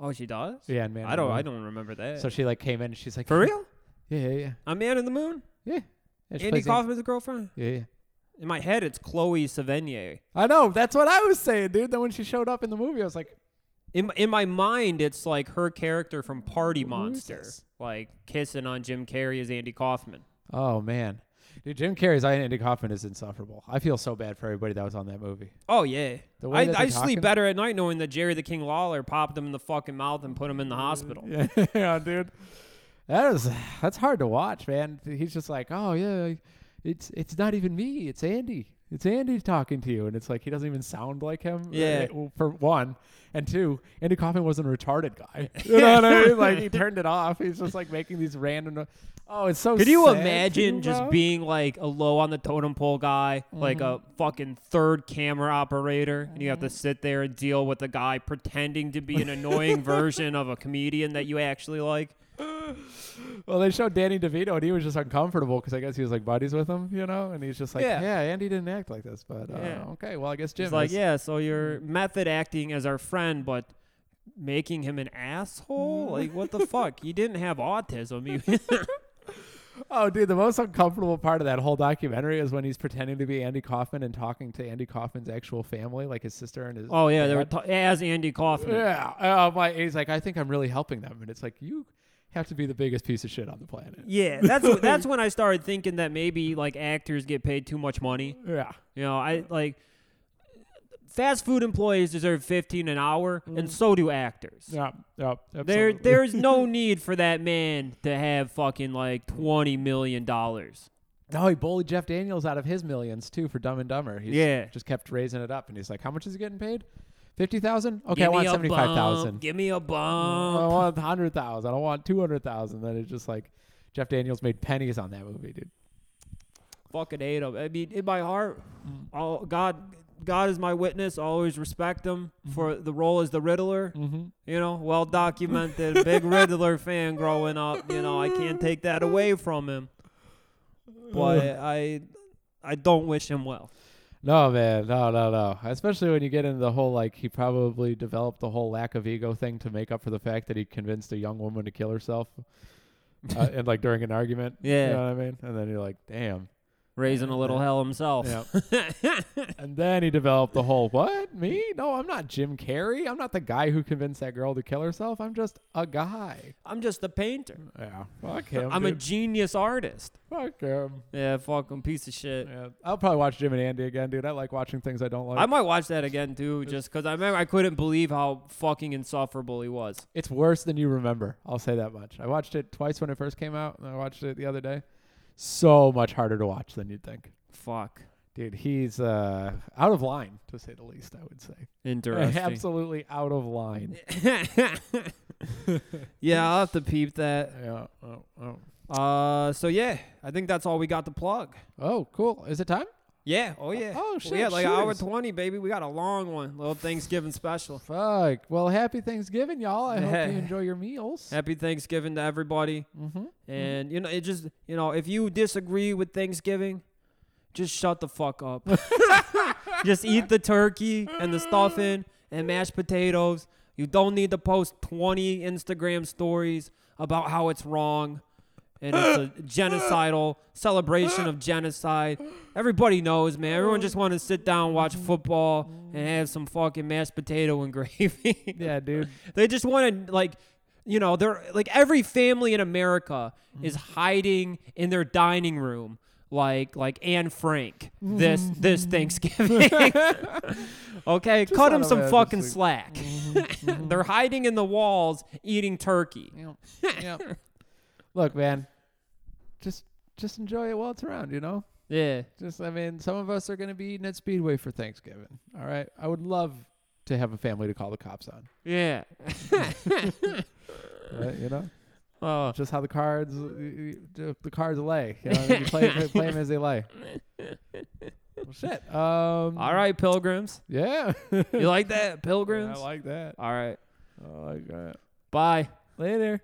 [SPEAKER 4] Oh, she does.
[SPEAKER 3] Yeah, and man. in
[SPEAKER 4] I
[SPEAKER 3] the
[SPEAKER 4] don't. I
[SPEAKER 3] Moon.
[SPEAKER 4] don't remember that.
[SPEAKER 3] So she like came in and she's like,
[SPEAKER 4] For real?
[SPEAKER 3] Yeah, yeah, yeah,
[SPEAKER 4] I'm Man in the Moon.
[SPEAKER 3] yeah. And she
[SPEAKER 4] Andy
[SPEAKER 3] plays the-
[SPEAKER 4] Kaufman's a girlfriend.
[SPEAKER 3] Yeah, yeah.
[SPEAKER 4] In my head, it's Chloe Sevigny.
[SPEAKER 3] I know. That's what I was saying, dude. Then when she showed up in the movie, I was like,
[SPEAKER 4] In in my mind, it's like her character from Party
[SPEAKER 3] is
[SPEAKER 4] Monster,
[SPEAKER 3] this?
[SPEAKER 4] like kissing on Jim Carrey as Andy Kaufman.
[SPEAKER 3] oh man, dude. Jim Carrey's I Andy Kaufman is insufferable. I feel so bad for everybody that was on that movie.
[SPEAKER 4] Oh yeah.
[SPEAKER 3] The way
[SPEAKER 4] I,
[SPEAKER 3] that
[SPEAKER 4] I
[SPEAKER 3] they're
[SPEAKER 4] sleep
[SPEAKER 3] talking-
[SPEAKER 4] better at night knowing that Jerry the King Lawler popped him in the fucking mouth and put him in the hospital.
[SPEAKER 3] yeah, dude. That is that's hard to watch, man. He's just like, oh yeah, it's it's not even me. It's Andy. It's Andy talking to you, and it's like he doesn't even sound like him.
[SPEAKER 4] Yeah.
[SPEAKER 3] Uh, well, For one, and two, Andy Kaufman wasn't a retarded guy. You know what I mean? Like he turned it off. He's just like making these random. Oh, it's so.
[SPEAKER 4] Could you
[SPEAKER 3] sad,
[SPEAKER 4] imagine
[SPEAKER 3] too,
[SPEAKER 4] just
[SPEAKER 3] bro.
[SPEAKER 4] being like a low on the totem pole guy, like a fucking third camera operator, and you have to sit there and deal with a guy pretending to be an annoying version of a comedian that you actually like?
[SPEAKER 3] Well, they showed Danny DeVito, and he was just uncomfortable because I guess he was like buddies with him, you know. And he's just like,
[SPEAKER 4] Yeah.
[SPEAKER 3] yeah, Andy didn't act like this, but uh,
[SPEAKER 4] Yeah.
[SPEAKER 3] okay, well, I guess Jim.
[SPEAKER 4] It's mm-hmm. like,
[SPEAKER 3] is.
[SPEAKER 4] yeah, so your method acting as our friend, but making him an asshole? Like, what the fuck? You didn't have autism. You
[SPEAKER 3] Oh, dude, the most uncomfortable part of that whole documentary is when he's pretending to be Andy Kaufman and talking to Andy Kaufman's actual family, like his sister and his.
[SPEAKER 4] oh, yeah, they were ta- as Andy Kaufman.
[SPEAKER 3] yeah. Uh, my, he's like, I think I'm really helping them, and it's like you have to be the biggest piece of shit on the planet.
[SPEAKER 4] Yeah, that's that's when I started thinking that maybe like actors get paid too much money.
[SPEAKER 3] Yeah.
[SPEAKER 4] You know, I like fast food employees deserve 15 an hour, and so do actors.
[SPEAKER 3] Mm-hmm. Yeah, yeah.
[SPEAKER 4] There,
[SPEAKER 3] absolutely.
[SPEAKER 4] there's no need for that man to have fucking like twenty million dollars.
[SPEAKER 3] No, he bullied Jeff Daniels out of his millions too for Dumb and Dumber. He's
[SPEAKER 4] Yeah.
[SPEAKER 3] just kept raising it up, and he's like, "How much is he getting paid? Fifty thousand? Okay, I
[SPEAKER 4] Give me
[SPEAKER 3] want
[SPEAKER 4] a
[SPEAKER 3] seventy-five
[SPEAKER 4] bump,
[SPEAKER 3] thousand.
[SPEAKER 4] Give me a
[SPEAKER 3] I
[SPEAKER 4] bump.
[SPEAKER 3] want hundred thousand. I want two hundred thousand. Then it's just like Jeff Daniels made pennies on that movie, dude.
[SPEAKER 4] Fucking hate him. I mean, in my heart,
[SPEAKER 3] Mm.
[SPEAKER 4] all, God, God is my witness. I always respect him
[SPEAKER 3] Mm-hmm.
[SPEAKER 4] for the role as the Riddler. You know, well documented, big Riddler fan growing up. You know, I can't take that away from him. But I, I don't wish him well.
[SPEAKER 3] No, man, no, no, no. Especially when you get into the whole like he probably developed the whole lack of ego thing to make up for the fact that he convinced a young woman to kill herself, uh, and like during an argument.
[SPEAKER 4] Yeah.
[SPEAKER 3] you know what I mean. And then you're like, damn.
[SPEAKER 4] Raising a little hell himself.
[SPEAKER 3] Yeah. and then he developed the whole what? Me? No, I'm not Jim Carrey. I'm not the guy who convinced that girl to kill herself. I'm just a guy.
[SPEAKER 4] I'm just a painter.
[SPEAKER 3] Yeah. Fuck him.
[SPEAKER 4] I'm a
[SPEAKER 3] dude.
[SPEAKER 4] genius artist.
[SPEAKER 3] fuck him.
[SPEAKER 4] Yeah, fucking piece of shit.
[SPEAKER 3] Yeah. I'll probably watch Jim and Andy again, dude. I like watching things I don't like.
[SPEAKER 4] I might watch that again too, just because I remember I couldn't believe how fucking insufferable he was.
[SPEAKER 3] it's worse than you remember. I'll say that much. I watched it twice when it first came out, and I watched it the other day. So much harder to watch than you'd think.
[SPEAKER 4] Fuck.
[SPEAKER 3] Dude, he's uh, out of line, to say the least, I would say.
[SPEAKER 4] Interesting.
[SPEAKER 3] Absolutely out of line.
[SPEAKER 4] yeah, I'll have to peep that.
[SPEAKER 3] Yeah. Oh, oh.
[SPEAKER 4] Uh, so yeah, I think that's all we got to plug.
[SPEAKER 3] oh, cool. Is it time?
[SPEAKER 4] Yeah. Oh yeah.
[SPEAKER 3] Oh,
[SPEAKER 4] We
[SPEAKER 3] shit,
[SPEAKER 4] had like an hour
[SPEAKER 3] cheers.
[SPEAKER 4] twenty, baby. We got a long one. Little Thanksgiving special.
[SPEAKER 3] Fuck. Well, happy Thanksgiving, y'all. I hope you
[SPEAKER 4] Yeah.
[SPEAKER 3] enjoy your meals. Mm-hmm.
[SPEAKER 4] Happy Thanksgiving to everybody. And you know, it just you know, if you disagree with Thanksgiving, just shut the fuck up. just eat the turkey and the stuffing and mashed potatoes. You don't need to post 20 Instagram stories about how it's wrong and it's a genocidal celebration of genocide. Everybody knows, man. Everyone just want to sit down, watch football, and have some fucking mashed potato and gravy.
[SPEAKER 3] Yeah, dude.
[SPEAKER 4] They just want to like, you know, they're like every family in America
[SPEAKER 3] Mm-hmm.
[SPEAKER 4] is hiding in their dining room. Like like Anne Frank this this Thanksgiving, okay? cut
[SPEAKER 3] out
[SPEAKER 4] them
[SPEAKER 3] of
[SPEAKER 4] some
[SPEAKER 3] it,
[SPEAKER 4] fucking
[SPEAKER 3] just
[SPEAKER 4] slack.
[SPEAKER 3] Mm-hmm.
[SPEAKER 4] They're hiding in the walls eating turkey.
[SPEAKER 3] Yep. Yep. Look, man. Just just enjoy it while it's around, you know?
[SPEAKER 4] Yeah,
[SPEAKER 3] Just I mean, some of us are gonna be eating at Speedway for Thanksgiving. All right. I would love to have a family to call the cops on.
[SPEAKER 4] yeah.
[SPEAKER 3] Right? You know?
[SPEAKER 4] Oh,
[SPEAKER 3] Just how the cards the the cards lay. You know, what I mean? you play, play, play 'em as they lay. Well, shit. Um
[SPEAKER 4] all right, pilgrims.
[SPEAKER 3] Yeah.
[SPEAKER 4] You like that,
[SPEAKER 3] I
[SPEAKER 4] pilgrims?
[SPEAKER 3] like that.
[SPEAKER 4] all right,
[SPEAKER 3] I like that.
[SPEAKER 4] bye.
[SPEAKER 3] Later.